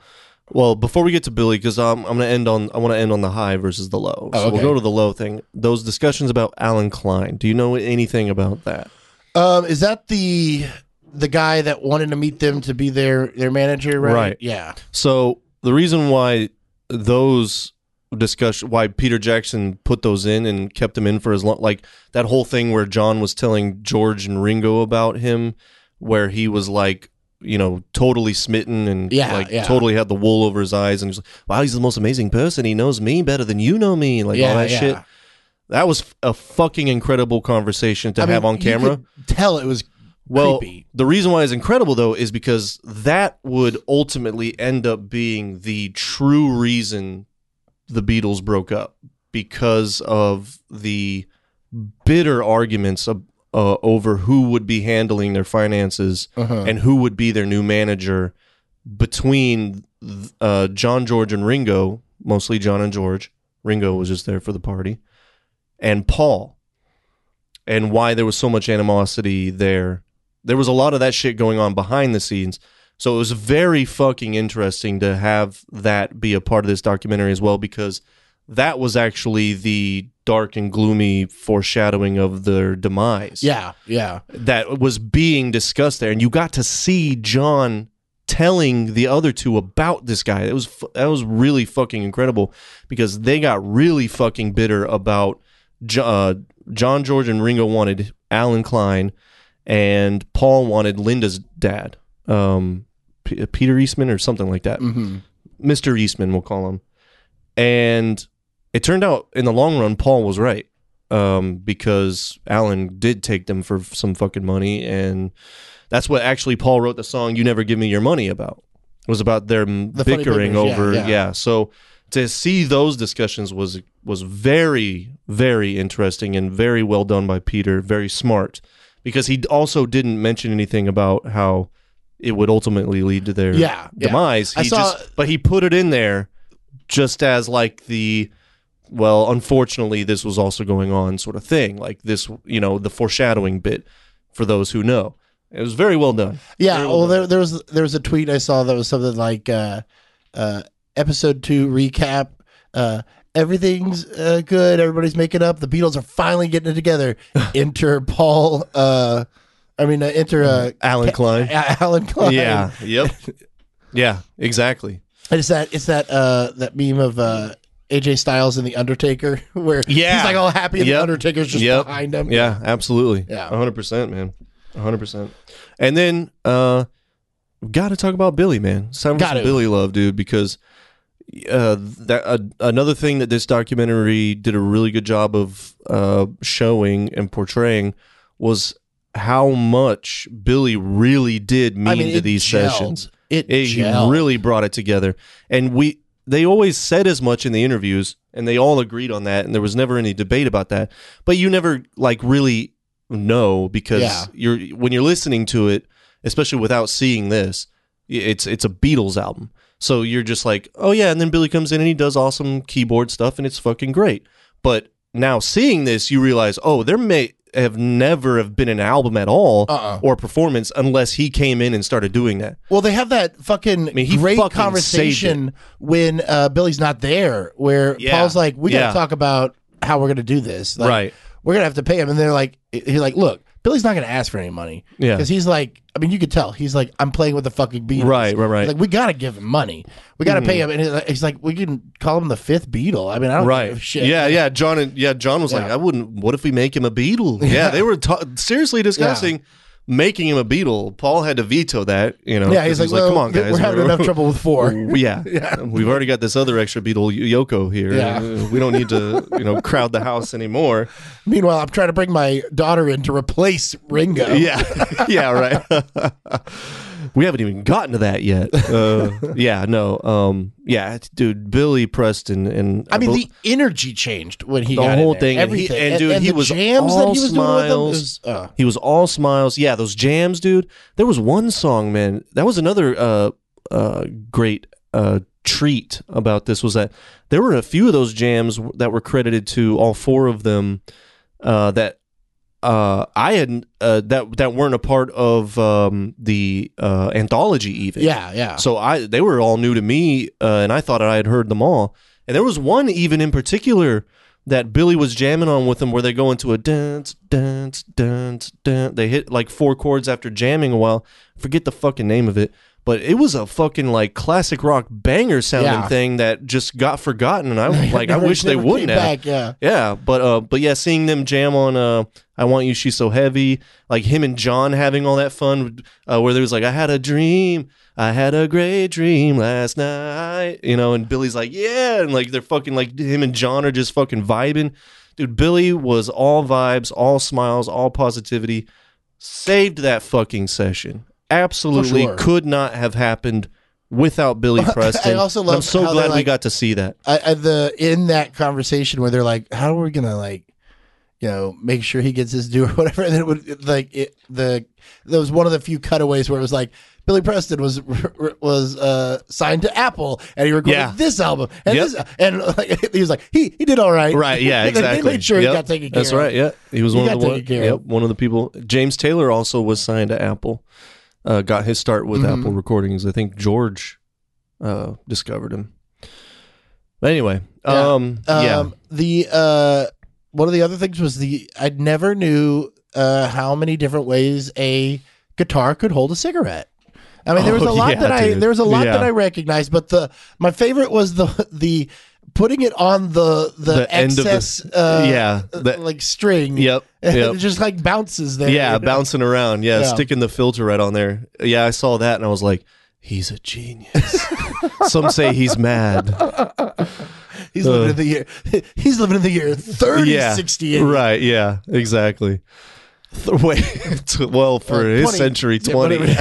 Speaker 1: Well, before we get to Billy, because um, I'm going to end on I want to end on the high versus the low. So
Speaker 2: Oh,
Speaker 1: we'll
Speaker 2: okay.
Speaker 1: go to the low thing. Those discussions about Alan Klein. Do you know anything about that?
Speaker 2: Um, is that the the guy that wanted to meet them to be their their manager? Right.
Speaker 1: Right.
Speaker 2: Yeah.
Speaker 1: So the reason why those discussion why Peter Jackson put those in and kept them in for as long like that whole thing where John was telling George and Ringo about him, where he was like. You know, totally smitten and
Speaker 2: Yeah,
Speaker 1: like
Speaker 2: yeah.
Speaker 1: totally had the wool over his eyes, and he's like, "Wow, he's the most amazing person. He knows me better than you know me." Like
Speaker 2: yeah,
Speaker 1: all that
Speaker 2: yeah.
Speaker 1: shit. That was f- a fucking incredible conversation to
Speaker 2: I mean,
Speaker 1: have on
Speaker 2: you
Speaker 1: camera.
Speaker 2: could tell it was
Speaker 1: well,
Speaker 2: creepy.
Speaker 1: the reason why it's incredible though is because that would ultimately end up being the true reason the Beatles broke up because of the bitter arguments ab- uh, over who would be handling their finances
Speaker 2: Uh-huh.
Speaker 1: and who would be their new manager between th- uh, John George and Ringo, mostly John and George. Ringo was just there for the party, and Paul, and why there was so much animosity there. There was a lot of that shit going on behind the scenes. So it was very fucking interesting to have that be a part of this documentary as well because that was actually the dark and gloomy foreshadowing of their demise
Speaker 2: yeah. Yeah.
Speaker 1: that was being discussed there, and you got to see John telling the other two about this guy. It was fu- that was really fucking incredible because they got really fucking bitter about Jo- uh, John George and Ringo wanted Alan Klein, and Paul wanted Linda's dad, um, P- Peter Eastman or something like that.
Speaker 2: hmm
Speaker 1: Mr. Eastman, we'll call him. And it turned out in the long run, Paul was right um, because Alan did take them for some fucking money. And that's what actually Paul wrote the song You Never Give Me Your Money about. It was about their
Speaker 2: The funny
Speaker 1: bickering
Speaker 2: bickers, yeah,
Speaker 1: over.
Speaker 2: yeah.
Speaker 1: So to see those discussions was was very, very interesting and very well done by Peter, very smart. Because he also didn't mention anything about how it would ultimately lead to their
Speaker 2: Yeah, yeah.
Speaker 1: demise.
Speaker 2: I
Speaker 1: He
Speaker 2: saw-
Speaker 1: just, but he put it in there just as like the well, unfortunately, this was also going on sort of thing. Like this, you know, the foreshadowing bit for those who know. It was very well done.
Speaker 2: Yeah, well, there, there was there was a tweet I saw that was something like uh, uh, episode two recap. Uh, everything's uh, good. Everybody's making up. The Beatles are finally getting
Speaker 1: <laughs>
Speaker 2: it together. Enter Paul. Uh, I mean, uh,
Speaker 1: <laughs>
Speaker 2: enter uh,
Speaker 1: Alan Klein.
Speaker 2: A- Alan Klein.
Speaker 1: Yeah. Yep. Yeah. Exactly.
Speaker 2: and it's that it's that uh, that meme of uh, AJ Styles and the Undertaker, <laughs> where
Speaker 1: Yeah.
Speaker 2: he's like all happy and
Speaker 1: Yep.
Speaker 2: the Undertaker's just
Speaker 1: Yep.
Speaker 2: behind him.
Speaker 1: Yeah, absolutely.
Speaker 2: Yeah.
Speaker 1: 100%, man. 100%. And then uh We've got to talk about Billy, man. It's time for
Speaker 2: Got
Speaker 1: some
Speaker 2: to.
Speaker 1: Billy love, dude, because uh, that uh, another thing that this documentary did a really good job of uh, showing and portraying was how much Billy really did mean
Speaker 2: I mean,
Speaker 1: to
Speaker 2: it
Speaker 1: these
Speaker 2: gelled.
Speaker 1: sessions.
Speaker 2: It,
Speaker 1: It
Speaker 2: gelled.
Speaker 1: really brought it together, and we they always said as much in the interviews, and they all agreed on that, and there was never any debate about that. But you never like really know because
Speaker 2: Yeah.
Speaker 1: you're when you're listening to it, especially without seeing this, y- it's it's a Beatles album. So you're just like, oh yeah, and then Billy comes in and he does awesome keyboard stuff and it's fucking great. But now seeing this, you realize, oh, there may have never have been an album at all
Speaker 2: Uh-uh.
Speaker 1: or a performance unless he came in and started doing that.
Speaker 2: Well, they have that fucking
Speaker 1: mean, he
Speaker 2: great
Speaker 1: fucking
Speaker 2: conversation when uh, Billy's not there, where
Speaker 1: Yeah.
Speaker 2: Paul's like, "We got to
Speaker 1: Yeah.
Speaker 2: talk about how we're going to do this. Like,
Speaker 1: Right.
Speaker 2: We're going to have to pay him." And they're like, "He's like, look, Billy's not going to ask for any money.
Speaker 1: Yeah.
Speaker 2: because he's like, I mean, you could tell he's like, I'm playing with the fucking Beatles.
Speaker 1: Right, right, right.
Speaker 2: He's like, we got to give him money. We got to pay him." And he's like- he's like, "We can call him the fifth Beatle. I mean, I don't give a
Speaker 1: Right.
Speaker 2: Oh, shit.
Speaker 1: Yeah, yeah. John and yeah, John was like,
Speaker 2: Yeah.
Speaker 1: I wouldn't. What if we make him a
Speaker 2: <laughs>
Speaker 1: Beatle? Yeah, they were ta- seriously discussing making him a Beatle. Paul had to veto that. You know,
Speaker 2: yeah."
Speaker 1: 'cause
Speaker 2: He's
Speaker 1: he
Speaker 2: like,
Speaker 1: was
Speaker 2: "Well, we're having
Speaker 1: <laughs>
Speaker 2: enough trouble with four.
Speaker 1: We-
Speaker 2: <laughs>
Speaker 1: Yeah. we've already got this other extra Beatle Y- Yoko here. Uh,
Speaker 2: Yeah.
Speaker 1: we don't need to, you know, crowd the house
Speaker 2: <laughs>
Speaker 1: anymore.
Speaker 2: Meanwhile, I'm trying to bring my daughter in to replace Ringo.
Speaker 1: Yeah, <laughs> yeah, right. <laughs> we haven't even gotten to that yet. Uh, yeah, no, um, yeah, it's- dude, Billy Preston and
Speaker 2: I mean,
Speaker 1: bel-
Speaker 2: the energy changed when he
Speaker 1: The
Speaker 2: got in
Speaker 1: whole
Speaker 2: there.
Speaker 1: thing, and he-
Speaker 2: Everything,
Speaker 1: and dude, he
Speaker 2: the
Speaker 1: was
Speaker 2: jams
Speaker 1: all
Speaker 2: that he was doing with them.
Speaker 1: smiles.
Speaker 2: is, uh,
Speaker 1: He was all smiles. Yeah, those jams, dude. There was one song, man. That was another uh, uh, great uh, treat about this was that there were a few of those jams w- that were credited to all four of them uh, that uh, I had uh, that that weren't a part of um, the uh, anthology even.
Speaker 2: yeah, yeah.
Speaker 1: So I they were all new to me, uh, and I thought I had heard them all. And there was one even in particular that Billy was jamming on with them, where they go into a dance, dance, dance, dance. They hit like four chords after jamming a while. Forget the fucking name of it, but it was a fucking like classic rock banger sounding
Speaker 2: Yeah.
Speaker 1: thing that just got forgotten.
Speaker 2: <laughs>
Speaker 1: And I <laughs> like I wish they
Speaker 2: Never came
Speaker 1: wouldn't have.
Speaker 2: Back, yeah.
Speaker 1: Yeah, but uh, but yeah, seeing them jam on uh, "I Want You," she's so heavy. Like him and John having all that fun, uh, where there was like, "I had a dream, I had a great dream last night," you know, and Billy's like, "Yeah," and like they're fucking like him and John are just fucking vibing, dude. Billy was all vibes, all smiles, all positivity. Saved that fucking session. Absolutely
Speaker 2: sure.
Speaker 1: could not have happened without
Speaker 2: <laughs>
Speaker 1: Billy Preston.
Speaker 2: also
Speaker 1: And I'm
Speaker 2: love
Speaker 1: so
Speaker 2: how they,
Speaker 1: glad we
Speaker 2: like-
Speaker 1: got to see that.
Speaker 2: I, I, the in that conversation where they're like, "How are we gonna like, you know, make sure he gets his due or whatever?" <laughs> And then it would like it, the there was one of the few cutaways where it was like. Billy Preston was <laughs> was uh, signed to Apple, and he recorded
Speaker 1: Yeah.
Speaker 2: this album, and
Speaker 1: Yep.
Speaker 2: this, and <laughs> like, he was like, he he did all right,
Speaker 1: Right. Yeah.
Speaker 2: <laughs> They-
Speaker 1: Exactly.
Speaker 2: They made sure
Speaker 1: Yep.
Speaker 2: he got taken care
Speaker 1: That's
Speaker 2: of.
Speaker 1: right. Yeah. He was
Speaker 2: He
Speaker 1: one
Speaker 2: got
Speaker 1: of the one,
Speaker 2: taken care
Speaker 1: yep,
Speaker 2: of.
Speaker 1: one of the people. James Taylor also was signed to Apple. Uh, got his start with
Speaker 2: Mhm.
Speaker 1: Apple recordings. I think George uh, discovered him. But anyway,
Speaker 2: Yeah.
Speaker 1: um, yeah.
Speaker 2: Um, The uh, one of the other things was the I never knew uh, how many different ways a guitar could hold a cigarette. I mean, there was a
Speaker 1: Oh, <laughs>
Speaker 2: lot
Speaker 1: yeah,
Speaker 2: that I
Speaker 1: dude.
Speaker 2: there was a lot
Speaker 1: Yeah.
Speaker 2: that I recognized, but the my favorite was the the putting it on the the,
Speaker 1: The end of the-
Speaker 2: excess uh,
Speaker 1: yeah, the-
Speaker 2: like string.
Speaker 1: Yep.
Speaker 2: And
Speaker 1: Yep.
Speaker 2: <laughs> it just like bounces there.
Speaker 1: Yeah, bouncing around. Yeah,
Speaker 2: uh, Yeah.
Speaker 1: sticking the filter right on there. Yeah, I saw that and I was like, he's a
Speaker 2: <laughs>
Speaker 1: genius. Some say he's mad.
Speaker 2: he's
Speaker 1: uh.
Speaker 2: living in the year. <laughs> He's living in the year thirty sixty eight.
Speaker 1: Right. Yeah. Exactly. Th- Wait. <laughs> t- well, for
Speaker 2: Or
Speaker 1: his
Speaker 2: 20.
Speaker 1: century,
Speaker 2: Yeah,
Speaker 1: twenty.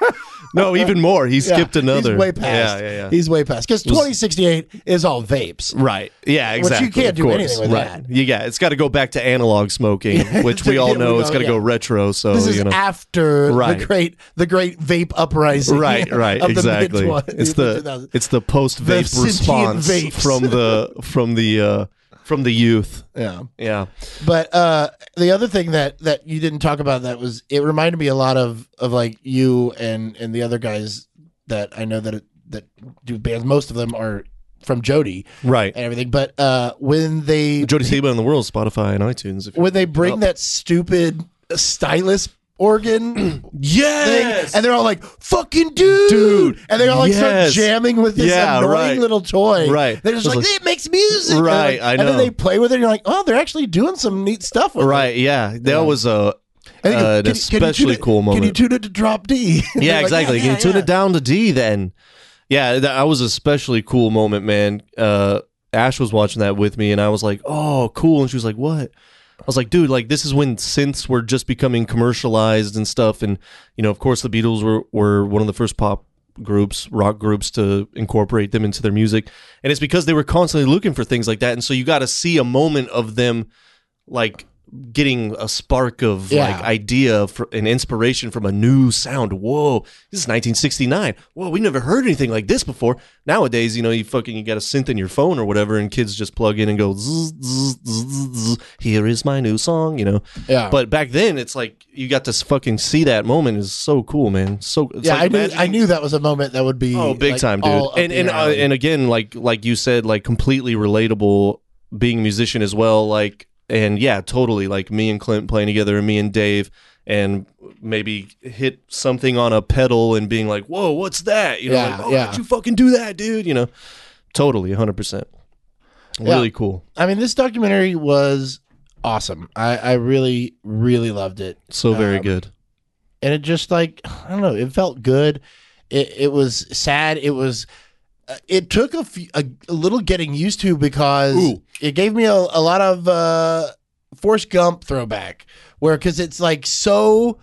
Speaker 1: <laughs> no, even more. He
Speaker 2: Yeah,
Speaker 1: skipped another.
Speaker 2: He's way past.
Speaker 1: Yeah. Yeah. yeah.
Speaker 2: He's way past because twenty sixty eight is all vapes.
Speaker 1: Right. Yeah.
Speaker 2: Which you
Speaker 1: Exactly.
Speaker 2: can't
Speaker 1: of
Speaker 2: do
Speaker 1: course.
Speaker 2: anything with
Speaker 1: right. that. Yeah. It's got to go back to analog
Speaker 2: <laughs>
Speaker 1: smoking, which we all
Speaker 2: Yeah, we
Speaker 1: know. It's
Speaker 2: know,
Speaker 1: got to go
Speaker 2: yeah.
Speaker 1: retro. So
Speaker 2: This is
Speaker 1: Oh, you know.
Speaker 2: after
Speaker 1: Right.
Speaker 2: the great the great vape uprising.
Speaker 1: Right, right,
Speaker 2: <laughs> of the
Speaker 1: exactly.
Speaker 2: mid-twen-
Speaker 1: it's the
Speaker 2: 2000s.
Speaker 1: it's the post
Speaker 2: The
Speaker 1: vape
Speaker 2: sentient
Speaker 1: response
Speaker 2: vapes.
Speaker 1: from the from the uh, from the youth.
Speaker 2: yeah.
Speaker 1: Yeah,
Speaker 2: But uh, the other thing that that you didn't talk about that was it reminded me a lot of of like you and and the other guys that I know that that do bands. Most of them are from Jody
Speaker 1: right.
Speaker 2: and everything. But uh, when they
Speaker 1: Jody Seba in the world, Spotify and iTunes. If you-
Speaker 2: when they bring
Speaker 1: Oh.
Speaker 2: that stupid stylus organ thing,
Speaker 1: yes,
Speaker 2: and they're all like, "Fucking dude!"
Speaker 1: Dude,
Speaker 2: and they all like
Speaker 1: yes.
Speaker 2: start jamming with this
Speaker 1: Yeah,
Speaker 2: annoying
Speaker 1: right.
Speaker 2: little toy.
Speaker 1: Right.
Speaker 2: They're just
Speaker 1: It's
Speaker 2: like,
Speaker 1: like-
Speaker 2: "It makes music."
Speaker 1: Right,
Speaker 2: And,
Speaker 1: I
Speaker 2: like- and then
Speaker 1: know.
Speaker 2: they play with it, and you're like, "Oh, they're actually doing some neat stuff." With
Speaker 1: Right. Yeah. That was a
Speaker 2: I think-
Speaker 1: Uh, an
Speaker 2: can you- can you tune
Speaker 1: especially
Speaker 2: it-
Speaker 1: cool
Speaker 2: Can you
Speaker 1: moment.
Speaker 2: tune it to drop D? <laughs>
Speaker 1: yeah,
Speaker 2: Like,
Speaker 1: exactly.
Speaker 3: yeah,
Speaker 1: Can you tune
Speaker 3: yeah.
Speaker 1: it down to D then? Yeah, that, that was an especially cool moment, man. Uh, Ash was watching that with me, and I was like, "Oh, cool!" And she was like, "What?" I was like, "Dude, like this is when synths were just becoming commercialized and stuff." And you know, of course, the Beatles were were one of the first pop groups, rock groups to incorporate them into their music, and it's because they were constantly looking for things like that. And so you got to see a moment of them, like getting a spark of
Speaker 2: Yeah.
Speaker 1: like idea for an inspiration from a new sound. Whoa, this is 1969. Whoa, we never heard anything like this before. Nowadays, you know, you fucking you got a synth in your phone or whatever, and kids just plug in and go. Zzz, zzz, zzz, zzz, here is my new song. You know,
Speaker 2: Yeah.
Speaker 1: But back then, it's like you got to s- fucking see that moment. is so cool, man. So it's
Speaker 2: yeah,
Speaker 1: like
Speaker 2: I knew
Speaker 1: imagining-
Speaker 2: I knew that was a moment that would be
Speaker 1: Oh, big
Speaker 2: like,
Speaker 1: time, dude!
Speaker 2: all up
Speaker 1: And and
Speaker 2: your
Speaker 1: uh,
Speaker 2: alley.
Speaker 1: and again, like like you said, like completely relatable. Being a musician as well, like and yeah, totally. Like me and Clint playing together, and me and Dave, and maybe hit something on a pedal and being like, "Whoa, what's that?" You know,
Speaker 2: Yeah,
Speaker 1: like, "Oh,
Speaker 2: yeah.
Speaker 1: how'd you fucking do that, dude?" You know, totally, hundred percent.
Speaker 2: Yeah.
Speaker 1: Really cool.
Speaker 2: I mean, this documentary was awesome. I, I really, really loved it.
Speaker 1: So very
Speaker 2: Um,
Speaker 1: good.
Speaker 2: and it just like <sighs> I don't know, it felt good. It it was sad. It was. uh, It took a, few, a, a little getting used to because
Speaker 1: Ooh.
Speaker 2: it gave me a, a lot of uh, Forrest Gump throwback, where because it's like so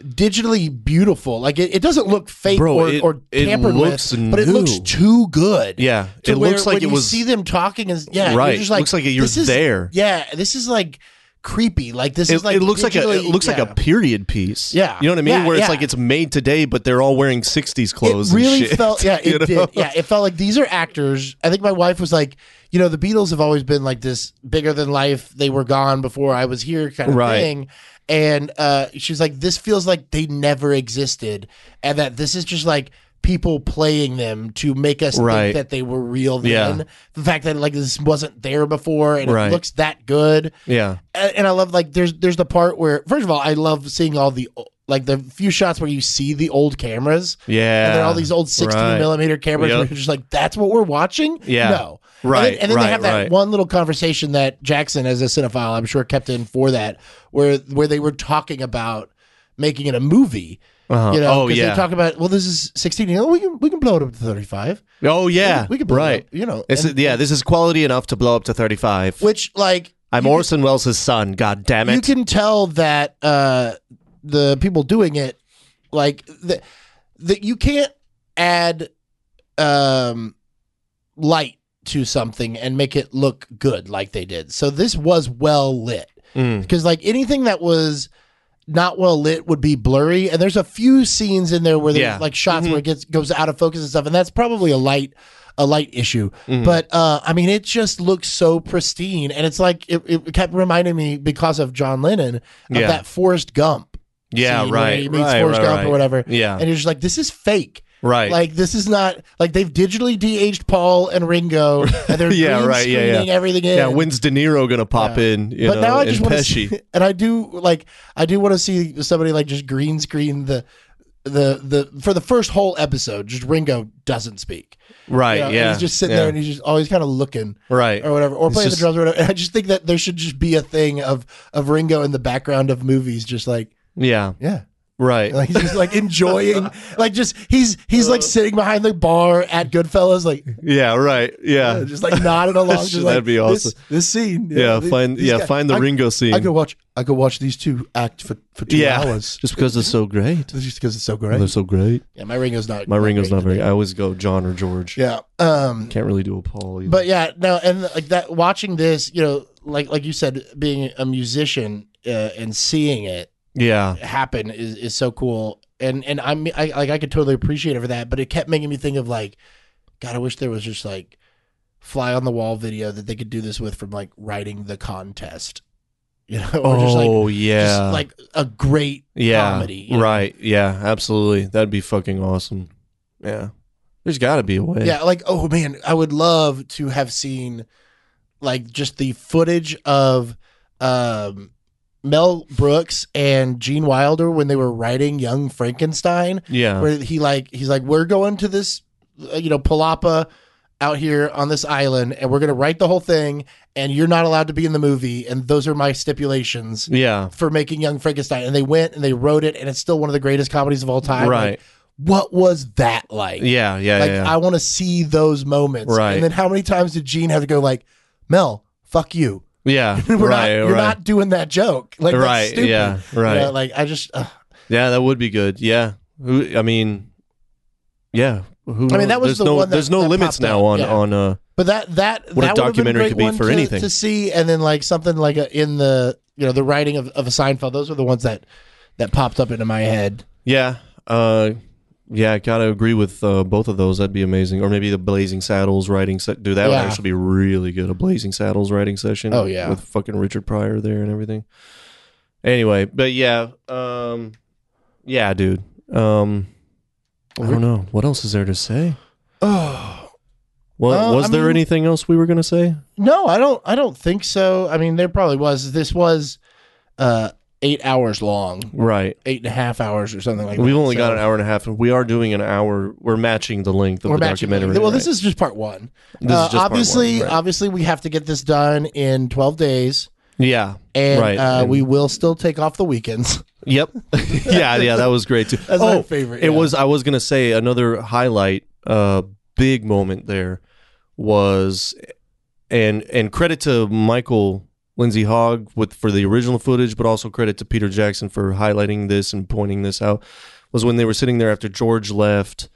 Speaker 2: digitally beautiful, like it, it doesn't look fake
Speaker 1: Bro,
Speaker 2: or,
Speaker 1: it-
Speaker 2: or
Speaker 1: it
Speaker 2: tampered
Speaker 1: looks
Speaker 2: with, but it looks
Speaker 1: new.
Speaker 2: too good.
Speaker 1: Yeah,
Speaker 2: to
Speaker 1: it
Speaker 2: where
Speaker 1: looks like
Speaker 2: when
Speaker 1: it
Speaker 2: you
Speaker 1: was
Speaker 2: see them talking and yeah,
Speaker 1: right.
Speaker 2: You're just like,
Speaker 1: looks like you're
Speaker 2: this is-
Speaker 1: there.
Speaker 2: Yeah, this is like creepy. Like this
Speaker 1: It,
Speaker 2: is like
Speaker 1: it looks like a it
Speaker 2: digitally-
Speaker 1: looks like
Speaker 2: yeah.
Speaker 1: a period piece.
Speaker 2: Yeah.
Speaker 1: you know what I mean.
Speaker 2: Yeah,
Speaker 1: Where it's
Speaker 2: yeah.
Speaker 1: like it's made today, but they're all wearing '60s clothes.
Speaker 2: It really
Speaker 1: and shit,
Speaker 2: felt yeah,
Speaker 1: <laughs> you
Speaker 2: it
Speaker 1: know?
Speaker 2: did. Yeah, it felt like these are actors. I think my wife was like, you know, the Beatles have always been like this bigger than life. They were gone before I was here kind of
Speaker 1: Right.
Speaker 2: thing. And uh, she was like, this feels like they never existed, and that this is just like people playing them to make us
Speaker 1: Right.
Speaker 2: think that they were real
Speaker 1: Yeah.
Speaker 2: then. The fact that like this wasn't there before and
Speaker 1: Right.
Speaker 2: it looks that good
Speaker 1: Yeah,
Speaker 2: and and I love like there's there's the part where first of all I love seeing all the o- like the few shots where you see the old cameras
Speaker 1: yeah.
Speaker 2: and then all these old 16
Speaker 1: Right.
Speaker 2: millimeter cameras
Speaker 1: Yep.
Speaker 2: where you're just like that's what we're watching
Speaker 1: Yeah.
Speaker 2: no
Speaker 1: Right,
Speaker 2: and then, and then
Speaker 1: right,
Speaker 2: they have that
Speaker 1: right.
Speaker 2: one little conversation that Jackson as a cinephile I'm sure kept in for that where where they were talking about making it a movie
Speaker 1: Uh-huh.
Speaker 2: you know
Speaker 1: oh
Speaker 2: 'cause
Speaker 1: yeah.
Speaker 2: they talk about well this is 16 you know we can we can blow it up to 35
Speaker 1: oh yeah.
Speaker 2: we can blow it
Speaker 1: right.
Speaker 2: up, you know
Speaker 1: This
Speaker 2: and-
Speaker 1: is, yeah, this is quality enough to blow up to 35.
Speaker 2: which like
Speaker 1: I'm
Speaker 2: you can-
Speaker 1: Orson Welles' son. God damn it.
Speaker 2: you can tell that uh, the people doing it, like that, that you can't add um, light to something and make it look good like they did. So this was well lit
Speaker 1: Mm.
Speaker 2: because like anything that was not well lit would be blurry and there's a few scenes in there where there's
Speaker 1: Yeah.
Speaker 2: like shots where it gets goes out of focus and stuff and that's probably a light a light issue
Speaker 1: Hmm. mm.
Speaker 2: but uh i mean it just looks so pristine and it's like it, it kept reminding me because of john lennon of
Speaker 1: Yeah.
Speaker 2: that forrest gump
Speaker 1: Yeah,
Speaker 2: scene where
Speaker 1: right.
Speaker 2: he meets
Speaker 1: right,
Speaker 2: forrest
Speaker 1: right,
Speaker 2: gump
Speaker 1: right.
Speaker 2: or whatever
Speaker 1: Yeah.
Speaker 2: and you're just like this is fake
Speaker 1: right.
Speaker 2: like this is not like they've digitally de-aged Paul and Ringo, and
Speaker 1: <laughs>
Speaker 2: they're
Speaker 1: Yeah,
Speaker 2: green
Speaker 1: right, yeah, yeah.
Speaker 2: screening everything in
Speaker 1: yeah, when's De Niro going to pop
Speaker 2: Yeah.
Speaker 1: in? You
Speaker 2: but
Speaker 1: know,
Speaker 2: now I
Speaker 1: and
Speaker 2: just want to
Speaker 1: Pesci.
Speaker 2: see, <laughs> and I do like I do want to see somebody like just green screen the the the for the first whole episode. Just Ringo doesn't speak.
Speaker 1: <laughs> right,
Speaker 2: You know, and
Speaker 1: yeah.
Speaker 2: he's just sitting
Speaker 1: yeah.
Speaker 2: there and he's just always kind of looking
Speaker 1: Right.
Speaker 2: or whatever, or
Speaker 1: It's
Speaker 2: playing
Speaker 1: just-
Speaker 2: the drums or whatever. <laughs> And I just think that there should just be a thing of of Ringo in the background of movies, just like
Speaker 1: Yeah,
Speaker 2: yeah,
Speaker 1: right.
Speaker 2: like he's just like
Speaker 1: <laughs>
Speaker 2: enjoying, like just he's he's like sitting behind the bar at Goodfellas, like.
Speaker 1: Uh. yeah, right. Yeah.
Speaker 2: Just like nodding
Speaker 1: <laughs>
Speaker 2: along, just
Speaker 1: That'd
Speaker 2: like,
Speaker 1: be
Speaker 2: this-
Speaker 1: awesome.
Speaker 2: This, scene, you
Speaker 1: Yeah,
Speaker 2: know,
Speaker 1: find
Speaker 2: these
Speaker 1: yeah,
Speaker 2: guys-
Speaker 1: find the
Speaker 2: I-
Speaker 1: Ringo scene.
Speaker 2: I could watch. I could watch these two act for, for two
Speaker 1: yeah.
Speaker 2: hours
Speaker 1: <laughs> Just because it's so great.
Speaker 2: just because it's so
Speaker 1: They're
Speaker 2: great.
Speaker 1: so great.
Speaker 2: Yeah, my Ringo's not.
Speaker 1: My Ringo's
Speaker 2: great
Speaker 1: not very.
Speaker 2: today.
Speaker 1: I always go John or George.
Speaker 2: Yeah. Um.
Speaker 1: Can't really do a Paul. Either.
Speaker 2: But yeah, no, and like that. Watching this, you know, like like you said, being a musician uh, and seeing it
Speaker 1: yeah,
Speaker 2: happen is, is so cool. And and I'm I like I could totally appreciate it for that. But it kept making me think of like, God, I wish there was just like fly on the wall video that they could do this with from like writing the contest, you know, or just like
Speaker 1: oh yeah,
Speaker 2: just like a great
Speaker 1: yeah,
Speaker 2: comedy, you know?
Speaker 1: right? Yeah, absolutely. That'd be fucking awesome. Yeah, there's got to be a way.
Speaker 2: Yeah, like oh man, I would love to have seen like just the footage of um Mel Brooks and Gene Wilder when they were writing Young Frankenstein
Speaker 1: yeah,
Speaker 2: where he like he's like we're going to this uh, you know Palapa out here on this island, and we're gonna write the whole thing, and you're not allowed to be in the movie, and those are my stipulations
Speaker 1: Yeah.
Speaker 2: for making Young Frankenstein. And they went and they wrote it, and it's still one of the greatest comedies of all time.
Speaker 1: Right.
Speaker 2: Like, what was that like?
Speaker 1: Yeah. Yeah.
Speaker 2: Like
Speaker 1: yeah.
Speaker 2: I want to see those moments.
Speaker 1: Right.
Speaker 2: And then how many times did Gene have to go like, Mel, fuck you. <laughs>
Speaker 1: yeah.
Speaker 2: We're
Speaker 1: right.
Speaker 2: not, you're
Speaker 1: right.
Speaker 2: not doing that joke. Like that's
Speaker 1: Right,
Speaker 2: stupid.
Speaker 1: yeah,
Speaker 2: You
Speaker 1: right.
Speaker 2: know, like I just uh,
Speaker 1: Yeah, that would be good. Yeah. Who, I mean, yeah. Who
Speaker 2: I mean, that was
Speaker 1: there's
Speaker 2: the
Speaker 1: no,
Speaker 2: one that-
Speaker 1: there's no
Speaker 2: that
Speaker 1: limits
Speaker 2: popped
Speaker 1: now
Speaker 2: up,
Speaker 1: on
Speaker 2: yeah.
Speaker 1: on uh
Speaker 2: but that that
Speaker 1: What if
Speaker 2: that would've been a
Speaker 1: documentary
Speaker 2: great
Speaker 1: could be
Speaker 2: one
Speaker 1: for
Speaker 2: to,
Speaker 1: anything?
Speaker 2: to see and then like something like a, in the you know the writing of, of a Seinfeld those were the ones that that popped up into
Speaker 1: <sighs>
Speaker 2: my head
Speaker 1: yeah uh yeah I gotta agree with uh, both of those that'd be amazing or maybe the Blazing Saddles writing set dude that would
Speaker 2: Yeah.
Speaker 1: actually be really good a Blazing Saddles writing session
Speaker 2: Oh, yeah.
Speaker 1: with fucking Richard Pryor there and everything anyway but yeah um yeah dude um I don't know what else is there to say
Speaker 2: oh
Speaker 1: what
Speaker 2: Uh,
Speaker 1: was
Speaker 2: I
Speaker 1: there
Speaker 2: mean-
Speaker 1: anything else we were gonna say
Speaker 2: no I don't I don't think so I mean there probably was this was uh eight hours long
Speaker 1: right
Speaker 2: eight and a half hours or something like that
Speaker 1: We've only
Speaker 2: So-
Speaker 1: got an hour and a half, and we are doing an hour. We're matching the length of
Speaker 2: We're
Speaker 1: the
Speaker 2: matching-
Speaker 1: documentary.
Speaker 2: Well, this is just part one.
Speaker 1: This is
Speaker 2: Uh,
Speaker 1: just part
Speaker 2: obviously,
Speaker 1: one, right.
Speaker 2: obviously, we have to get this done in twelve days,
Speaker 1: yeah,
Speaker 2: and,
Speaker 1: right.
Speaker 2: uh,
Speaker 1: and-
Speaker 2: we will still take off the weekends. <laughs>
Speaker 1: yep, <laughs> yeah, yeah. That was great too. Oh,
Speaker 2: That's my favorite,
Speaker 1: It
Speaker 2: yeah.
Speaker 1: was. I was gonna say another highlight, uh, big moment there was, and and credit to Michael Lindsay Hogg with for the original footage, but also credit to Peter Jackson for highlighting this and pointing this out. Was when they were sitting there after George left.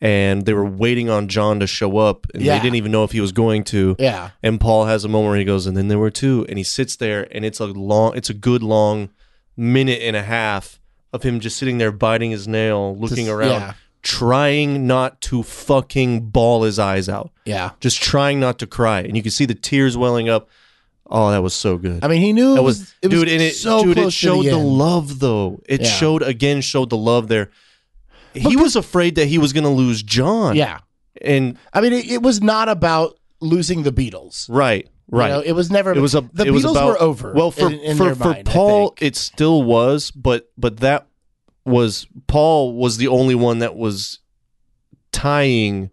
Speaker 1: And they were waiting on John to show up, and
Speaker 2: Yeah.
Speaker 1: they didn't even know if he was going to.
Speaker 2: Yeah,
Speaker 1: And Paul has a moment where he goes, and then there were two, and he sits there, and it's a long, it's a good long minute and a half of him just sitting there biting his nail, looking
Speaker 2: Just-
Speaker 1: around,
Speaker 2: yeah.
Speaker 1: trying not to fucking bawl his eyes out,
Speaker 2: yeah.
Speaker 1: just trying not to cry, and you can see the tears welling up. Oh, that was so good.
Speaker 2: I mean, he knew it
Speaker 1: that
Speaker 2: was,
Speaker 1: was,
Speaker 2: it was
Speaker 1: dude, and it
Speaker 2: so
Speaker 1: dude,
Speaker 2: close
Speaker 1: it showed
Speaker 2: to the, end.
Speaker 1: love though. It
Speaker 2: Yeah.
Speaker 1: showed again, showed the love there. he was afraid that he was going to lose John.
Speaker 2: Yeah,
Speaker 1: and
Speaker 2: I mean, it, it was not about losing the Beatles.
Speaker 1: right,
Speaker 2: You
Speaker 1: right.
Speaker 2: know, it was never.
Speaker 1: it was a
Speaker 2: the
Speaker 1: it was
Speaker 2: Beatles
Speaker 1: about-
Speaker 2: were over.
Speaker 1: Well, for
Speaker 2: in, in
Speaker 1: for,
Speaker 2: their
Speaker 1: for
Speaker 2: mind, I
Speaker 1: Paul,
Speaker 2: think.
Speaker 1: it still was, but but that was Paul was the only one that was tying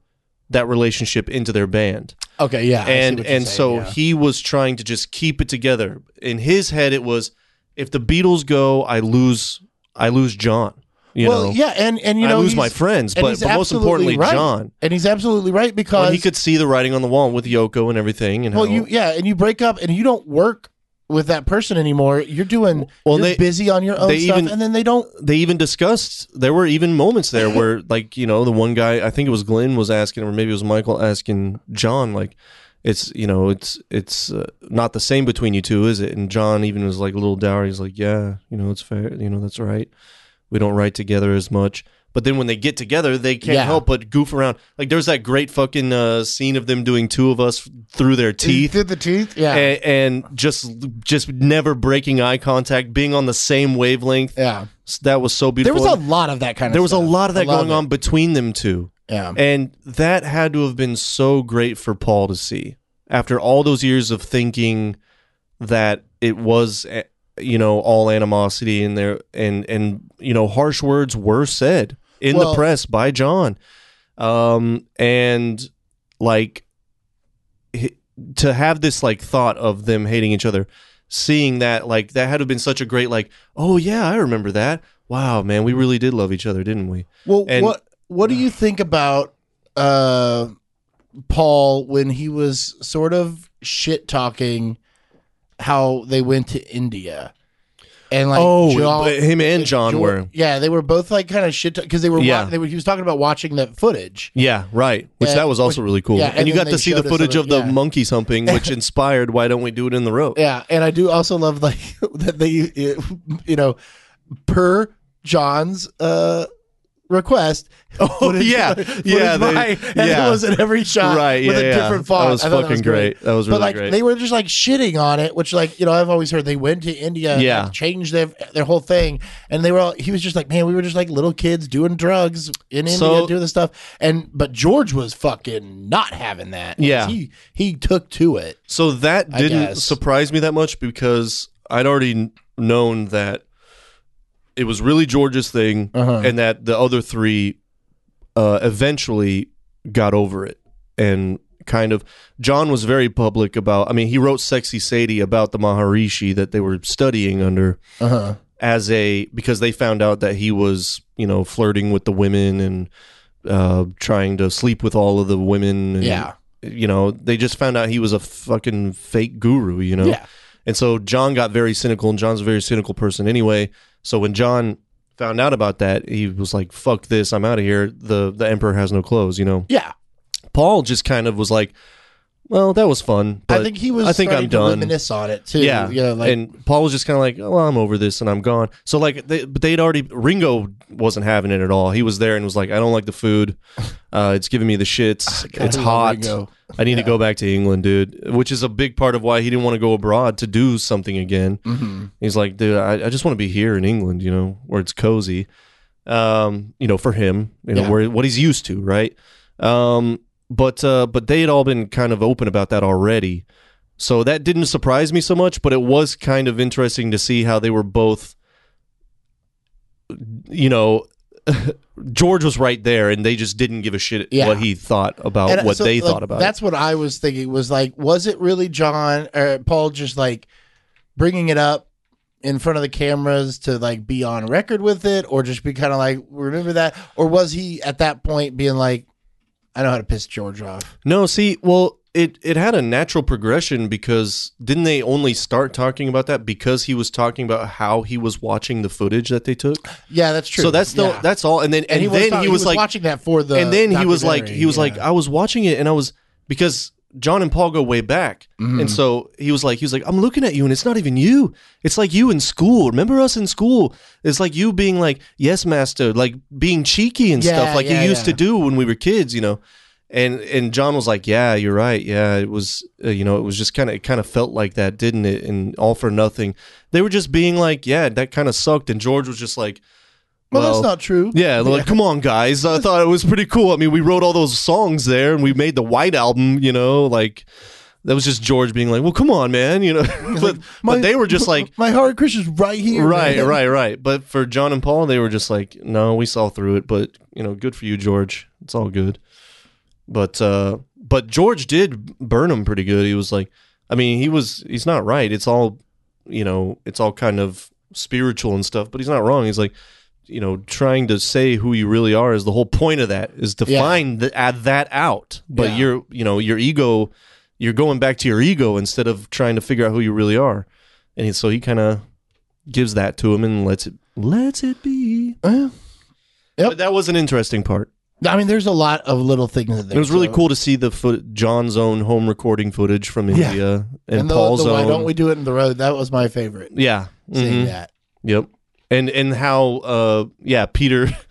Speaker 1: that relationship into their band,
Speaker 2: okay, yeah, I see
Speaker 1: and
Speaker 2: what you're
Speaker 1: and
Speaker 2: saying,
Speaker 1: so
Speaker 2: yeah.
Speaker 1: he was trying to just keep it together. In his head, it was if the Beatles go, I lose I lose John. You
Speaker 2: well,
Speaker 1: know,
Speaker 2: yeah, and and you know,
Speaker 1: I lose
Speaker 2: he's-
Speaker 1: my friends,
Speaker 2: and
Speaker 1: but,
Speaker 2: he's
Speaker 1: but most
Speaker 2: absolutely
Speaker 1: importantly,
Speaker 2: right.
Speaker 1: John.
Speaker 2: and he's absolutely right because
Speaker 1: When he could see the writing on the wall with Yoko and everything, and
Speaker 2: Well,
Speaker 1: how-
Speaker 2: you yeah, and you break up and you don't work with that person anymore. You're doing
Speaker 1: Well,
Speaker 2: you're
Speaker 1: they-
Speaker 2: busy on your own
Speaker 1: they
Speaker 2: stuff,
Speaker 1: even-
Speaker 2: and then they don't.
Speaker 1: they even discussed there were even moments there where like you know the one guy i think it was glenn was asking or maybe it was michael asking john like it's you know it's it's uh, not the same between you two is it and john even was like a little dour he's like yeah you know it's fair you know that's right we don't write together as much but then when they get together they can't
Speaker 2: Yeah.
Speaker 1: help but goof around like there's that great fucking uh, scene of them doing two of us through their teeth
Speaker 2: the teeth. Yeah,
Speaker 1: and, and just just never breaking eye contact being on the same wavelength
Speaker 2: yeah.
Speaker 1: that was so
Speaker 2: There
Speaker 1: beautiful
Speaker 2: was a lot of that kind of.
Speaker 1: there was a
Speaker 2: stuff.
Speaker 1: lot of that
Speaker 2: I love
Speaker 1: going
Speaker 2: it.
Speaker 1: on between them two
Speaker 2: Yeah,
Speaker 1: and that had to have been so great for paul to see after all those years of thinking that it was eh, you know all animosity in there and and you know harsh words were said in
Speaker 2: Well-
Speaker 1: the press by john um and like h- to have this like thought of them hating each other seeing that like that had to have been such a great like oh yeah i remember that wow man we really did love each other didn't we
Speaker 2: Well,
Speaker 1: And-
Speaker 2: what what
Speaker 1: <sighs>
Speaker 2: do you think about uh, Paul when he was sort of shit talking how they went to India and like
Speaker 1: oh,
Speaker 2: John-
Speaker 1: but him and John
Speaker 2: Jor-
Speaker 1: were.
Speaker 2: yeah they were both like kind of shit because they were wa-
Speaker 1: Yeah.
Speaker 2: they were he was talking about watching that footage
Speaker 1: Yeah, right. Which
Speaker 2: Yeah,
Speaker 1: that was also really cool.
Speaker 2: yeah,
Speaker 1: and,
Speaker 2: and
Speaker 1: you
Speaker 2: then
Speaker 1: got
Speaker 2: they
Speaker 1: to see the
Speaker 2: showed us
Speaker 1: footage
Speaker 2: some
Speaker 1: of
Speaker 2: of-
Speaker 1: the
Speaker 2: yeah.
Speaker 1: monkeys
Speaker 2: <laughs>
Speaker 1: humping, which inspired "Why don't we do it in the road?"
Speaker 2: yeah and I do also love like <laughs> that they you know per John's uh request
Speaker 1: <laughs> Oh
Speaker 2: footage- <laughs>
Speaker 1: yeah,
Speaker 2: footage
Speaker 1: yeah, they-
Speaker 2: by- and
Speaker 1: yeah.
Speaker 2: it was in every shot
Speaker 1: right. Yeah,
Speaker 2: with a
Speaker 1: yeah.
Speaker 2: different font
Speaker 1: That was
Speaker 2: I thought
Speaker 1: fucking great. That was really
Speaker 2: but like
Speaker 1: great.
Speaker 2: they were just like shitting on it, which like you know I've always heard they went to India, and,
Speaker 1: Yeah.
Speaker 2: like, changed their their whole thing, and they were all he was just like man we were just like little kids doing drugs in
Speaker 1: So-
Speaker 2: India doing this stuff, and but George was fucking not having that.
Speaker 1: Yeah.
Speaker 2: he he took to it.
Speaker 1: So that
Speaker 2: I
Speaker 1: didn't
Speaker 2: guess.
Speaker 1: surprise me that much because I'd already kn- known that it was really George's thing,
Speaker 2: Uh-huh.
Speaker 1: and that the other three uh, eventually got over it and kind of John was very public about I mean he wrote Sexy Sadie about the Maharishi that they were studying under
Speaker 2: Uh huh.
Speaker 1: as a because they found out that he was you know flirting with the women and uh, trying to sleep with all of the women and,
Speaker 2: Yeah.
Speaker 1: you know they just found out he was a fucking fake guru you know
Speaker 2: Yeah.
Speaker 1: and so John got very cynical, and John's a very cynical person anyway. So when John found out about that, he was like, "Fuck this! I'm out of here." The the emperor has no clothes, you know.
Speaker 2: Yeah.
Speaker 1: Paul just kind of was like, "Well, that was fun." But
Speaker 2: I think he was.
Speaker 1: I think
Speaker 2: starting
Speaker 1: I'm
Speaker 2: to
Speaker 1: done.
Speaker 2: Reminisce on it too.
Speaker 1: yeah,
Speaker 2: You know, like
Speaker 1: and Paul was just kind of like, "Oh, "Well, I'm over this, and I'm gone." So like, they, but they'd already Ringo wasn't having it at all. He was there and was like, "I don't like the food. Uh, it's giving me the shits.
Speaker 2: <laughs> God,
Speaker 1: it's
Speaker 2: I love
Speaker 1: hot.
Speaker 2: Ringo.
Speaker 1: I need to go back to England, dude." Which is a big part of why he didn't want to go abroad to do something again.
Speaker 2: Mhm.
Speaker 1: He's like, dude, I, I just want to be here in England, you know, where it's cozy. Um, you know, for him, you know,
Speaker 2: Yeah.
Speaker 1: where what he's used to, right? Um, but uh, but they had all been kind of open about that already, so that didn't surprise me so much. But it was kind of interesting to see how they were both, you know. <laughs> George was right there, and they just didn't give a shit
Speaker 2: Yeah.
Speaker 1: what he thought about
Speaker 2: And, uh,
Speaker 1: what
Speaker 2: so,
Speaker 1: they
Speaker 2: like,
Speaker 1: thought about. it.
Speaker 2: That's what I was thinking. Was like, was it really John or Paul just like bringing it up in front of the cameras to like be on record with it, or just be kind of like, remember that, or was he at that point being like, I know how to piss George off?
Speaker 1: No, see, well, it it had a natural progression because didn't they only start talking about that because he was talking about how he was watching the footage that they took?
Speaker 2: Yeah, that's true.
Speaker 1: So that's the
Speaker 2: Yeah.
Speaker 1: that's all. And then and,
Speaker 2: he
Speaker 1: then
Speaker 2: probably-
Speaker 1: he was like,
Speaker 2: watching that for the
Speaker 1: and then he was like,
Speaker 2: documentary,
Speaker 1: he was
Speaker 2: yeah.
Speaker 1: like, I was watching it and I was because John and Paul go way back,
Speaker 2: Mhm.
Speaker 1: and so he was like, he was like, I'm looking at you and it's not even you. It's like you in school. Remember us in school? It's like you being like, yes, master, like being cheeky and
Speaker 2: Yeah,
Speaker 1: stuff, like
Speaker 2: yeah,
Speaker 1: you used to
Speaker 2: yeah.
Speaker 1: do when we were kids, you know. And and John was like, yeah, you're right. Yeah, it was, uh, you know, it was just kind of, it kind of felt like that, didn't it? And all for nothing. They were just being like, yeah, that kind of sucked. And George was just like.
Speaker 2: well,
Speaker 1: well
Speaker 2: that's not true.
Speaker 1: yeah, like come on, guys. I thought it was pretty cool. I mean, we wrote all those songs there, and we made the White album. You know, like that was just George being like, "Well, come on, man." You know, <laughs> but,
Speaker 2: My-
Speaker 1: but they were just like,
Speaker 2: my hard Christian's right here.
Speaker 1: right,
Speaker 2: man.
Speaker 1: right, right. But for John and Paul, they were just like, "No, we saw through it." But you know, good for you, George. It's all good. But uh, but George did burn him pretty good. He was like, I mean, he was he's not right. It's all you know, it's all kind of spiritual and stuff. But he's not wrong. He's like, you know, trying to say who you really are is the whole point of that is to
Speaker 2: Yeah.
Speaker 1: find th- add that out. But
Speaker 2: Yeah.
Speaker 1: you're you know your ego, you're going back to your ego instead of trying to figure out who you really are. And he- so he kind of gives that to him and lets it lets it be.
Speaker 2: Uh, Yep.
Speaker 1: But that was an interesting part.
Speaker 2: I mean, there's a lot of little things. In there,
Speaker 1: It was really
Speaker 2: so-
Speaker 1: cool to see the foot, John's own home recording footage from
Speaker 2: Yeah.
Speaker 1: India and,
Speaker 2: And, the,
Speaker 1: Paul's
Speaker 2: the,
Speaker 1: own.
Speaker 2: why don't we do it in the road? That was my favorite.
Speaker 1: yeah.
Speaker 2: Seeing
Speaker 1: Mhm.
Speaker 2: that.
Speaker 1: Yep. And and how uh yeah, Peter <laughs>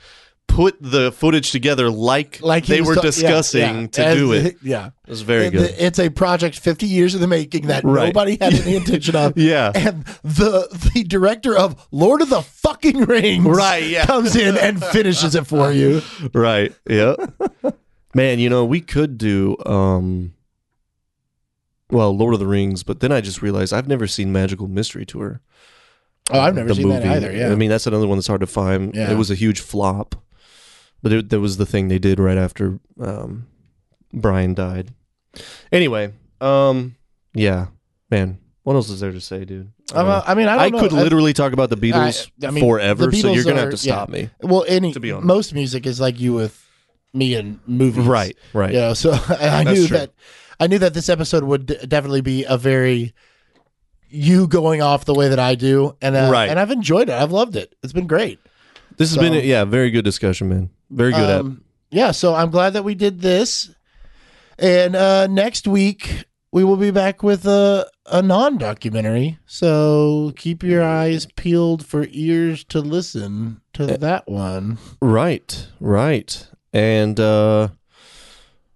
Speaker 1: put the footage together like,
Speaker 2: Like he
Speaker 1: they
Speaker 2: was
Speaker 1: were
Speaker 2: ta- yeah,
Speaker 1: discussing
Speaker 2: yeah.
Speaker 1: to
Speaker 2: And-
Speaker 1: do it. It
Speaker 2: <laughs> Yeah.
Speaker 1: was very
Speaker 2: And
Speaker 1: good.
Speaker 2: the- it's a project 50 years in the making that
Speaker 1: Right.
Speaker 2: nobody had any intention of.
Speaker 1: <laughs> yeah.
Speaker 2: And the the director of Lord of the Fucking Rings
Speaker 1: Right, yeah.
Speaker 2: comes in
Speaker 1: <laughs>
Speaker 2: and finishes it for you.
Speaker 1: right.
Speaker 2: <laughs>
Speaker 1: Yeah. Man, you know, we could do um well, Lord of the Rings, but then I just realized I've never seen Magical Mystery Tour.
Speaker 2: Oh, I've never
Speaker 1: the
Speaker 2: seen
Speaker 1: movie.
Speaker 2: that either. Yeah.
Speaker 1: I mean, that's another one that's hard to find.
Speaker 2: Yeah.
Speaker 1: It was a huge flop. But it, that was the thing they did right after um Brian died. Anyway, um yeah. Man, what else is there to say, dude?
Speaker 2: I'm
Speaker 1: mean,
Speaker 2: a- I mean, I
Speaker 1: I,
Speaker 2: don't know.
Speaker 1: could literally talk about the Beatles
Speaker 2: I- I mean,
Speaker 1: forever,
Speaker 2: the
Speaker 1: so
Speaker 2: Beatles
Speaker 1: you're gonna have
Speaker 2: are-
Speaker 1: to stop
Speaker 2: yeah.
Speaker 1: me.
Speaker 2: well, any
Speaker 1: to be honest.
Speaker 2: most music is like you with me and movies,
Speaker 1: Right, right.
Speaker 2: You know, so <laughs> I, I
Speaker 1: That's
Speaker 2: knew
Speaker 1: true.
Speaker 2: that I knew that this episode would d- definitely be a very you going off the way that I do, and uh,
Speaker 1: Right.
Speaker 2: and I've enjoyed it. I've loved it. It's been great.
Speaker 1: This has
Speaker 2: So-
Speaker 1: been a, yeah, very good discussion, man. Very good app.
Speaker 2: Um, yeah, so I'm glad that we did this, and uh, next week we will be back with a a non documentary. So keep your eyes peeled for ears to listen to
Speaker 1: Eh,
Speaker 2: that one.
Speaker 1: Right, right. And uh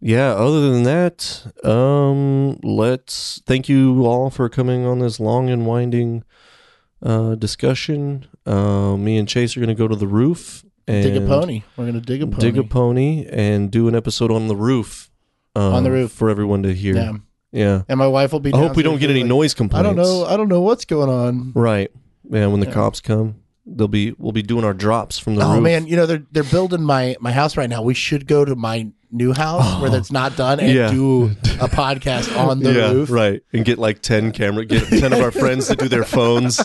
Speaker 1: yeah, other than that, um let's thank you all for coming on this long and winding uh discussion. Uh me and Chase are going to go to the roof and
Speaker 2: Dig a pony. We're gonna dig a pony.
Speaker 1: Dig a pony and do an episode on the roof. Uh,
Speaker 2: On the roof.
Speaker 1: for everyone to hear.
Speaker 2: Yeah.
Speaker 1: Yeah.
Speaker 2: And my wife will be.
Speaker 1: I hope we don't get any
Speaker 2: downstairs
Speaker 1: noise
Speaker 2: like, I
Speaker 1: complaints.
Speaker 2: don't know. I don't know what's going on.
Speaker 1: Right. Yeah, when the
Speaker 2: Yeah.
Speaker 1: cops come, they'll be we'll be doing our drops from the
Speaker 2: Oh
Speaker 1: roof.
Speaker 2: man, you know they're they're building my my house right now. We should go to my Newhouse where that's not done and
Speaker 1: Oh. Yeah.
Speaker 2: do a podcast on the
Speaker 1: yeah,
Speaker 2: roof.
Speaker 1: right. And get like ten camera,
Speaker 2: <laughs>
Speaker 1: get ten of our friends to do their phones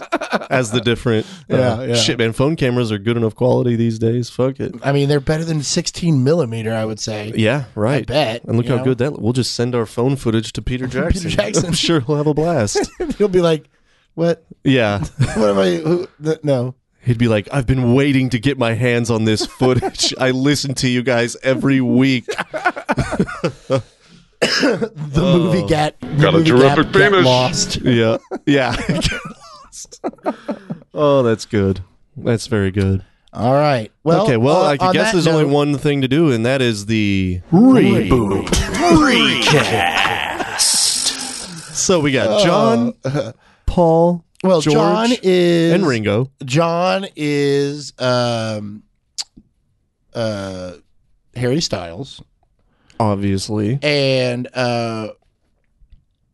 Speaker 1: as the different. uh,
Speaker 2: Yeah, yeah.
Speaker 1: shit, man. Phone cameras are good enough quality these days. Fuck it.
Speaker 2: I mean, they're better than 16 millimeter, I would say.
Speaker 1: Yeah, right.
Speaker 2: bet,
Speaker 1: And look
Speaker 2: you
Speaker 1: how
Speaker 2: know?
Speaker 1: good that. We'll just send our phone footage to
Speaker 2: <laughs>
Speaker 1: Peter Jackson.
Speaker 2: Jackson.
Speaker 1: <laughs> I'm sure he'll have a
Speaker 2: <laughs>
Speaker 1: blast.
Speaker 2: You'll be like, what?
Speaker 1: yeah,
Speaker 2: What am I? Who, th- no.
Speaker 1: he'd be like, "I've been waiting to get my hands on this footage. I listen to you guys every week."
Speaker 2: The
Speaker 1: Oh.
Speaker 2: movie Gat. the
Speaker 4: Got a
Speaker 2: movie
Speaker 4: terrific
Speaker 2: Gap Get
Speaker 4: penis.
Speaker 2: Lost.
Speaker 1: Yeah,
Speaker 2: <laughs>
Speaker 1: yeah. oh, that's good. That's very good.
Speaker 2: All right. Well,
Speaker 1: okay, well,
Speaker 2: uh,
Speaker 1: I
Speaker 2: on
Speaker 1: guess
Speaker 2: that
Speaker 1: there's only
Speaker 2: note-
Speaker 1: one thing to do, and that is the. So we
Speaker 2: Uh,
Speaker 1: got John, Paul,
Speaker 2: Well,
Speaker 1: George,
Speaker 2: John is
Speaker 1: and Ringo.
Speaker 2: John is um, uh, Harry Styles,
Speaker 1: Obviously,
Speaker 2: and uh,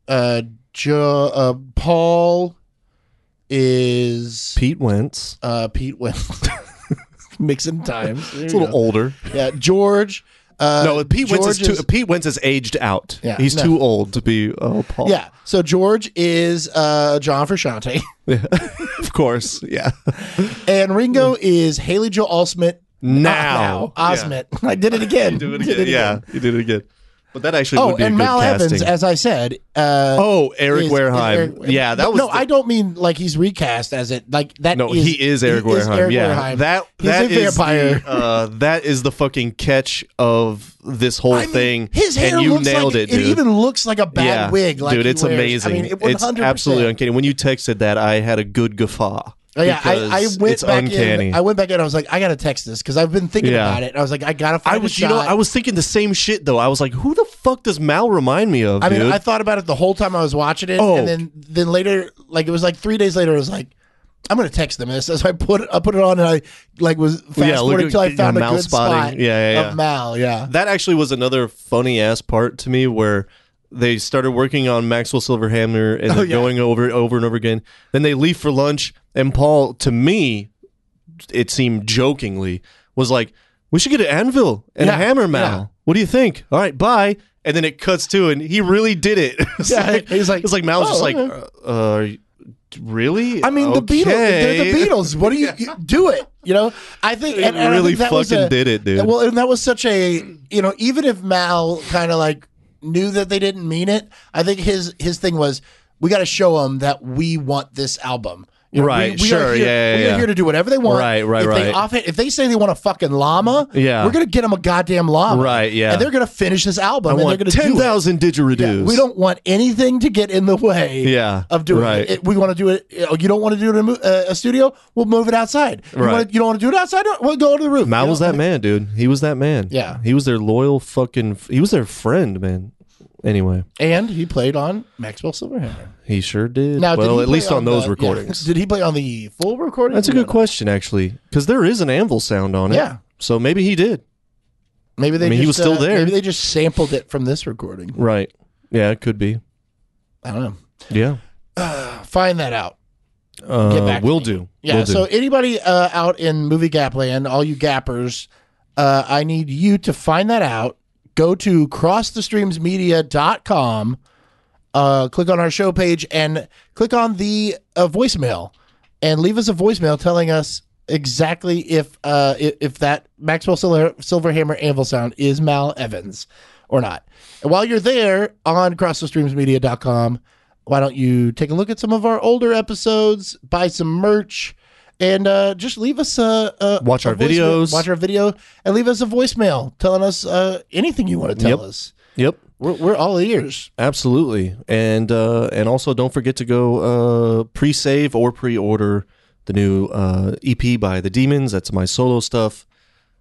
Speaker 2: uh, jo- uh, Paul is
Speaker 1: Pete Wentz.
Speaker 2: uh, Pete Wentz. <laughs> Mixing times. There
Speaker 1: It's a
Speaker 2: you
Speaker 1: little
Speaker 2: go.
Speaker 1: older.
Speaker 2: Yeah, George. Uh,
Speaker 1: no, Pete Wentz is
Speaker 2: George
Speaker 1: too. Pete Wentz is aged out.
Speaker 2: Yeah,
Speaker 1: he's
Speaker 2: no.
Speaker 1: too old to be. Oh, Paul.
Speaker 2: Yeah, so George is uh, John Frusciante, <laughs>
Speaker 1: Yeah. of course. Yeah.
Speaker 2: and Ringo is Haley Joel Osment.
Speaker 1: Mm. Now,
Speaker 2: Osment. <laughs> I did it
Speaker 1: <laughs>
Speaker 2: again.
Speaker 1: Do it again. Yeah, you did it again. But that actually
Speaker 2: Oh,
Speaker 1: would be a
Speaker 2: and
Speaker 1: good
Speaker 2: Mal
Speaker 1: casting.
Speaker 2: Evans, as I said. Uh,
Speaker 1: oh, Eric
Speaker 2: is-
Speaker 1: Wareheim.
Speaker 2: Eric-
Speaker 1: yeah, that was.
Speaker 2: No,
Speaker 1: the-
Speaker 2: I don't mean like he's recast as it. Like that.
Speaker 1: No,
Speaker 2: is,
Speaker 1: he is Eric
Speaker 2: he
Speaker 1: Wareheim. yeah,
Speaker 2: Wareheim.
Speaker 1: that
Speaker 2: He's
Speaker 1: that
Speaker 2: a
Speaker 1: is
Speaker 2: vampire.
Speaker 1: The, uh, that is the fucking catch of this whole
Speaker 2: I mean,
Speaker 1: thing.
Speaker 2: His hair
Speaker 1: and you
Speaker 2: looks
Speaker 1: nailed
Speaker 2: like,
Speaker 1: it, dude.
Speaker 2: It even looks like a bad wig. Like
Speaker 1: dude,
Speaker 2: he
Speaker 1: it's
Speaker 2: wears.
Speaker 1: amazing.
Speaker 2: I mean, it, 100%.
Speaker 1: it's absolutely uncanny. When you texted that, I had a good guffaw.
Speaker 2: Oh, yeah,
Speaker 1: because
Speaker 2: I, I went
Speaker 1: it's
Speaker 2: back
Speaker 1: uncanny.
Speaker 2: in. I went back in. and I was like, I gotta text this because I've been thinking
Speaker 1: Yeah.
Speaker 2: about it. and I was like, I gotta find
Speaker 1: I
Speaker 2: a
Speaker 1: was, you
Speaker 2: shot.
Speaker 1: know, I was thinking the same shit though. I was like, who the fuck does Mal remind me of,
Speaker 2: I mean,
Speaker 1: dude?
Speaker 2: I thought about it the whole time I was watching it,
Speaker 1: Oh.
Speaker 2: and then then later, like it was like three days later, I was like, I'm gonna text them this. <laughs> So I put it, I put it on, and I like was fast
Speaker 1: Oh, Yeah, look at-
Speaker 2: forwarding until I
Speaker 1: yeah,
Speaker 2: found a
Speaker 1: Mal
Speaker 2: good
Speaker 1: spotting.
Speaker 2: spot.
Speaker 1: Yeah, yeah, yeah.
Speaker 2: Of Mal, yeah.
Speaker 1: that actually was another funny ass part to me where they started working on Maxwell Silverhammer and
Speaker 2: <laughs> Oh,
Speaker 1: they're
Speaker 2: yeah.
Speaker 1: going over it over and over again. Then they leave for lunch, and Paul, to me, it seemed jokingly, was like, "We should get an anvil and a
Speaker 2: Yeah,
Speaker 1: hammer, Mal.
Speaker 2: yeah.
Speaker 1: What do you think? All right, bye." And then it cuts to, and he really did it. <laughs> it's
Speaker 2: Yeah,
Speaker 1: like,
Speaker 2: he's like,
Speaker 1: it's like Mal's
Speaker 2: "Oh,
Speaker 1: just like,
Speaker 2: okay."
Speaker 1: uh, uh, really?
Speaker 2: I mean, the Beatles, they're
Speaker 1: <laughs>
Speaker 2: the
Speaker 1: Okay."
Speaker 2: Beatles. What do you, you- do it? You know, I think and, and I
Speaker 1: really
Speaker 2: think that was
Speaker 1: fucking
Speaker 2: a-
Speaker 1: did it, dude.
Speaker 2: Well, and that was such a you know, even if Mal kind of like knew that they didn't mean it, I think his his thing was we got to show them that we want this album. You know,
Speaker 1: Right,
Speaker 2: we, we
Speaker 1: sure,
Speaker 2: are here,
Speaker 1: yeah, yeah,
Speaker 2: we are
Speaker 1: yeah.
Speaker 2: here to do whatever they want.
Speaker 1: Right, right,
Speaker 2: if They
Speaker 1: right.
Speaker 2: offer, if they say they want a fucking llama,
Speaker 1: Yeah.
Speaker 2: we're gonna get them a goddamn llama.
Speaker 1: Right, yeah.
Speaker 2: and they're gonna finish this album.
Speaker 1: I
Speaker 2: and
Speaker 1: want
Speaker 2: they're gonna
Speaker 1: ten
Speaker 2: do it.
Speaker 1: thousand didgeridoos.
Speaker 2: Yeah, we don't want anything to get in the way
Speaker 1: Yeah,
Speaker 2: of doing
Speaker 1: right.
Speaker 2: it. it. We want to do it. you know, You don't want to do it in a, mo- uh, a studio? We'll move it outside. You,
Speaker 1: Right.
Speaker 2: wanna, you don't want to do it outside? No, We'll go to the roof.
Speaker 1: Mal
Speaker 2: You
Speaker 1: was
Speaker 2: know?
Speaker 1: that man, dude. He was that man.
Speaker 2: Yeah.
Speaker 1: He was their loyal fucking. He was their friend, man. Anyway,
Speaker 2: And he played on Maxwell Silverhammer.
Speaker 1: he sure did.
Speaker 2: Now, did
Speaker 1: well,
Speaker 2: he
Speaker 1: at
Speaker 2: play
Speaker 1: least on,
Speaker 2: the-
Speaker 1: those
Speaker 2: yeah, <laughs>
Speaker 1: recordings.
Speaker 2: did he play on the full recording?
Speaker 1: That's a good question, actually, because there is an anvil sound on it.
Speaker 2: Yeah.
Speaker 1: So maybe he did.
Speaker 2: Maybe they.
Speaker 1: I mean, he
Speaker 2: just,
Speaker 1: was still
Speaker 2: uh,
Speaker 1: there.
Speaker 2: Maybe they just sampled it from this recording.
Speaker 1: Right. Yeah, it could be.
Speaker 2: I don't know.
Speaker 1: Yeah.
Speaker 2: Find that out.
Speaker 1: Uh,
Speaker 2: back to
Speaker 1: will
Speaker 2: me.
Speaker 1: do.
Speaker 2: Yeah.
Speaker 1: Will do.
Speaker 2: so anybody uh, out in movie gap land, all you gappers, uh, I need you to find that out. Go to crossthestreamsmedia.com, uh, click on our show page, and click on the uh, voicemail, and leave us a voicemail telling us exactly if uh, i- if that Maxwell Silver, Silverhammer anvil sound is Mal Evans or not. And while you're there on crossthestreamsmedia.com, why don't you take a look at some of our older episodes, buy some merch, and uh, just leave us a, a
Speaker 1: Watch
Speaker 2: a
Speaker 1: our
Speaker 2: voicemail-
Speaker 1: videos.
Speaker 2: watch our video, and leave us a voicemail telling us uh, anything you want to tell
Speaker 1: Yep.
Speaker 2: us.
Speaker 1: yep.
Speaker 2: We're, we're all ears.
Speaker 1: Absolutely. And uh, and also don't forget to go uh, pre-save or pre-order the new uh, EP by the Demons. That's my solo stuff.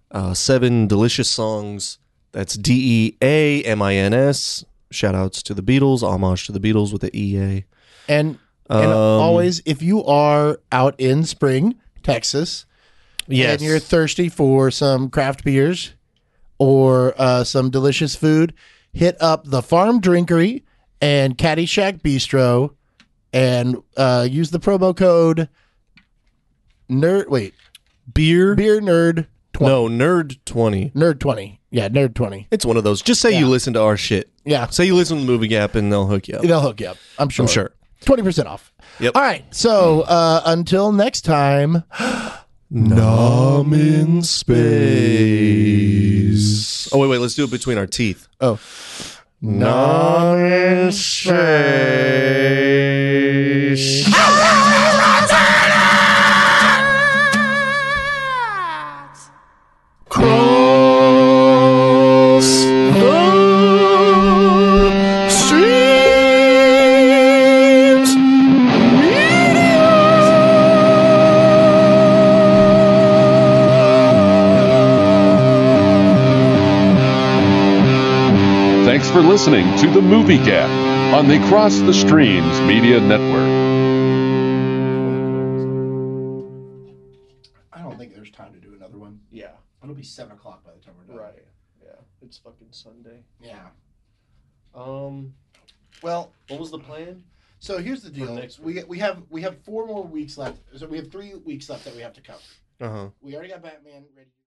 Speaker 1: Uh, seven delicious songs. That's D E A M I N S. Shout outs to the Beatles, homage to the Beatles with the E A.
Speaker 2: And and
Speaker 1: Um,
Speaker 2: always, if you are out in Spring, Texas,
Speaker 1: Yes.
Speaker 2: and you're thirsty for some craft beers or uh, some delicious food, hit up the Farm Drinkery and Caddy Shack Bistro, and uh, use the promo code Nerd. Wait,
Speaker 1: beer,
Speaker 2: Beer Nerd 20.
Speaker 1: No, nerd twenty.
Speaker 2: Nerd 20. Yeah, Nerd 20.
Speaker 1: It's one of those. Just say you
Speaker 2: Yeah.
Speaker 1: listen to our shit.
Speaker 2: Yeah.
Speaker 1: Say you listen to the movie gap, and they'll hook you up.
Speaker 2: They'll hook you up. I'm sure.
Speaker 1: I'm sure.
Speaker 2: 20% off.
Speaker 1: Yep.
Speaker 2: All right. So uh, until next time.
Speaker 1: Numb in space. Oh wait, wait. Let's do it between our teeth.
Speaker 2: Oh.
Speaker 4: Thanks for listening to The Movie Gap on the Cross the Streams Media Network.
Speaker 2: I don't think there's time to do another one. Yeah. It'll be 7 o'clock by the time we're done. Right.
Speaker 1: Yeah, it's fucking Sunday.
Speaker 2: Yeah.
Speaker 1: Um,
Speaker 2: Well,
Speaker 1: what was the plan?
Speaker 2: so here's the deal.
Speaker 1: next
Speaker 2: We, we have we have four more weeks left. So we have three weeks left that we have to cover.
Speaker 1: Uh huh.
Speaker 2: We already got Batman ready.